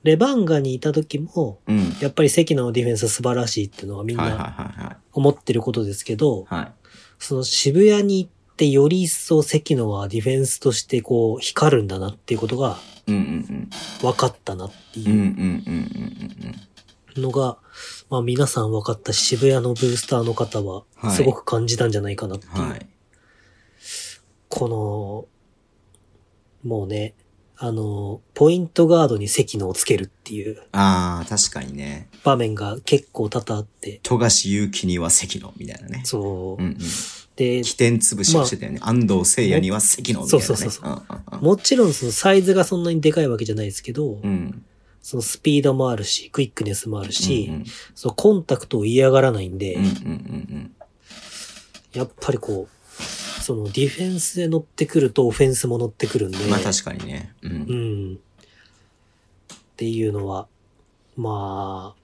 レバンガにいた時も、
うん。はい
やっぱり関野のディフェンスは素晴らしいっていうのはみん
はいはい
な
は
思ってることですけど、
い。はい。
その渋谷に行ってより一層関野はディフェンスとしてこう光るんだなっていうことが
うんうん
分かったなって
うん。うん
い
うんうんうんうんうん。
うのが、まあ皆さん分かったし渋谷のブースターの方は
はい
すごく感じたんじゃないかなっていう。
はい。
この、もうね、あの、ポイントガードに関野をつけるっていう
あー、確かにね。
場面が結構多々あって、
富樫勇樹には関野みたいなね。
そうう。
んうん。
で、
起点潰しをしてたよね。安藤聖也には関野みたいな、ね。
そうそうそうそ
うん
もちろんそのサイズがそんなにでかいわけじゃないですけ
う
ど、
んうん。うん。
そのスピードもあるし、クイックネスもあるし、
うん
そのコンタクトを嫌がらないんで、
うんうんうん
やっぱりこう、そのディフェンスで乗ってくるとオフェンスも乗ってくるんで、
うん。まあ確かにね。うん
うん。っていうのは、まあ、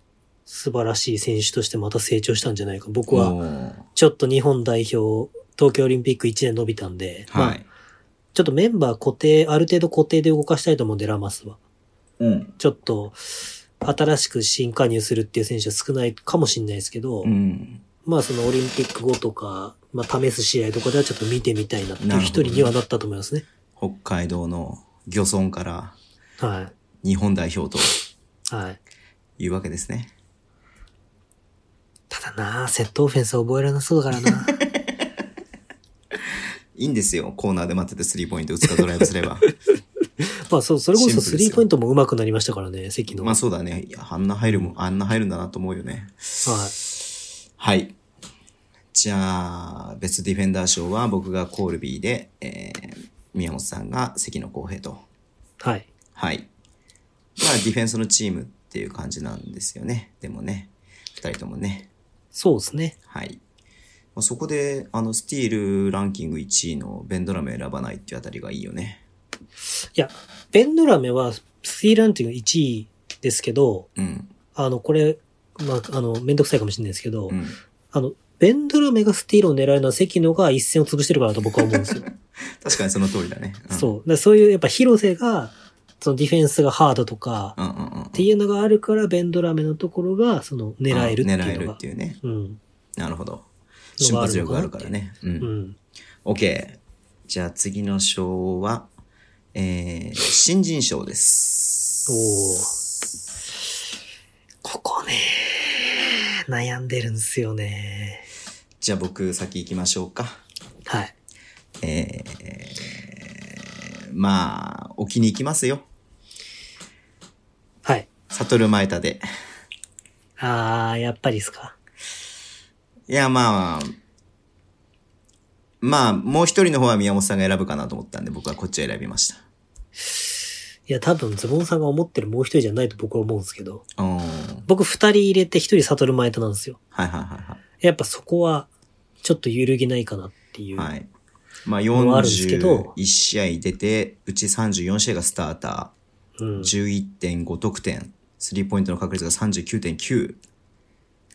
素晴らしい選手としてまた成長したんじゃないか。僕は、
おー
ちょっと日本代表、東京オリンピック1年伸びたんで、ま
は
あ
い。
ちょっとメンバー固定、ある程度固定で動かしたいと思うんで、ラマスは。
うん。
ちょっと、新しく新加入するっていう選手は少ないかもしれないですけど、
うん。
まあそのオリンピック後とか、まあ試す試合とかではちょっと見てみたいなってい
な
う
る
一
ほどね
人にはなったと思いますね。
北海道の漁村から
は
日本代表と
い。はい。
いうわけですね。
ただなあセットオフェンスは覚えられなそうだから
[laughs]
な
いいんですよ。コーナーで待っててスリーポイント打つかドライブすれば。
まあそう、それこ
シンプ
そ
ルです
ス
よ
リーポイントも上手くなりましたからね、関の。
まあそうだね。いやあんな入るもん、あんな入るんだなと思うよね。
はい。
はい。じゃあ、別ディフェンダー賞は僕がコールビーで、えー、宮本さんが関野公平と。
はい。
はい。まあディフェンスのチームっていう感じなんですよね。でもね、二人ともね。
そうですね。
はい。まあ、そこで、あの、スティールランキング1位のベンドラメ選ばないっていうあたりがいいよね。
いや、ベンドラメは、スリーランキング1位ですけど、
うん。
あの、これ、まあ、あの、めんどくさいかもしれないですけど、
うん。
あの、ベンドラメがスティールを狙うのは関野が一線を潰してるからだと僕は思うん
[laughs]
ですよ。
確かにその通りだね。うん、
そう。だからそういう、やっぱ広瀬が、そのディフェンスがハードとか、
うんうんうん。
っていうのがあるから、ベンドラメのところが、その、狙えるって
あ狙え
いう
る
のが
って。いうね。
うん。
なるほど。
の
瞬
があ
発
るの
力
か
があ
なっ
る
て
からね。う。
うんん。
OK。じゃあ次の賞は、えー、新人賞です。
おここね、悩んでるんですよね。
じゃあ僕先行きましょうか。
はい。
えー、まあ、置きに行きますよ。
はい。
サトルマイタで。
あー、やっぱりですか。
いや、まあ、まあ、もう一人の方は宮本さんが選ぶかなと思ったんで、僕はこっちを選びました。
いや、多分ズボンさんが思ってるもう一人じゃないと僕は思うんですけど、
おーはい
僕二人入れて一人悟る前となんですよ。
はいはいはい。
やっぱそこは、ちょっと揺るぎないかなっていう。
はい。まあ、
のはあるんですけど
41試合出て、うち34試合がスタータ
うん
ー、。11.5得点、スリーポイントの確率が39.9。い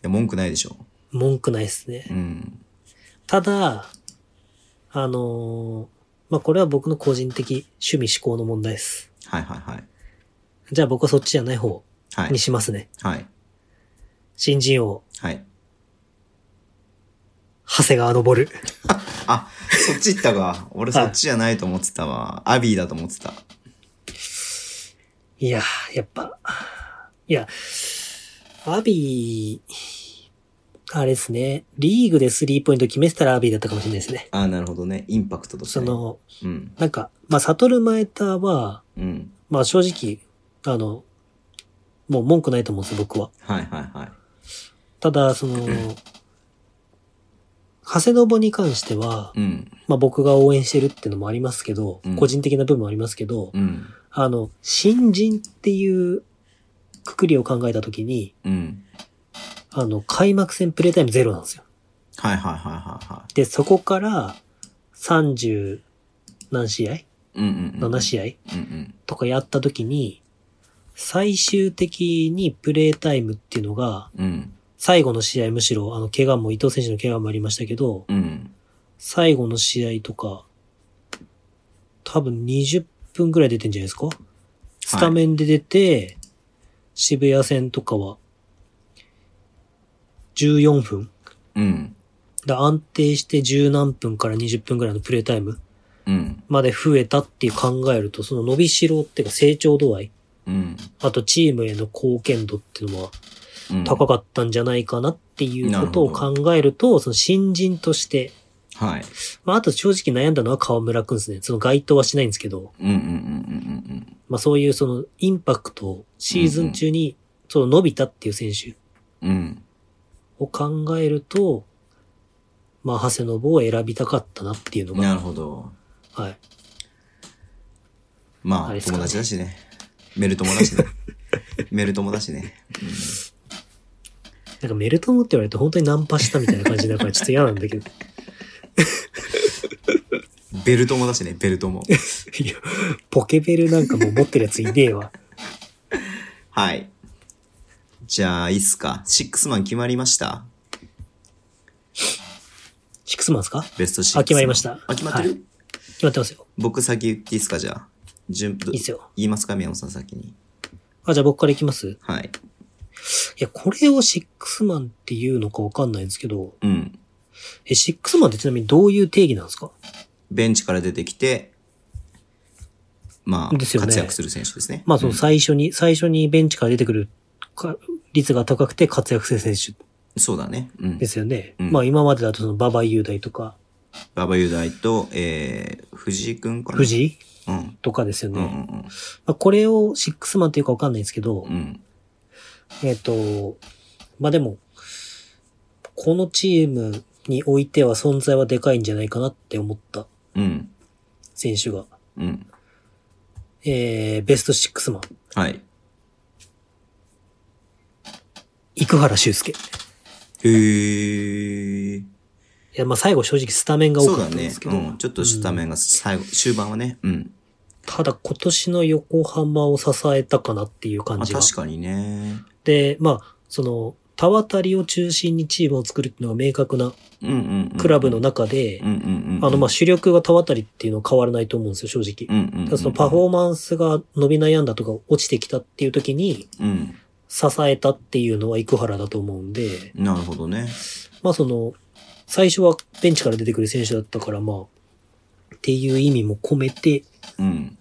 や、文句ないでしょ。
文句ないですね
う。ん。
ただ、あのーまあ、これは僕の個人的趣味思考の問題です。
はいはいはい。
じゃあ僕はそっちじゃない方
は
に
い。
しますね。
はい。
新人王、
はい。
長谷川昇。
あ、そっち行ったか。俺そっちじゃないと思ってたわ。アビーだと思ってた。
いやー、やっぱ、いや、アビー、あれですね、リーグでスリーポイント決めてたらアビーだったかもしれないですね。
あなるほどね。インパクトとして
そ
ね、
の、
うん。
なんか、まあ、悟る前田は、
うん。
まあ、正直、あの、もう文句ないと思うんですよ、僕は。
はいはいはい。
ただ、その、長谷信に関しては、
うん。
まあ、僕が応援してるってのもありますけど、
うん
個人的な部分もありますけど、
うん。
あの、新人っていうくくりを考えたときに、
うん。
あの、開幕戦プレイタイムゼロなんですよ。
はいはいはいはいは
で、そこから、 30何試合
うんうんうん。
?7 試合
うんうん。
とかやった時に、最終的にプレータイムっていうのが、
うん。
最後の試合むしろ、あの、怪我も、伊藤選手の怪我もありましたけど、
うん。
最後の試合とか、多分20分くらい出てんじゃないですかスタメンで出て、渋谷戦とかは、14分
うん。
だ安定して10何分から20分くらいのプレータイム
うん。
まで増えたっていう考えると、その伸びしろっていうか成長度合い、
うん。
あとチームへの貢献度っていうのは
うん。
高かったんじゃないかなっていうことを考えると、その新人として、
はい。
まああと正直悩んだのは河村くんですね。その該当はしないんですけど、
うんうんうんうん
まあそういうそのインパクトをシーズン中にその伸びたっていう選手
うんうん。うん。
を考えると、まあ長谷信を選びたかったなっていうのが、
なるほど。
はい。
ま
あ
あ、
れっす
友
かね
達だしね。メル友だ
[laughs]
しね。メル友だしね。
なんかメルトムって言われると本当にナンパしたみたいな感じだからちょっと嫌なんだけど。 [laughs]
ベル友だしね、ベル友。
いや、ポケベルなんかもう持ってるやついねえわ。
はい。じゃあ、いいっすか。シックスマン決まりました
シックスマンですか
ベストシックス。
あ決まりました
あ、決まってる、
はい決まってますよ。
僕先言っていいっすか、じゃあ。順
いいっすよ。
言いますか、宮本さん先に。
あ、じゃあ僕からいきますい
はい。
や、これをシックスマンっていうのかわかんないんですけど、
うん。
え、シックスマンってちなみにどういう定義なんですか
ベンチから出てきて、まあ、
ですよね
活躍する選手ですね。
まあその
うん
最初に、最初にベンチから出てくるか率が高くて活躍する選手
そうだね。うん
で。すよね。
うん
まあ今までだとその馬場雄大とか、
馬場雄大と、えー、藤井くんかな。
藤井
うん。
とかですよ
う
ね。
んう
ま
ん
あ、これをシックスマンっていうかわかんないんですけど、
うん。うん。
えっ、と、まあでも、このチームにおいては存在はでかいんじゃないかなって思った
うん。
選手が、
うん。
えー、ベスト6マン、
はい。
生原修介。
へ
い
ー。
や、まあ最後正直スタメンが多
そう
か
だ
ったんで
ね
す。けど、
うん。ちょっとスタメンが最後、終盤はね。うん。
ただ今年の横浜を支えたかなっていう感
まあ、
じが。
確かにね。
で、まあ、その、田渡りを中心にチームを作るっていうのが明確な
うんうんうんうん。
クラブの中で、
うんうんうん。
あの、まあ、主力が田渡りっていうのは変わらないと思うんですよ、正直。
うんうんうん。
ただそのパフォーマンスが伸び悩んだとか落ちてきたっていう時に
うん。
支えたっていうのは生原だと思うんで、
なるほどね。
まあその、最初はベンチから出てくる選手だったからまあ、っていう意味も込めて
うん。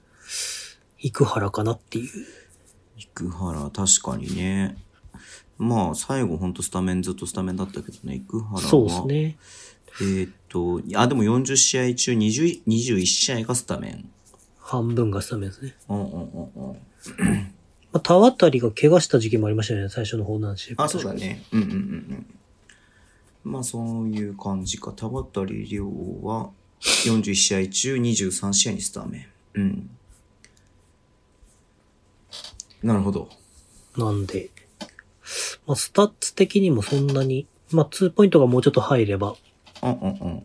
生原かなっていう。
生原、確かにね。まあ、最後ほんとスタメン、ずっとスタメンだったけどね、生原は。
そうです。ね。
えーっと、あ、でも40試合中20 21試合がスタメン。
半分がスタメンですね。
うんうんうんうん。
まあ、田渡りが怪我した時期もありましたよね、最初の方なんし。
あ、そうだね。うんうんうんうん。まあ、そういう感じか。田渡亮は41試合中23試合にスタメン。うん。なるほど。
なんで、まあ、スタッツ的にもそんなに、まあ、2ポイントがもうちょっと入れば
うんうん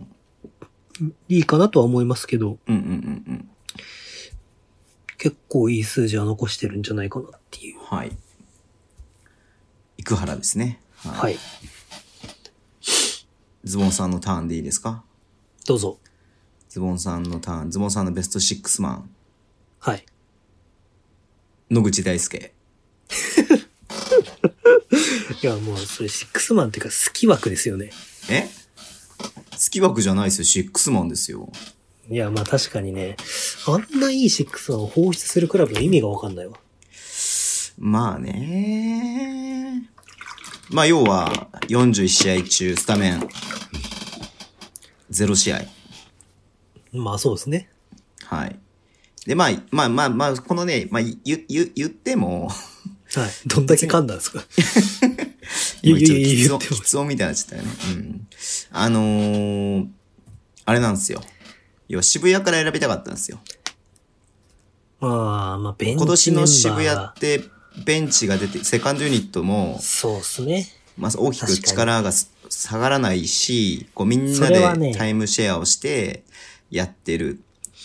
うん。
いいかなとは思いますけど、
うんうんうんうん。
結構いい数字は残してるんじゃないかなっていう。
はい。生原ですね。は
はい。
ズボンさんのターンでいいですか
どうぞ。
ズボンさんのターン。ズボンさんのベスト6マン。
はい。
野口大輔。
いや、もう、それ、シックスマンっていうか、好き枠ですよね。
え好き枠じゃないですよ。シックスマンですよ。
いや、まあ確かにね、あんないいシックスマンを放出するクラブの意味がわかんないわ。
まあね。まあ要は、41試合中スタメン。0試合。
まあそうですね。
はい。で、まあ、まあまあまあ、このね、まあ、言、言、言っても、
はい。どんだけ噛んだんですかい
[laughs]
や
今
い
ち
や
ょっときつ音、
いや言ってます
きつ音みたいになっちゃったよね。うん。あのー、あれなんですよ。要は渋谷から選びたかったんですよ。
まあ、まあ、ベンチメンバー
今年の渋谷って、ベンチが出て、セカンドユニットも、
そうですね。
まあ、大きく
確かに
力がす下がらないし、こうみんな
それはね
でタイムシェアをして、やってる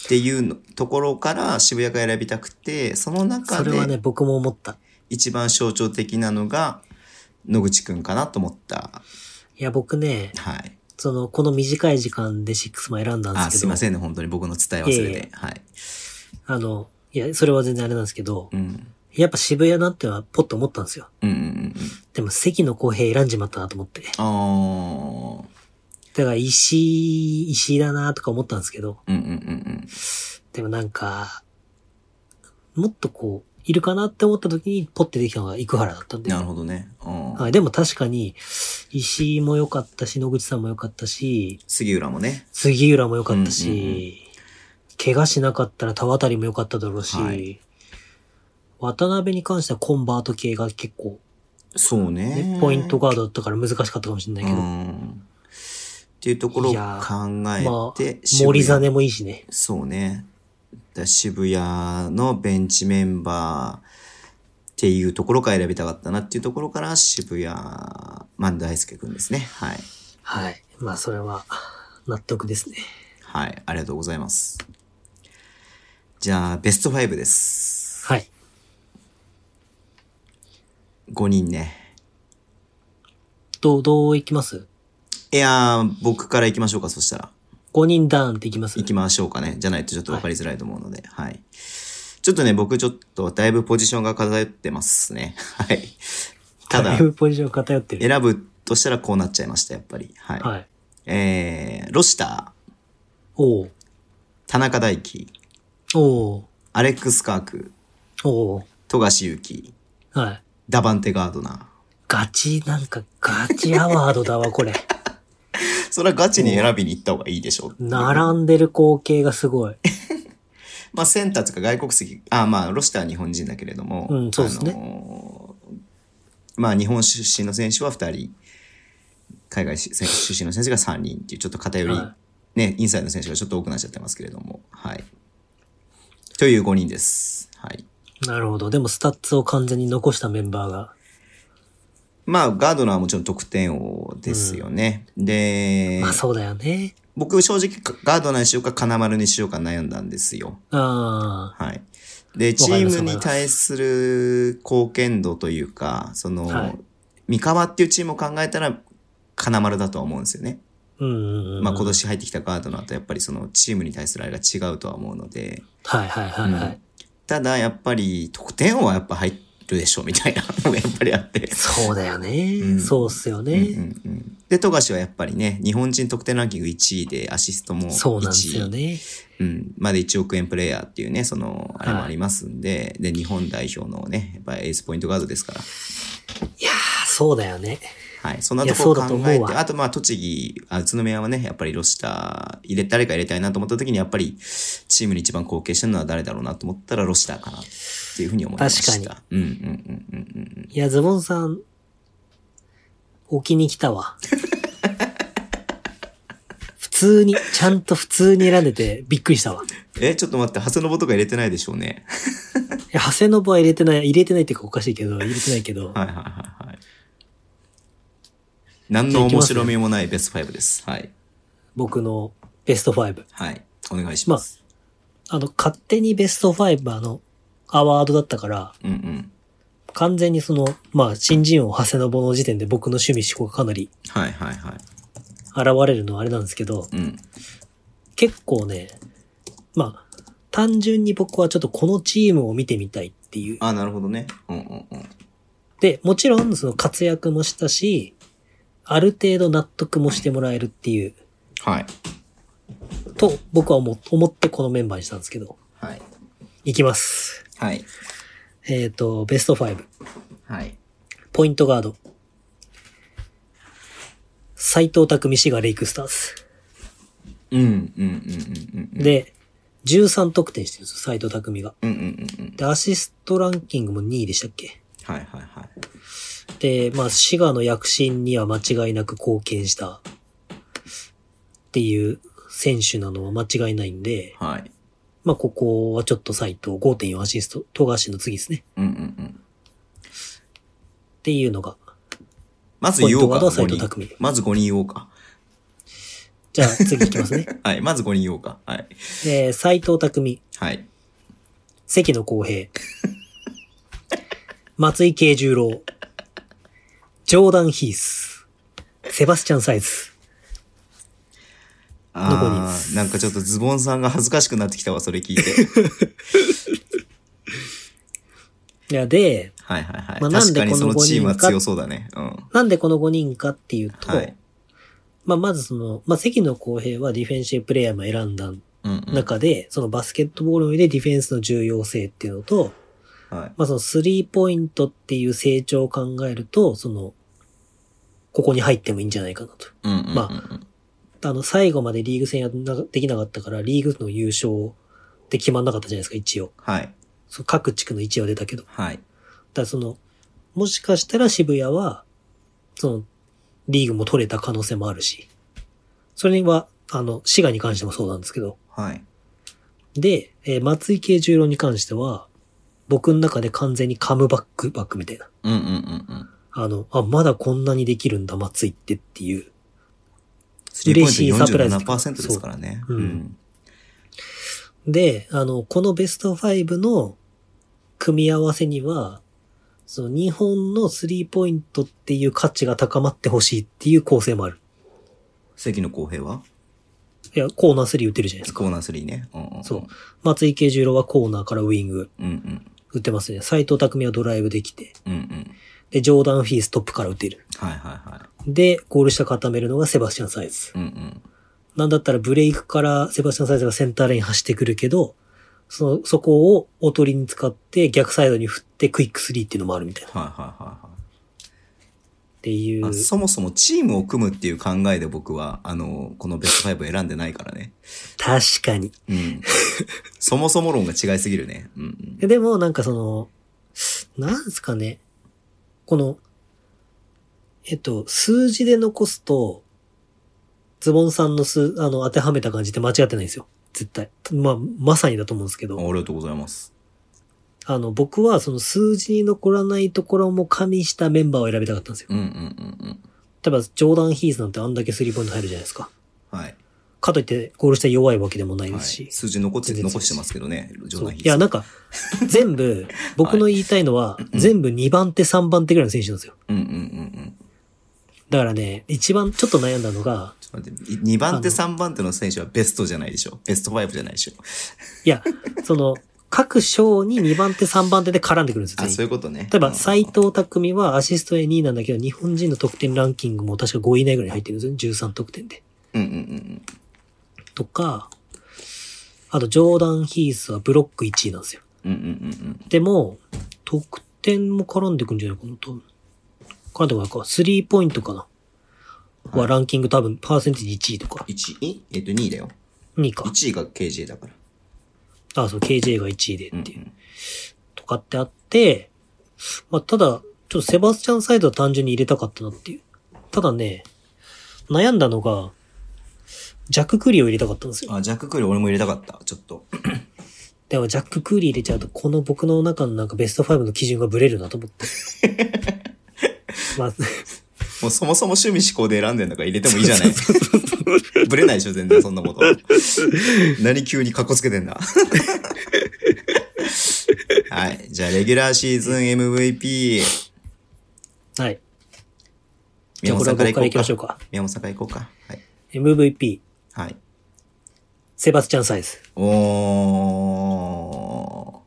っていうのところから渋谷が選びたくて、その中
それはね、
で
僕も思った。
一番象徴的なのが野口くんかなと思った。
いや、僕ね、
はい。
その、この短い時間で6枚選んだんですけ
あ、
ど。
すいませんね、本当に僕の伝え忘れ
いえいえ
で。はい。
あの、いや、それは全然あれなんですけど、
うん。
やっぱ渋谷なってのはポッと思ったんですよ。
うんうんうんうん。
でも関の公平選んじまったなと思って。
あー。
だから石井、石井だなとか思ったんですけど、
うんうんうん
でもなんか、もっとこう、いるかなって思った時にポッてできたのが生原だったん
うん。
で。
なるほどね。うん
はい、でも確かに、石井も良かったし、野口さんも良かったし、
杉浦もね。
杉浦も良かったし、
うんうんうん
怪我しなかったら田渡りも良かっただろうし、
はい
渡辺に関してはコンバート系が結構、
そう
ね
ね。
ポイントガードだったから難しかったかもしれないけど、
うんっていうところを
い
考
やまあ
えて、
森
渋谷
真もいいしね。
そうね。だ渋谷のベンチメンバーっていうところから選びたかったなっていうところから渋谷、まあ大輔くんですね。はい。
はい。まあそれは、納得ですね。
はい。ありがとうございます。じゃあ、ベスト5です。
はい。
5人ね。
どう、どういきます
いやー、僕から行きましょうか、そしたら。
?5 人ダーンっていきます
行きましょうかね。じゃないとちょっと分かりづらいと思うので、はい。ちょっとね、僕ちょっとだいぶポジションが偏ってますね。 [laughs] はい。た
だ
だ
い、ぶポジション偏ってる。
選ぶとしたらこうなっちゃいました、やっぱり。はい。
はい。
えー、ロシター、
おう
田中大輝、
おう
アレックス・カーク、
おう
富樫勇樹、
はい。
ダバンテ・ガードナ
ガチ、なんかガチアワードだわ、これ。
ー。それはガチに選びに行った方がいいでしょう。
並んでる光景がすごい。
まあ、センターとか外国籍、あ、まあ、ロシターは日本人だけれども、
うんそうですね
あのーまあ、日本出身の選手は2人、海外出身の選手が3人っていう、ちょっと偏り、
は
ね、インサイドの選手がちょっと多くなっちゃってますけれども、はい。という5人です。はい。
なるほど。でもスタッツを完全に残したメンバーが。
まあ、ガードナーはもちろん得点王ですよね。で、
まあそうだよね。
僕正直ガードナーにしようか金丸にしようか悩んだんですよ。
あ
はい。で、チ
わかり
ー
ます
ムに対する貢献度というか、その、
はい
三河っていうチームを考えたら、金丸だとは思うんですよね。
あ。うんうんうん。
まあ今。年入ってきたガードナーとやっぱりそのチームに対するあれが違うとは思うので、
はいはいはいは
う
い。
んただやっぱり得点王はやっぱ入るでしょみたいなのが [laughs] やっぱりあって。
そうだよね。
うん
そうっすよね。
うんうんうんで、富樫はやっぱりね、日本人得点ランキング1位で、アシストも1位。
そうなんですよね。
うん。まで1億円プレイヤーっていうね、その、あれもありますんで、で、日本代表のね、やっぱエースポイントガードですから。
いやー、そうだよね。
はい。そんない
や
ところ
そうだと
考
思う
えて、
わ
あとまあ、栃木、あ宇都宮はね、やっぱりロシター、入れ、誰か入れたいなと思った時に、やっぱり、チームに一番貢献してるのは誰だろうなと思ったら、ロシターかなっていうふうに思いました。
確
かに。うんうんうんうんうん
いや、ズボンさん、置きに来たわ。 [laughs] 普通に、ちゃんと普通に選んでてびっくりしたわ。い
うん。え、ちょっと待って、長谷信とか入れてないでしょうね。
や、長谷信は入れてない、入れてないっていうかおかしいけど、入れてないけ
は
ど、
いはいはいはい。何の面白みもないベスト5です。はい。
僕のベスト5。
はい。お願いします。
あの、勝手にベスト5あの、アワードだったから、
うんうん。
完全にその、まあ、新人王長谷信の時点で僕の趣味思考がかなり
はいはいはい。
現れるのはあれなんですけど、
うん。
結構ね、まあ、単純に僕はちょっとこのチームを見てみたいっていう。
あ、なるほどね。うんうんうん。
で、もちろんその活躍もしたし、ある程度納得もしてもらえるっていう、
はい。
と僕は思思ってこのメンバーにしたんですけど、
はい。
いきます。
はい。
えっ、と、ベスト5。
はい。
ポイントガード。斎藤匠氏がレイクスターズ。
うんうんうんうんうん。
で、13得点してるんですよ、斎藤匠が。
うんうんうんうん。
で、アシストランキングも2位でしたっけ
はいはいはい。
で、まあ、滋賀の躍進には間違いなく貢献したっていう選手なのは間違いないんで、
はい。
まあ、ここはちょっと斎藤5.4アシスト、富樫の次ですね。
うんうんうん。
っていうのが、
まず
ポイ
言
ン
お
ト
うか。
ガードは斎藤
五人
匠。
まず5人言おうか。
じゃあ次い
[laughs]
きますね。
はい。まず5人言おうか。はい。
えー、斎藤匠、
はい。
関野公平、 [laughs] 松井慶十郎、ジョーダン・ヒース、セバスチャン・サイズ。残りで
あ
す
ー、なんかちょっとズボンさんが恥ずかしくなってきたわ、それ聞い [laughs] て。
いや、で、
はいはいはい。
まあなん
確
で
かにその
この
チームは
五人か
強そうだね。うん。
なんでこの5人かっていうと、
はい。
まあ、まずその、まあ、関野公平はディフェンシブプレイヤーも選んだ
うん、うん。
中で、そのバスケットボールの上でディフェンスの重要性っていうのと、
はい。
まあ、そのスリーポイントっていう成長を考えると、その、ここに入ってもいいんじゃないかなと。
うんうんうんうん。
まあの、最後までリーグ戦やんなできなかったから、リーグの優勝で決まんなかったじゃないですか、一応。
はい。
そう各地区の一応出たけど。だか
はい。
らその、もしかしたら渋谷は、その、リーグも取れた可能性もあるし。それは、あの、滋賀に関してもそうなんですけど。
はい。
で、えー松井慶十郎に関しては、僕の中で完全にカムバックバックみたいな。
うんうんうんうん。
あの、あ、まだこんなにできるんだ、松井ってっていう。
スリーポ
嬉しいサプラ
イ
イ
ン
ズ
ト47%ですからね。
そううん。で、あの、このベスト5の組み合わせには、その日本のスリーポイントっていう価値が高まってほしいっていう構成もある。
関の公平はい
や、コーナー3打てるじゃないですか。
コーナー3ね。うんん
そう。松井慶十郎はコーナーからウイング
うんうん。
打ってますね。斎藤匠はドライブできて。
うんうん。
で、ジョーダン・フィーストップから打てる。
はいはいは
で、ゴール下固めるのがセバスチャン・サイズ。
い。うんうん。
なんだったらブレイクからセバスチャン・サイズがセンターレイン走ってくるけど、その、そこをおとりに使って逆サイドに振ってクイック3っていうのもあるみたいな。
はいはいはいはい。
っていう。
あそもそもチームを組むっていう考えで僕は、あの、このベスト5を選んでないからね。
確かに。 [laughs]
うん。そもそも論が違いすぎるね。うんうん。
でも、なんかその、なんですかね。この、えっと、数字で残すと、ズボンさんの数、あの、当てはめた感じって間違ってないんですよ。絶対。まあ、まさにだと思うんですけ
あ
ど、
りがとうございます。
あの、僕はその数字に残らないところも加味したメンバーを選びたかったんですよ。
うんうんうん
例えば、ジョーダン・ヒースなんてあんだけスリーポイント入るじゃないですか。
うん。はい。
かといって、ゴール下弱いわけでもない
は
で
い、
すし。
数字残って、
全然
残してますけどね。ジョー
そ
ダ
う
ン
い
ヒース
や、なんか、
[laughs]
全部、僕の言いたいのは、全部2番手、3番手ぐらいの選手なんですよ。
うんうんうんうん。
だからね、一番ちょっと悩んだのが、
ちょっと待って、2番手
あの
3番手の選手はベストじゃないでしょ。ベスト5じゃないでしょ。
いや、その、各章に2番手、3番手で絡んでくるんですよ、
あ、
全員
そういうことね。
例えば、
うん
斎藤匠はアシスト A2 位なんだけど、日本人の得点ランキングも確か5位以内ぐらいに入ってるんですよね、13得点で。
うんうんうん
とか、あと、ジョーダン・ヒースはブロック1位なんですよ。
うん。うんうんうん
でも、得点も絡んでくんじゃないかな、多分。絡んでこないか。スリーポイントかな。
はい
はランキング多分、パーセンテージ1位とか
う。ん。1位えっと2位だよ。
2位か。
1位が KJ だから。
あ、そう、KJ が1位でって
う
い
ん
う
う。ん。
とかってあって、まあ、ただ、ちょっとセバスチャンサイドは単純に入れたかったなっていう。ただね、悩んだのが、ジャック・クーリーを入れたかったんですよ。
あ、ジャック・クーリー俺も入れたかった。ちょっと。
でもジャック・クーリー入れちゃうと、この僕の中のなんかベスト5の基準がブレるなと
[laughs]
思って。まあ、 [laughs]
もうそもそも趣味思考で選んでんだから入れてもいいじゃ
[laughs]
ない。ぶれないでしょ、全然そんなこと。何急にかっこつけてん
[laughs]
だ。はい。じゃあ、レギュラーシーズン MVP。
はい。じ
宮
ゃあこ
本さ
れは
んから行
僕から
こ
行
う
きましょ
か。
うか。
宮本さんから行こうか。はい。
MVP、
はい。
セバスチャンサイズ。
おー。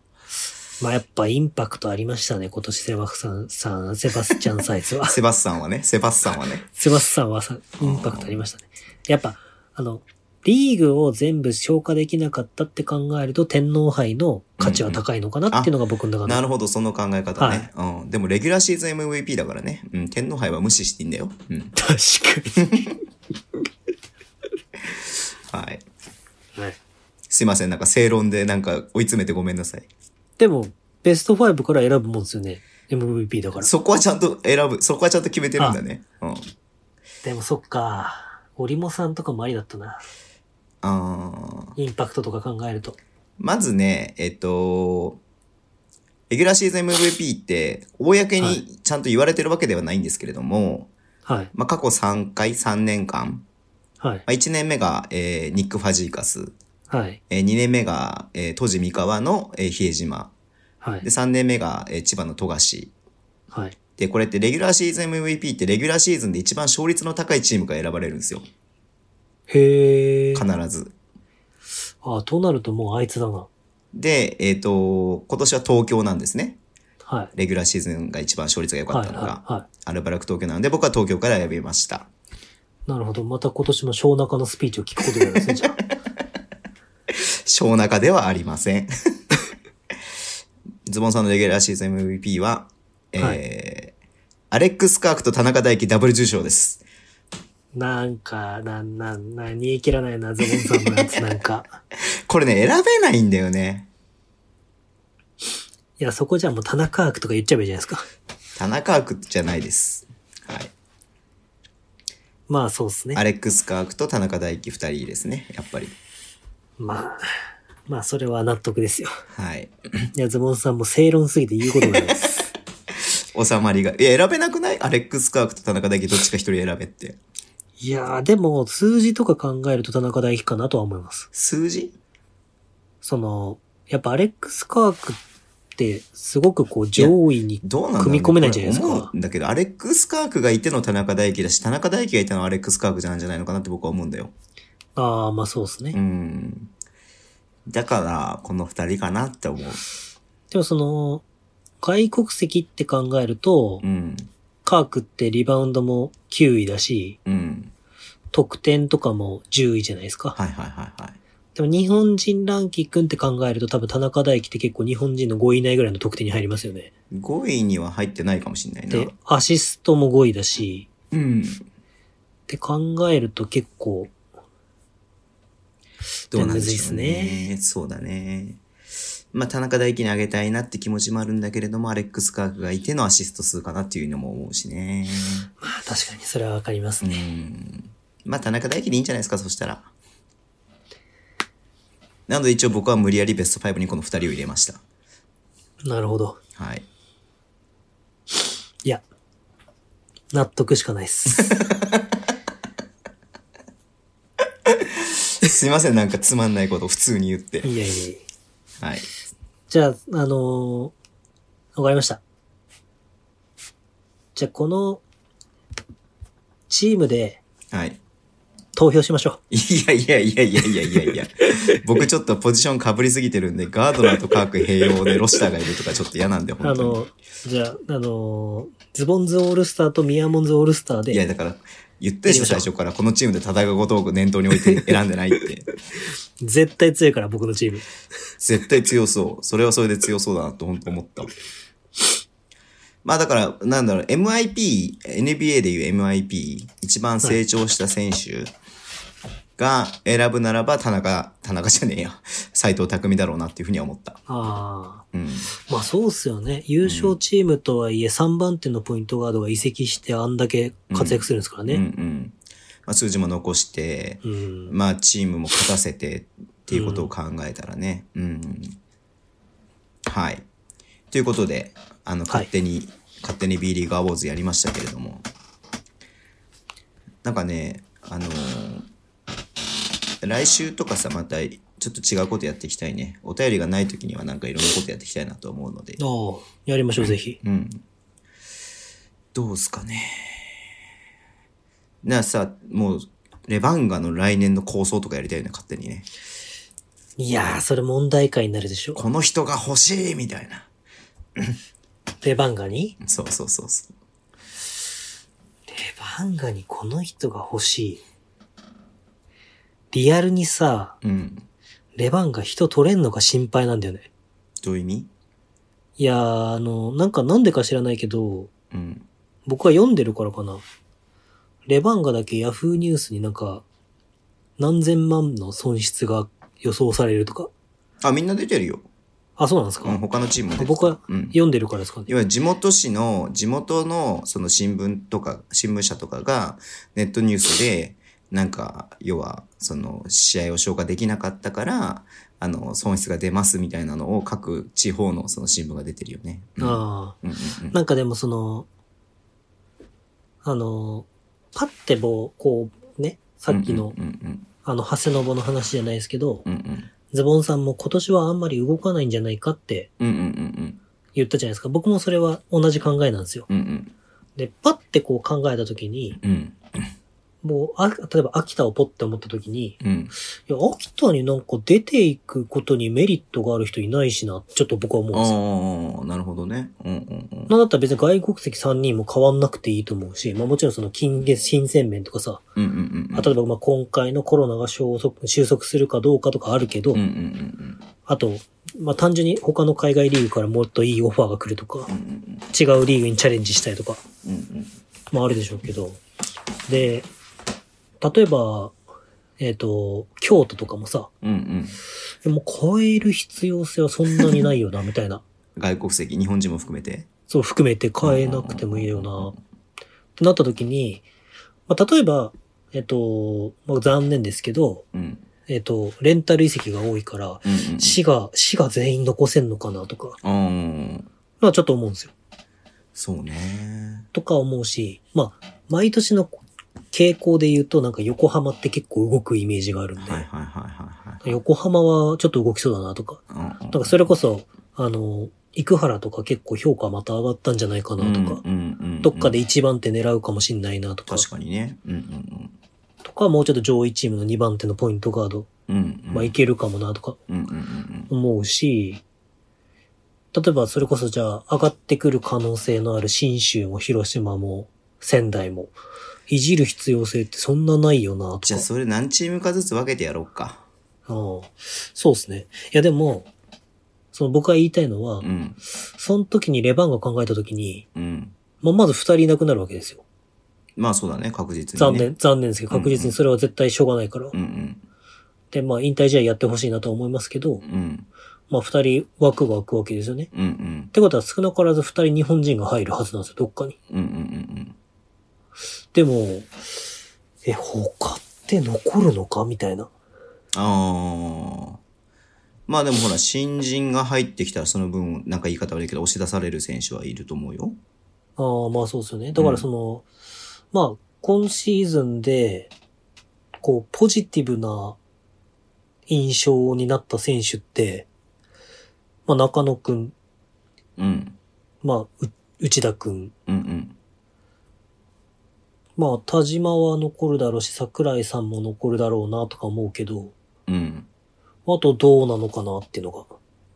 まあやっぱインパクトありましたね、今年セバスさん、さん、セバスチャンサイズ [laughs] は。
セバスさんはね、セバスさんはね。
セバスさんはさ、インパクトありましたね。やっぱ、あの、リーグを全部消化できなかったって考えると、天皇杯の価値は高いのかなっていうのが僕の中
な
の。
るほど、その考え方ね。うん。でも、レギュラーシーズン MVP だからね。うん。天皇杯は無視していいんだよ。うん。
[laughs] 確か
はい。
に。はい、
すいません。なんか正論でなんか追い詰めてごめんなさい。
でも、ベスト5から選ぶもんですよね。MVP だから。
そこはちゃんと選ぶ。そこはちゃんと決めてるんだね。うん。
でもそっか。折茂さんとかもありだったな。
あー
インパクトとか考えると。
まずね、えっと、レギュラーシーズン MVP って、公
は
にちゃんと言われてるわけではないんですけれども、
はい。
まあ、過去3回、3年間、
はい。
まあ、1年目が、えーニック・ファジーカス、
はい。
え2年目が、えー、当時三河の、えー比江島、
はい
で。3年目が、えー千葉の富樫。
はい。
で、これってレギュラーシーズン MVP ってレギュラーシーズンで一番勝率の高いチームが選ばれるんですよ。
へえ。
必ず。
あ、となるともうあいつだな。
で、えっ、と、今年は東京なんですね。
はい。
レギュラーシーズンが一番勝率が良か
は
っ
い。
たのが、
はい。は
アルバラク東京なので僕は東京から選びました。
い。なるほど。また今年も小中のスピーチを聞くことになるんですね、じ
[laughs]
ゃ
小中ではありません。 [laughs] ズボンさんのレギュラーシーズン MVP は、えー
は
アレックス・カークと田中大輝ダブル受賞です。
あ。なんか、なん、なん、なん、煮え切らないな、ズボンさんのやつなん
[laughs]
か。
これね、選べないんだよね。
いや、そこじゃもう田中悪とか言っちゃえばいいじゃないですか。
田中アークじゃないです。はい。
まあ、そうですね
ア。レックス・カークと田中大輝2人ですね、やっぱり。
まあ、まあ、それは納得ですよ。
はい。
いや、ズボンさんも正論すぎて言うことないです。
収まりが。いや、選べなくないアレックス・カークと田中大輝どっちか1人選べって。
いやー、でも、数字とか考えると田中大輝かなとは思います。
数字
その、やっぱアレックス・カークって、すごくこう、上位に、
どうなんだろう、
組み込めないんじゃないですか
これ思うんだけど、アレックス・カークがいての田中大輝だし、田中大輝がいてのアレックス・カークじゃないんじゃないのかなって僕は思うんだよ。
ああ、まあそうですね。
うん。だから、この二人かなって思う。
でもその、外国籍って考えると、
うん。
カークってリバウンドも9位だし、
うん。
得点とかも10位じゃないですか。
はいはいはいはい。
でも日本人ランキングって考えると多分田中大輝って結構日本人の5位以内ぐらいの得点に入りますよね。
5位には入ってないかもしれない
で
な。、
アシストも5位だし、
うん。
って考えると結構、
どうなんでしょう
むずいっす
ね。そうだね。まあ、田中大輝にあげたいなって気持ちもあるんだけれども、アレックス・カークがいてのアシスト数かなっていうのも思うしね。
まあ確かにそれはわかります
う
ね。
ん。まあ、田中大輝でいいんじゃないですか、そしたら。なので一応僕は無理やりベスト5にこの二人を入れました。
なるほど。
はい。 [laughs]
いや、納得しかないっ [laughs] す。
すいません、なんかつまんないことを普通に言って
い。やいやいや。
はい。
じゃあ、あのーわかりました。じゃあ、この、チームで
はい。
投票しましょ
いやいやいやいやいやいやいや。僕ちょっとポジション被りすぎてるんで、ガードナーとカーク併用でロシターがいるとかちょっと嫌なんで、
う。あ
本当に。
の、じゃあ、あのーズボンズオールスターとミヤモンズオールスター
いや、
で、
だから、言ってしょ、最初から。このチームで戦うことを念頭に置いて選んでないって。
絶対強いから、僕のチーム。
絶対強そう。それはそれで強そうだなと本当思った。まあだから、なんだろう、MIP、NBA でいう MIP、一番成長した選手が選ぶならば、田中、田中じゃねえや、斎藤匠だろうなっていうふうには思った。
ああ。
うん。
まあ、そうっすよね。優勝チームとはいえ、3番手のポイントガードが移籍して、あんだけ活躍するんですから
うんう
ね。
ん。まあ、数字も残して、
うん。
まあ、チームも勝たせてっていうことを考えたらね。うん。はい。ということで、あの、勝手に、勝手に B リーグアウォーズやりましたけれども。なんかね、あのー来週とかさ、また、ちょっと違うことやっていきたいね。お便りがない時にはなんかいろんなことやっていきたいなと思うので。
ああ、やりましょう、ぜひ。
うん。どうすかね。なあさ、もう、レバンガの来年の構想とかやりたいよね、勝手にね。
いやー、それ問題解になるでしょ。
この人が欲しいみたいな。
レバンガに
そうそうそうそう。
レバンガにこの人が欲しい。リアルにさ、
うん。
レバンガ人取れんのか心配なんだよね。
どういう意味
いやー、あの、なんかなんでか知らないけど、
うん。
僕は読んでるからかな。レバンガだけヤフーニュースになんか、何千万の損失が予想されるとか。
あ、みんな出てるよ。
あ、そうなんですか、
うん、他のチームも出てる
僕は
うん。
読んでるからですかね。
要は地元市の、地元のその新聞とか、新聞社とかがネットニュースで、なんか、要は、その試合を消化できなかったから、あの、損失が出ますみたいなのを各地方のその新聞が出てるよね。うん
ああ。
うんうんうん
なんかでもその、あの、パッてもう、こうね、さっきの、
うんうん
あの、長谷信の話じゃないですけど、
うんうん
ズボンさんも今年はあんまり動かないんじゃないかって
うんうんうん
言ったじゃないですか。僕もそれは同じ考えなんですよ。
うんうん
で、パッてこう考えた時に、
うん
もう、あ例えば秋田をポッて思った時に、
うん
いや、秋田になんか出ていくことにメリットがある人いないしな、ちょっと僕は思うんですよ。
ああなるほどねうんうんうん
なんだったら別に外国籍3人も変わんなくていいと思うし、まあもちろんその金月新鮮面とかさ、
うんうんうん
あ例えばまあ今回のコロナが収束収束するかどうかとかあるけど、
うんうんうん
あと、まあ単純に他の海外リーグからもっといいオファーが来るとか、
うんうん
違うリーグにチャレンジしたいとか、
うんうん
まああるでしょうけど、で、例えば、えっ、と、京都とかもさ、
うんうん
もう変える必要性はそんなにないよな、みたいな。
外国籍日本人も含めて
そう含めて変えなくてもいいよな、ってなった時に、まあ、例えば、えっと、まあ、残念ですけど、
うん
えっと、レンタル移籍が多いから、
うんうん
市が、市が全員残せんのかなとか、
うん
まあちょっと思うんですよ。
そうね
とか思うし、まあ、毎年の傾向で言うと、なんか横浜って結構動くイメージがあるんで、
はいはいはいはい
横浜はちょっと動きそうだなとか、
はいうんうん
なんかそれこそ、あの、生原とか結構評価また上がったんじゃないかなとか、
うんうんうんうん
どっかで一番手狙うかもしんないなとか、
確かにねうん
とか、もうちょっと上位チームの2番手のポイントガード、
うんうんうんうん
まあいけるかもなとか
うんうんうん
思うし、例えばそれこそじゃあ上がってくる可能性のある新州も広島も仙台も、いじる必要性ってそんなないよなと
じ
か
ゃあ。それ何チームかずつ分けてやろうか
うんそうですね。いやでも、その僕が言いたいのは、
うん
その時にレバンが考えた時に、
うん
まあ、まず二人いなくなるわけですよ。
まあそうだね確実
残
にね
念、残念ですけど、確実にそれは絶対しょうがないから。
うん
で、まあ、引退試合やってほしいなとは思いますけど、
うんうん
まあ、二人枠が空くわけですよね。
うんうん
ってことは少なからず二人日本人が入るはずなんですよ、どっかに。
うんうんうん
でも、え、他って残るのかみたいな。
ああまあでもほら新人が入ってきたらその分なんか言い方悪いけど押し出される選手はいると思うよ
ああ、まあそうですよね。だからその、まあ、今シーズンで、こう、ポジティブな印象になった選手って、まあ中野くん、
うん
まあ、う内田くん、
うんうん
まあ田島は残るだろうし、桜井さんも残るだろうなとか思うけど、
うん
あとどうなのかなっていうのが。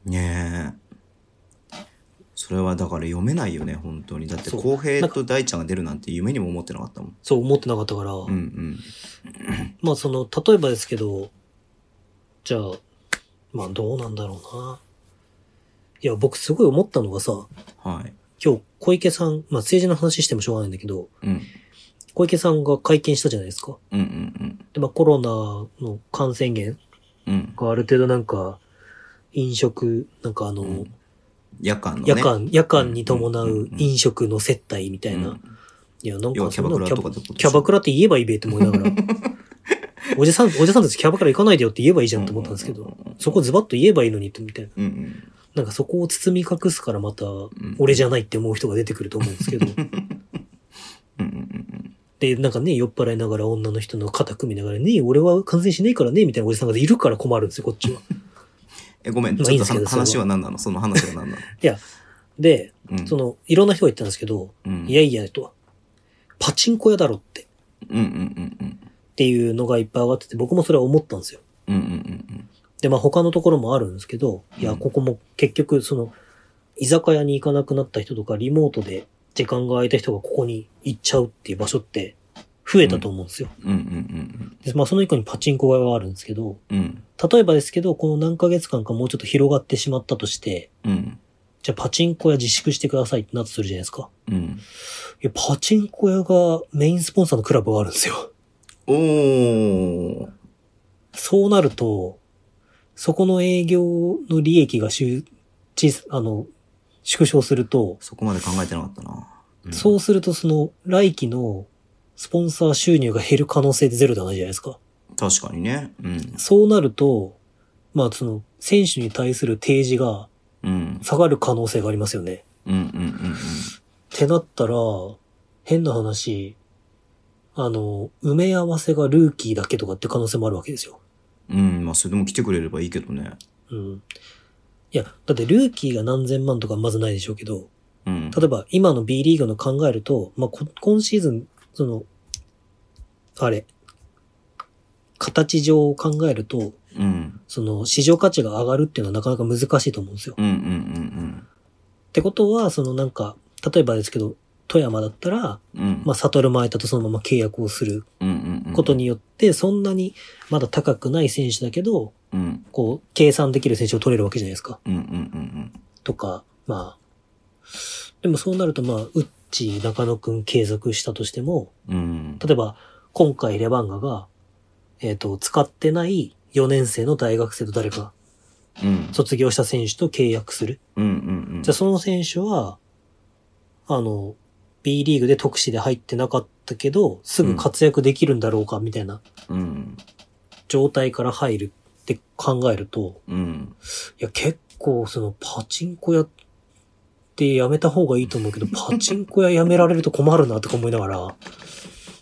ねえそれはだから読めないよね本当にだって
そう
浩平と大ちゃんが出るなんて夢にも思ってなかったもん
そう思ってなかったから、
うんうん
まあその、例えばですけど、じゃあ、まあどうなんだろうな。いや、僕すごい思ったのがさ、
はい
今日小池さん、まあ政治の話してもしょうがないんだけど、
うん
小池さんが会見したじゃないですか。
うんうん
で、まあコロナの感染源
うんうん
がある程度なんか、飲食、なんかあの、
うん夜間のね
夜間、夜間に伴
んうん
う
うんうん
飲食の接待みたいな。
うん
いや、なん
要は
か
キャ
そん
バ
な
クラ
のキャ
とか
バ
ってことでし
キ
ょ
ャバクラって言えばいいべって思いなが
[laughs]
ら。おじさん、おじさんたちキャバクラ行かないでよって言えばいいじゃんと思ったんですけど、そこズバッと言えばいいのにってみたいな。
うんうん
なんかそこを包み隠すからまた
ん、
俺じゃないって思う人が出てくると思うんですけど。
うんうん
で、なんかね、酔っ払いながら女の人の肩組みながら、ねえ俺は感染しないからね、みたいなおじさんがいるから困るんですよ、こっちは。
えごめん
まあ
ち
いい
ょ
ん
っと
ですけど
は
そ
話
れは
は何なのその話は何なの
いや、で、
うん
その、いろんな人が言ってたんですけど、
うん
いやいやと、パチンコ屋だろって、っ
うんうんうんうん
ていうのがいっぱい上がってて、僕もそれは思ったんですよ。
うんうんうん
で、まあ他のところもあるんですけど、いや、
うん
ここも結局、その、居酒屋に行かなくなった人とか、リモートで時間が空いた人がここに行っちゃうっていう場所って、増えたと思うんですよ。
うんうんうん
でまあその一個にパチンコ屋があるんですけど、
うんうん
例えばですけど、この何ヶ月間かもうちょっと広がってしまったとして、
うん
じゃあパチンコ屋自粛してくださいってなってするじゃないですか。
うん
いや、パチンコ屋がメインスポンサーのクラブがあるんですよ。 [laughs]
おー
そうなると、そこの営業の利益が集小さあの、縮小すると、
そこまで考えてなかったなうん
そうするとその来期のスポンサー収入が減る可能性でゼロではないじゃないですか。
確かにねうん
そうなると、まあその選手に対する提示が
うん
下がる可能性がありますよね。
うんうんうん
ってなったら、変な話、あの、埋め合わせがルーキーだけとかって可能性もあるわけですよ。
うん、まあ、それでも来てくれればいいけどね。
うん。いや、だってルーキーが何千万とかまずないでしょうけど、
うん。
例えば今の B リーグの考えると、まあ、こ今シーズン、その、あれ、形上を考えると、
うん。
その市場価値が上がるっていうのはなかなか難しいと思うんですよ。
うんうんうん
ってことは、そのなんか、例えばですけど、富山だったら、
うん。うん。
まあ、サトルマエタとそのまま契約をする
うんうんうん。
ことによって、そんなにまだ高くない選手だけど、
うん。
こう、計算できる選手を取れるわけじゃないですか。
うんうんうん
とか、まあ。でもそうなると、まあ、うっち、中野くん継続したとしても、
うん。うん。
例えば、今回レバンガが、えっ、と、使ってない4年生の大学生と誰か
うん。
卒業した選手と契約する。
うんうんうん。
じゃあその選手は、あの、B リーグで特使で入ってなかったけど、すぐ活躍できるんだろうか、みたいな
うん。
状態から入るって考えると、
うん。
いや、結構そのパチンコ屋ってやめた方がいいと思うけど、パチンコ屋やめられると困るなとか思いながら、い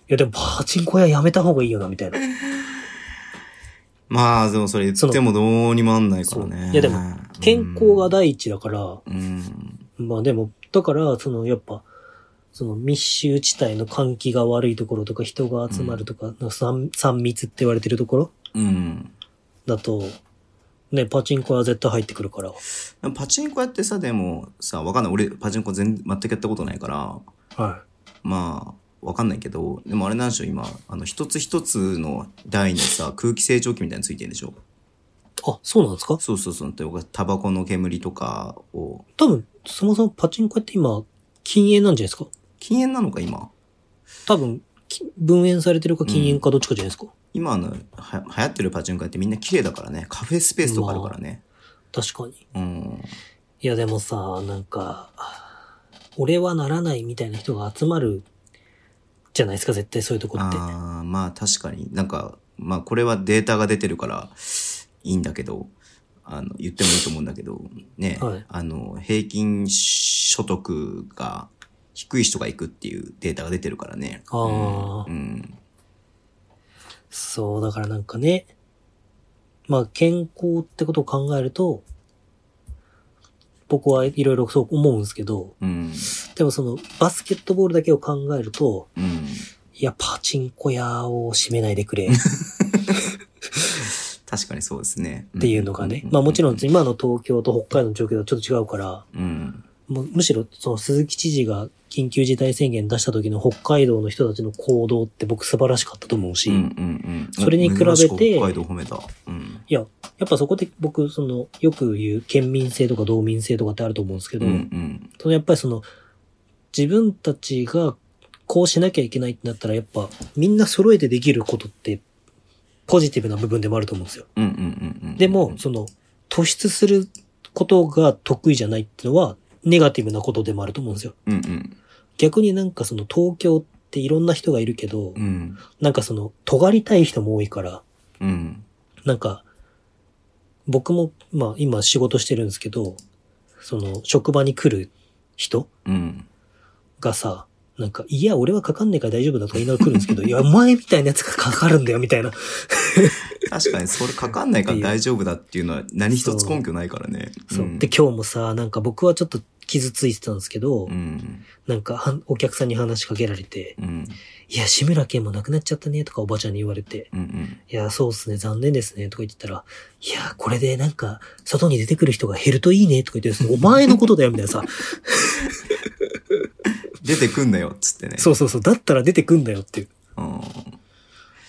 や、でもパチンコ屋やめた方がいいよな、みたいな。
まあ、でもそれ言ってもどうにもなんないから
そ
ね。
ういやでも、健康が第一だから、
うん。
まあでも、だから、そのやっぱ、その密集地帯の換気が悪いところとか人が集まるとか、の三三密って言われてるところ
うん。
だと、ね、パチンコは絶対入ってくるから。
でもパチンコやってさ、でもさ、わかんない。俺、パチンコ全全くやったことないから、
は
まあ、わかんないけど、でもあれなんでしょう、今、あの、一つ一つの台にさ、空気清浄機みたいについてるでしょ。
い。あ、そうなんですか
そうそうそう。で僕はタバコの煙とかを、
多分、そもそもパチンコ屋って今、禁煙なんじゃないですか
禁煙なのか、今。
多分、き分煙されてるか禁煙かどっちかじゃないですか、
今あのは、流行ってるパチンコ屋ってみんな綺麗だからね。カフェスペースとかあるからね。
確かに。
うん。
いやでもさ、なんか、俺はならないみたいな人が集まるじゃないですか、絶対そういうとこって。
ああ、まあ確かになんか、まあこれはデータが出てるからいいんだけど、あの、言ってもいいと思うんだけど、ね、
はい
あの、平均所得が低い人が行くっていうデータが出てるからね。
あー
うん。
そう、だからなんかね、まあ健康ってことを考えると、僕はいろいろそう思うんですけど、
うん。
でもそのバスケットボールだけを考えると、
うん。
いや、パチンコ屋を閉めないでくれっ
確かにそうですね。って
いうの
[laughs]
がね、まあもちろん今の東京と北海道の状況はちょっと違うから、
うん。
もうむしろその鈴木知事が緊急事態宣言出した時の北海道の人たちの行動って僕素晴らしかったと思うし、
うんうんうん。
それに比べて
珍しく北海道褒めた。うん。
いや、やっぱそこで僕、その、よく言う県民性とか道民性とかってあると思うんですけ
う
ど、
んうん。
そのやっぱりその、自分たちがこうしなきゃいけないってなったら、やっぱみんな揃えてできることって、ポジティブな部分でもあると思うんですよ。
うんうんうんうん。
でも、その、突出することが得意じゃないってのは、ネガティブなことでもあると思うんですよ。
うんうん。
逆になんかその東京っていろんな人がいるけど
う、ん。
なんかその、尖りたい人も多いから、
うん。
なんか、僕も、まあ今仕事してるんですけど、その職場に来る人
うん。
がさ、なんか、いや、俺はかかんねえから大丈夫だとか言いながら来るんです
[laughs]
けど、いや、お前みたいなやつがかかるんだよ、みたいな。
確かにそれかかんないから大丈夫だっていうのは何一つ根拠ないからね。
そう
うん
で、今日もさ、なんか僕はちょっと傷ついてたんですけど、
うん。
なんかはん、お客さんに話しかけられて、
うん。
いや、志村けんも亡くなっちゃったね、とかおばちゃんに言われて、
うんうん。
いや、そうっすね、残念ですね、とか言ってたら、いや、これでなんか、外に出てくる人が減るといいね、とか言って、お前のことだよ、みたいなさ、
出てくんなよっつってね。
そうそうそう、だったら出てくんだよっていう。
うん。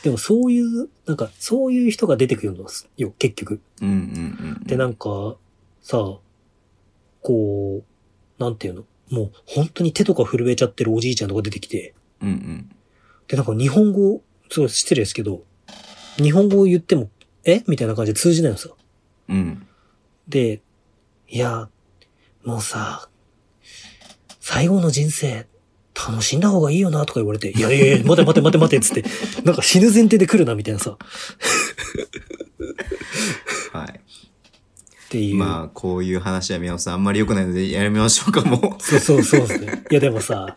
でもそういう、なんか、そういう人が出てくるのよ、結局。
うんうんうん。
で、なんか、さ、こう、なんていうのもう、本当に手とか震えちゃってるおじいちゃんとか出てきて、
うんうん。
で、なんか日本語、すごい失礼ですけど、日本語を言っても、えみたいな感じで通じないのさ。
うん。
で、いや、もうさ、最後の人生、楽しんだ方がいいよな、とか言われて、いやいやいや、待て待て待て待て、つって、なんか死ぬ前提で来るな、みたいなさ、っ
はい。
ていう。
まあ、こういう話は宮本さんあんまり良くないのでやめましょうかもう。 [laughs]
そうそうそうですね。いやでもさ、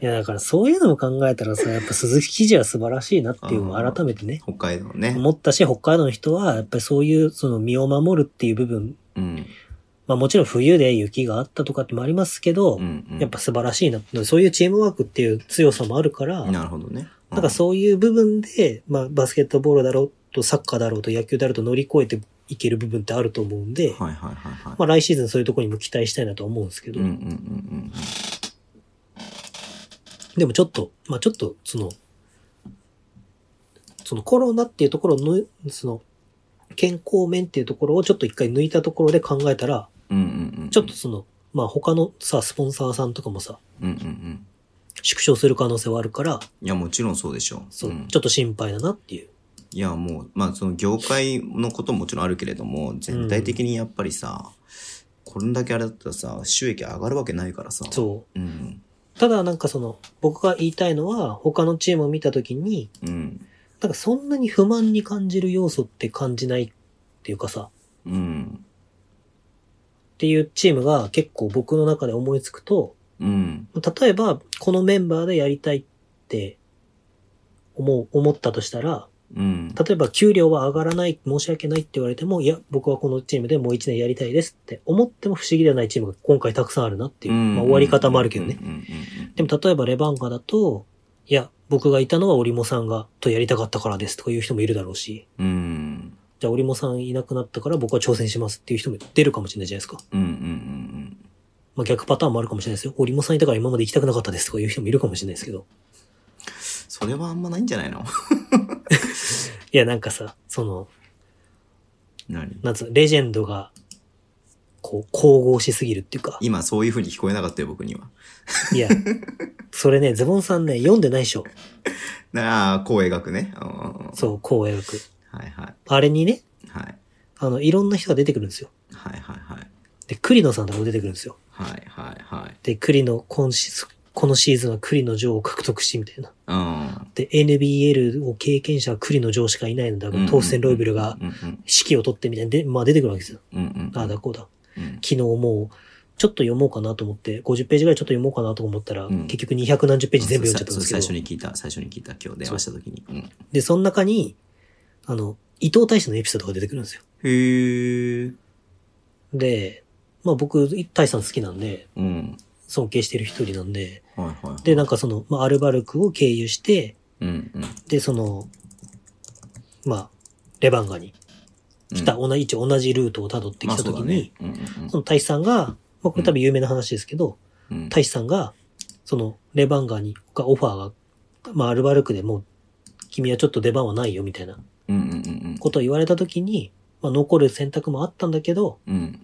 いや、だからそういうのも考えたらさ、やっぱ鈴木記事は素晴らしいなっていうの
う
を
ん
改めてね、
北海道ね。
思ったし、北海道の人は、やっぱりそういう、その身を守るっていう部分、
うん。
まあもちろん冬で雪があったとかってもありますけど、
うん、うん。
やっぱ素晴らしいなって、そういうチームワークっていう強さもあるから、
なるほどね。
なんかそういう部分で、まあバスケットボールだろうと、サッカーだろうと、野球だろうと乗り越えていける部分ってあると思うんで、
はいはいはいはい。
まあ来シーズンそういうところにも期待したいなとは思うんですけど、
うんうんうんうん
でもちょっと、まあちょっと、その、そのコロナっていうところの、その、健康面っていうところをちょっと一回抜いたところで考えたら、
うん。うんうんうん。
ちょっと。その、まあ他のさ、スポンサーさんとかもさ、
うんうんうん。
縮小する可能性はあるから、
いや、もちろんそうでしょう。
そう、
ん
ちょっと心配だなっていう。
いや、もう、まあ、その業界のことももちろんあるけれども、全体的にやっぱりさ、これだけあれだったらさ、収益上がるわけないからさ。う。
そ
うん。
う。ただなんかその、僕が言いたいのは、他のチームを見たときに、
うん。
なんかそんなに不満に感じる要素って感じないっていうかさ、
うん。
っていうチームが結構僕の中で思いつくと、
うん。
例えば、このメンバーでやりたいって思う、思ったとしたら、
うん。
例えば給料は上がらない、申し訳ないって言われても、いや、僕はこのチームでもう一年やりたいですって思っても不思議ではないチームが今回たくさんあるなっていう、まあ、終わり方もあるけどね。
うんうんうんうん。
でも例えばレバンガだと、いや、僕がいたのはオリモさんがとやりたかったからですとかいう人もいるだろうし、
うん。
じゃあオリモさんいなくなったから僕は挑戦しますっていう人も出るかもしれないじゃないですか。
うんうんうん
まあ逆パターンもあるかもしれないですよ。オリモさんいたから今まで行きたくなかったですとかいう人もいるかもしれないですけど。
それはあんまないんじゃないの [laughs]
いやなんかさ、その、
何
なんつうのレジェンドが、こう、神々しすぎるっていうか。
今そういう風に聞こえなかったよ、僕には。
いや、それね、ズボンさんね、読んでないでしょ。
ああ、こう描くね。うんうんうん
そう、こう描く。
はいはい。
あれにね、
はい。
あの、いろんな人が出てくるんですよ。
はいはいはい。
で、栗野さんとかも出てくるんですよ。
はいはいはい。
で、栗野、今シーズン、このシーズンは栗野城を獲得し、みたいな。
うん。
で、NBL を経験者は栗野城しかいないのだから、当選ロイブルが
うんうん
指揮を取ってみたいな、で、まあ出てくるわけですよ。
うんうん。
ああだこうだ。
うん
昨日もう、ちょっと読もうかなと思って、50ページぐらいちょっと読もうかなと思ったら、
うん
結局200何十ページ全部読んじゃったんですけ
そう
ど。
最初に聞いた、最初に聞いた、今日電話した時に。うん
で、その中に、あの、伊藤大使のエピソードが出てくるんですよ。
へえ。
で、まあ僕、大使さん好きなんで、
うん。
尊敬してる一人なんで、
はいはいはい。
で、なんかその、まあアルバルクを経由して、
うんうん。
で、その、まあ、レバンガに来た、
うん
同じ、一応同じルートを辿ってきた時に、、
まあそうだね
その大使さんが、まあこれ多分有名な話ですけど、
うんうんうん
大使さんが、その、レバンガに、がオファーが、まあアルバルクでもう、君はちょっと出番はないよみたいな
うんうんうん
ことを言われた時に、まあ残る選択もあったんだけど、
うん。うん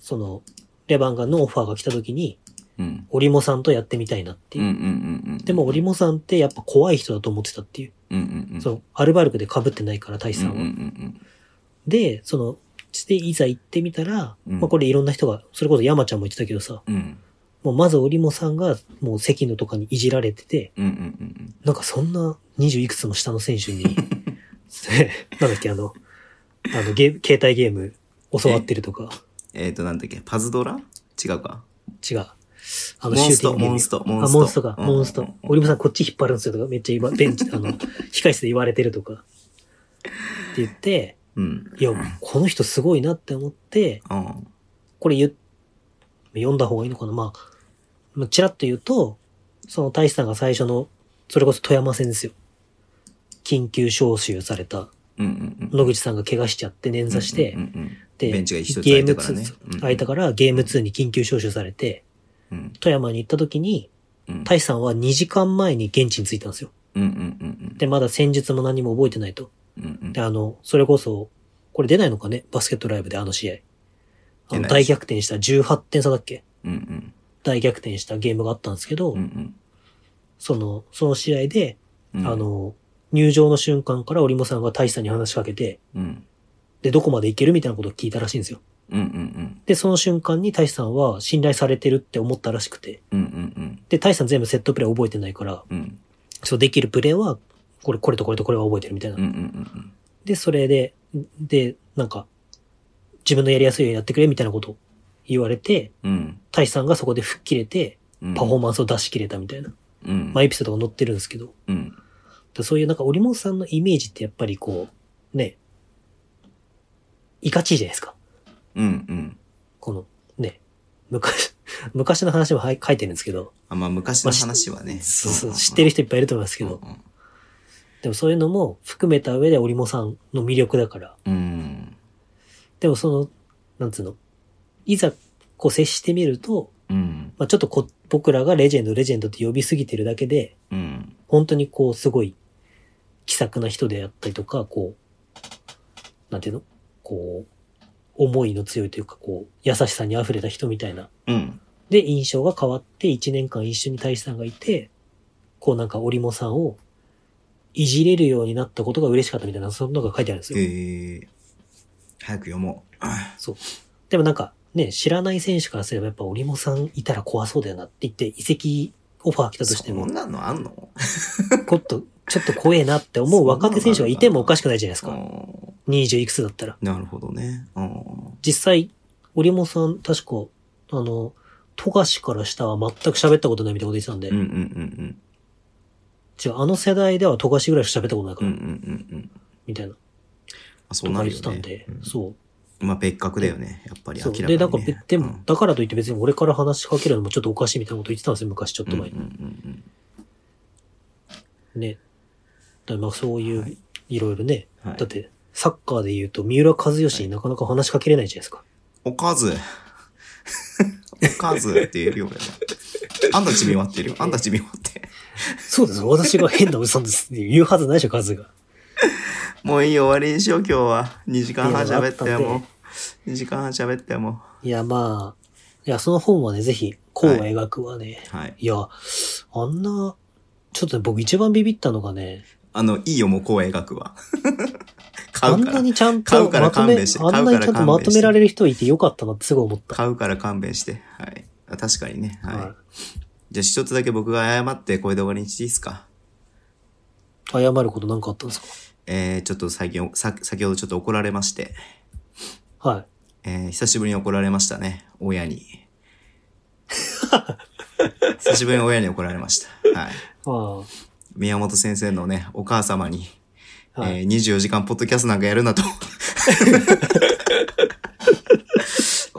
その、レバンガのオファーが来た時に、
うん。
オリモさんとやってみたいなって
うん
いう。
うんうんうん。
でも、オリモさんってやっぱ怖い人だと思ってたっていう。
うんうんうん。
そうの、アルバルクで被ってないから、大使
ん
さ
うんんう
は。
ん
で、その、して、いざ行ってみたら、
うん
まあこれいろんな人が、それこそ山ちゃんも言ってたけどさ、
うん。うん
もうまずオリモさんがもう関野とかにいじられてて、
うんうんうん
なんかそんな20いくつも下の選手に、 [laughs] なんだっけ、あの、あのゲー、携帯ゲーム教わってるとか、
えっと、なんだっけ、パズドラ違うか。
違う。あ
モンスト、モンスト、モン
あ、
スト。
モンストか、
うん
モンス
う
ト
ん。
オリモさんこっち引っ張るんですよとか、めっちゃ今、ベンチで、
[laughs]
あの、控室で言われてるとか、って言って、
うん。
いや、この人すごいなって思って、
うん。
これ言っ、読んだ方がいいのかなまあ、まあ、ちらっと言うと、その大使さんが最初の、それこそ富山戦ですよ。緊急招集された、
うんうんうん。
野口さんが怪我しちゃって捻挫して、
うんうんうん
で、
ベンチが一つ
ゲ
空い
ーム
たからね
2、。
うん
空いたからゲーム2に緊急招集されて、
うん
富山に行った時に、
うん
大使さんは2時間前に現地に着いたんですよ。
うんうんうん
で、まだ戦術も何も覚えてないと。
うんうんうん
で、あの、それこそ、これ出ないのかねバスケットライブであの試合。あ
出な
の
い
大逆転した18点差だっけ
うんうん
大逆転したゲームがあったんですけど、
うんうん
その、その試合で、
うん
あの、入場の瞬間から織茂さんが大使さんに話しかけて、
うん
で、どこまで行けるみたいなことを聞いたらしいんですよ。
うんうん
で、その瞬間に大使さんは信頼されてるって思ったらしくて、
うんうんうん
で、大使さん全部セットプレー覚えてないから、
うんうん
そうできるプレーは、これ、これとこれとこれは覚えてるみたいな
うんうんう。ん
で、それで、で、なんか、自分のやりやすいようにやってくれみたいなことを言われて、
うん
大使さんがそこで吹っ切れて、
うん
パフォーマンスを出し切れたみたいな、
うん。
まあエピソードが載ってるんですけど、
うん。
でそういうなんか織本さんのイメージってやっぱりこう、ね、いかちいじゃないですか。
うん。うん。
この、ね、昔、 [laughs] 昔の話もはい書いてるんですけど、
あ、まあ、昔の話はね。
そうそう知ってる
人
人いっぱいいると思いますけど、。でもそういうのも含めた上で織本さんの魅力だから、
うん。
でもその、なんつうの、いざこう接してみると、
うん。
まあ、ちょっとこ僕らがレジェンド、レジェンドって呼びすぎてるだけで、
うん。
本当にこう、すごい、気さくな人であったりとか、こう、なんていうのこう、思いの強いというか、こう、優しさに溢れた人みたいな。
うん。
で、印象が変わって、1年間一緒に大志さんがいて、こうなんか、織茂さんを、いじれるようになったことが嬉しかったみたいな、そんなのが書いてあるんです
え
よ。
ー、早く読もう。
でもなんか、ね、知らない選手からすれば、やっぱ織茂さんいたら怖そうだよなって言って、移籍オファー来たとしても
そん、なのあんの
ちょっと、ちょっと怖えなって思う若手選手がいてもおかしくないじゃないです
あ
か。
ー
20いくつだったら。
なるほどね。あー
実際、織本さん、確か、あの、富樫から下は全く喋ったことないみたいなこと言ってたんで、
うんうん
違う、
うん
あの世代では富樫ぐらいしか喋ったことないか
うん。うん
ら、
うんうんうん。
みたいな、
あそ
と
う
か
な
言
る
ってた
よ
ん
ね
で、。
うん
そ
まあ別格だよね。やっぱ
う。
り
そ
明
う
らかに、
で、
ね。
だから、べで
うん
も、だからといって別に俺から話しかけるのもちょっとおかしいみたいなこと言ってたんですよ、昔ちょっと前に。
うんうん
ね。だからまあそうい
うん
う、
うん。はいい、。
ろいろね。
はい
だって、サッカーで言うと、三浦和義になかなか話しかけれないじゃない
[laughs]
ですか。
おかず。おかずって言えるよ、俺は。あんたちびわってるよ。あんたちびわって。
そうです。私が変なおじさんですって言うはずないでしょ、カズが。
もういいよ、終わりにしよう、今日は。2時間半
っていうのが
喋
あ
っ
ったん
た
で
よ、もう。2時間半喋ったよ、も
いや、まあ、いや、その本はね、ぜひ、こう描くはね、
う。はい。
い。や、あんな、ちょっとね、僕一番ビビったのがね、
あの、いいよ、もう、こう描くわ。買
あ
うんか
な
ら。
にちゃん
買
と
うから
まとめ、
勘
あんな
弁
に
して
ちゃん
買うから
と
勘弁して
まとめられる人いてよかったなってすごい思った。
買うから勘弁して。はい。あ確かにね。はい。
はい
じゃあ、一つだけ僕が謝って、これで終わりにしていいですか。
謝ることなんかあったんです
えー、ちょっと最近、さ先ほどちょっと怒られまして。
かはい。
えー久しぶりに怒られましたね。親に。 [laughs] 久しぶりに親に怒られました。はい。
あ
宮本先生のね、お母様に、
あ、はい。
えー24時間ポッドキャストなんかやる
[laughs]
なと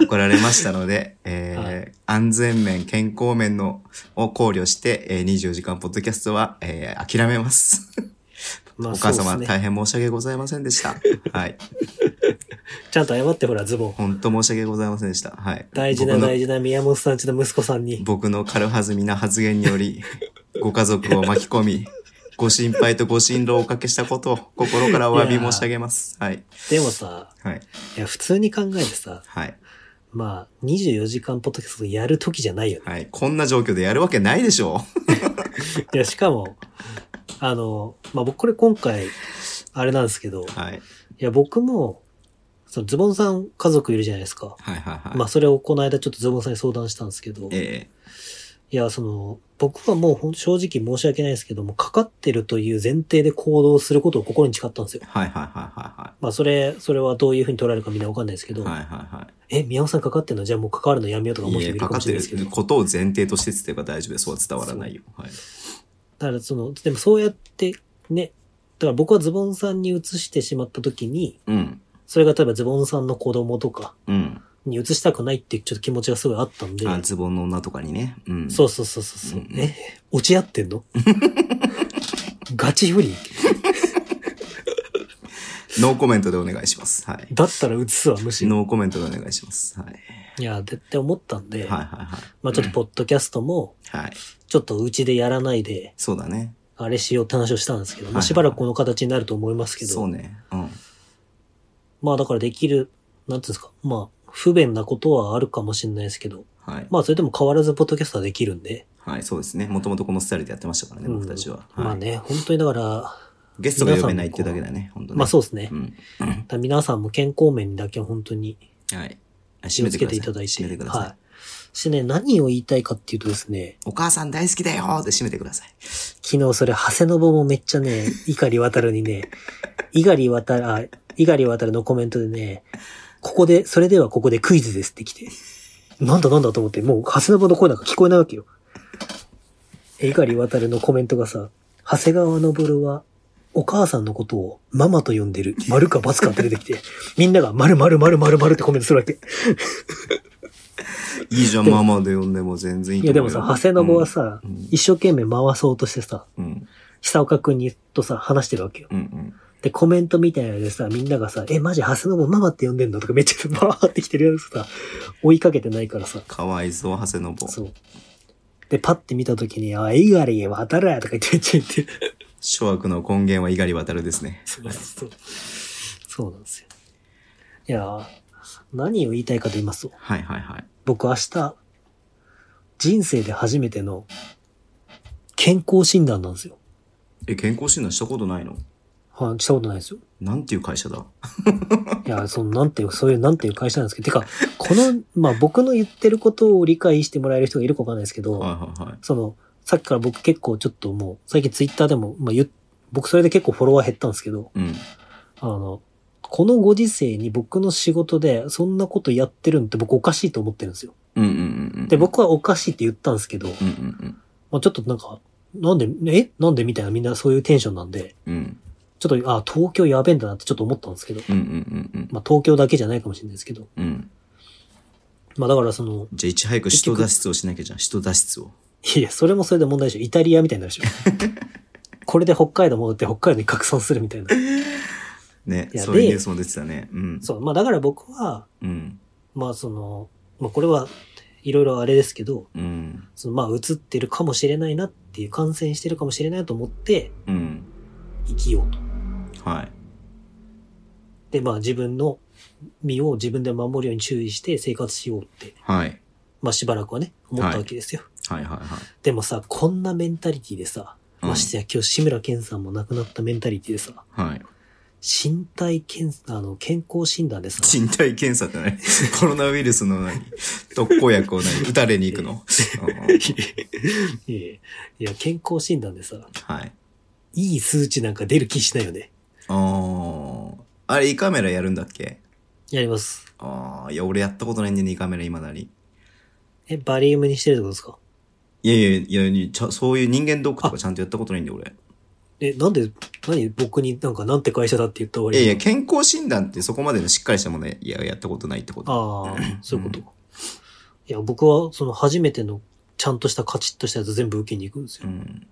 怒られましたので、えー
は
安全面、健康面のを考慮して、えー24時間ポッドキャストは、えー諦めます。
まあ
お母
そう
様、
っすね
大変申し訳ございませんでした。はい。
ちゃんと謝ってほら、ズボン。
本当申し訳ございませんでした。はい。
大事な
僕の
大事な宮本さんちの息子さんに。
僕の軽はずみな発言により、 [laughs] ご家族を巻き込み、ご心配とご心労をおかけしたことを心からお詫び申し上げます。はい。
でもさ、
はい。
いや、普通に考えてさ、
はい。
まあ、24時間ポッドキャストやる時じゃないよね。
はい。こんな状況でやるわけないでしょ。
いや、しかも、あの、まあ、僕これ今回、あれなんですけど、いう
はい。
や、僕も、そのズボンさん家族いるじゃないですか。
はいはいはい。
まあ、それをこの間ちょっとズボンさんに相談したんですけど、い
え
や、その、僕はもうほん正直申し訳ないですけども、かかってるという前提で行動することを心に誓ったんですよ
え。はいはいはいは
まあ、それ、それはどういうふうに取られるかみんなわかんないですけ
い
ど、
はい。はいは
え、宮本さんかかってるのじゃあもう関わるのやめようとか
い
思
はい。
う
い
人
え、
もいる
か
か
か
も
っ
しれ
て
ないですけ
る
ど、
ことを前提としてつってば大丈夫です。そうは伝わらないよ。はい。
だからその、でもそうやって、ね、だから僕はズボンさんに移してしまった時に、
うん。
それが例えばズボンさんの子供とか
うん。
に移したくないっていうちょっと気持ちがすごいあったんで、
あ、ズボンの女とかにね。うん。
そうそうそうそう、う
うん
え、落ち合ってんの [laughs] ガチ不利
ノーコメントでお願いします。はい。
だったら移すわ、むしろ。
ノーコメントでお願いします。はい。
いや、絶対思ったんで、
はいはいはい。
まあちょっとポッドキャストも、
はい。
ちょっとうちでやらないで、
そうだね。
あれしようって話をしたんですけど、
は
まあ
いはい
しばらくこの形になると思いますけど、
そうね。うん。
まあだからできる、なんていうんですか、まあ、不便なことはあるかもしれないですけど、
はい。
まあそれでも変わらずポッドキャストはできるんで、
はい、そうですね。もともとこのスタイルでやってましたからね、
うん
僕たちは。はい
まあね、本当にだから、
ゲストが呼べないっていうだけだね、本当ね。
まあそうですね。
うん。
だから皆さんも健康面にだけは本当に
はい。
気
締
を
め
つ
て
け
く
ていた
だ
だ
さ
い
い。
て。
締めてください。
はい。そしてね、何を言いたいかっていうとですね、
お母さん大好きだよーって締めてください。
昨日それ、長谷信もめっちゃ
[laughs]
ね、猪狩渡るにね、猪狩渡る、あ、猪狩渡るのコメントでね、ここで、それではここでクイズですって来て、なんだなんだと思って、もう長谷信の声なんか聞こえないわけよ。えがりわたるのコメントがさ、長谷川昇は、お母さんのことをママと呼んでる、丸か×かって出てきて、みんなが丸丸丸丸丸ってコメントするわけ。
いいじゃん、
で
ママで呼んでも全然いい
い
と
やで
思う
も
よ
さ、長谷信は、さ、
うん
一生懸命回そうとしてさ、
うん、
久岡くんにとさ、話してるわけよ。
うん、うん。
で、コメントみたいなのでさ、みんながさ、え、マジ、長谷信ママって呼んでんのとかめっちゃ [laughs] バーってきてるやつさ、追いかけてないからさ、
かわいそう、長谷信。
そう。で、パッて見たときに、あ、えがり渡るやとか言ってめっちゃ言って、
諸悪の根源は猪狩渡るですね。
[laughs] そうそう。そうなんですよ。いやー、何を言いたいかと言いますと、
はいはいはい。
僕明日、人生で初めての健康診断なんですよ。
え、健康診断したことないの
はい、したことないですよ。
なんていう会社だ
いや、その、なんていう、そういう、なんていう会社なんですけど、てか、この、まあ僕の言ってることを理解してもらえる人がいるかわかんないですけど、
はいはいはい。
その、さっきから僕結構ちょっともう、最近ツイッターでも、まあ言っ僕それで結構フォロワー減ったんですけど、
うん。
あの、このご時世に僕の仕事でそんなことやってるんって僕おかしいと思ってるんですよ。
うんうんうんうん。
で、、僕はおかしいって言ったんですけど、
うんうん
まあ、ちょっとなんか、なんで、えなんでみたいなみんなそういうテンションなんで、
うん。うん
ちょっと、あ、東京やべえんだなってちょっと思ったんですけど、
うんうんうん
まあ東京だけじゃないかもしれないですけど、
うん。うん。
まあだからその、
じゃあ、いち早く人脱出をしなきゃじゃん。人脱出を。
いや、それもそれで問題でしょ。イタリアみたいに
[laughs]
なるでしょ。これで北海道戻って北海道に拡散するみたいな。
ね
い。や
そういう
で
ニュースも出てたね。うん。
そう、まあだから僕は、
うん。
まあその、まあこれはいろいろあれですけど、
うん。
そのまあ映ってるかもしれないなっていう感染してるかもしれないと思って
うん。
生きようと。
はい。
でまあ自分の身を自分で守るように注意して生活しようって、
はい。
まあしばらくはね、思ったわけですよ。
はいはいはい。
でもさ、こんなメンタリティでさ、
うん
ましてや今日志村けんさんも亡くなったメンタリティでさ、
はい。
身体検査、あの、健康診断でさ、
人体検査って何 [laughs] コロナウイルスの何特効薬を
[laughs]
何打たれに行くの、うん
いやいやいや、健康診断でさ、
はい。
いい数値なんか出る気しないよね。
あーあれ、胃カメラやるんだっけ
やります。
ああ、いや、俺やったことないんでね、胃カメラ、いまだに。
え、バリウムにしてるってことですか
いやいやいやちゃ、そういう人間ドックとかちゃんとやったことないんで、俺。
え、なんで、何僕になんかなんて会社だって言った
い
割
や
に。
いや、健康診断ってそこまでのしっかりしたものややったことないってこと。
ああ、そういうこと。いや、僕はその初めてのちゃんとしたカチッとしたやつ全部受けに行くんです
う
よ。
ん。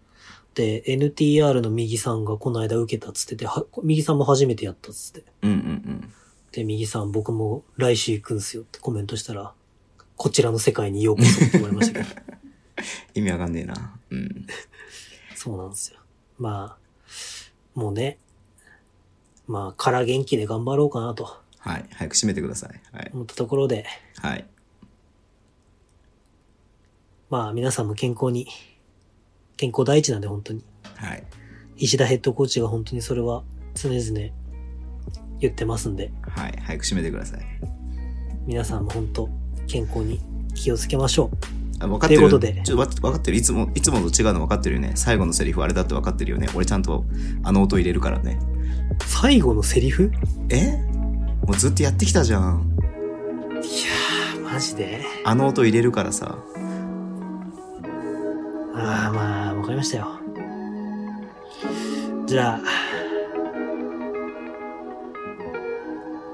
で、NTR の右さんがこの間受けたっつってて、は右さんも初めてやったっつって。
うんうん
で、右さん僕も来週行くんすよってコメントしたら、こちらの世界にようこそって言われましたけど。
うん。意味わかんねえな。うん。
そうなんですよ。まあ、もうね、まあ、から元気で頑張ろうかなと
はい。早く閉めてください。はい。
思ったところで、
はい。
まあ皆さんも健康に、健康第一なんで本当に。
はい。
石田ヘッドコーチが本当にそれは常々言ってますんで、
はい。早く閉めてください。
皆さんも本当健康に気をつけましょう。
あ分かってる。
ということで
ちょっとわ分かってる。いつも、いつもと違うの分かってるよね。最後のセリフあれだって分かってるよね。俺ちゃんとあの音入れるからね。
最後のセリフ
えもうずっとやってきたじゃん。
いやー、マジで。
あの音入れるからさ。
ああ、まあ、わかりましたよ。じゃあ、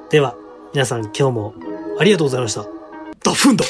では、皆さん今日もありがとうございました。ドフンド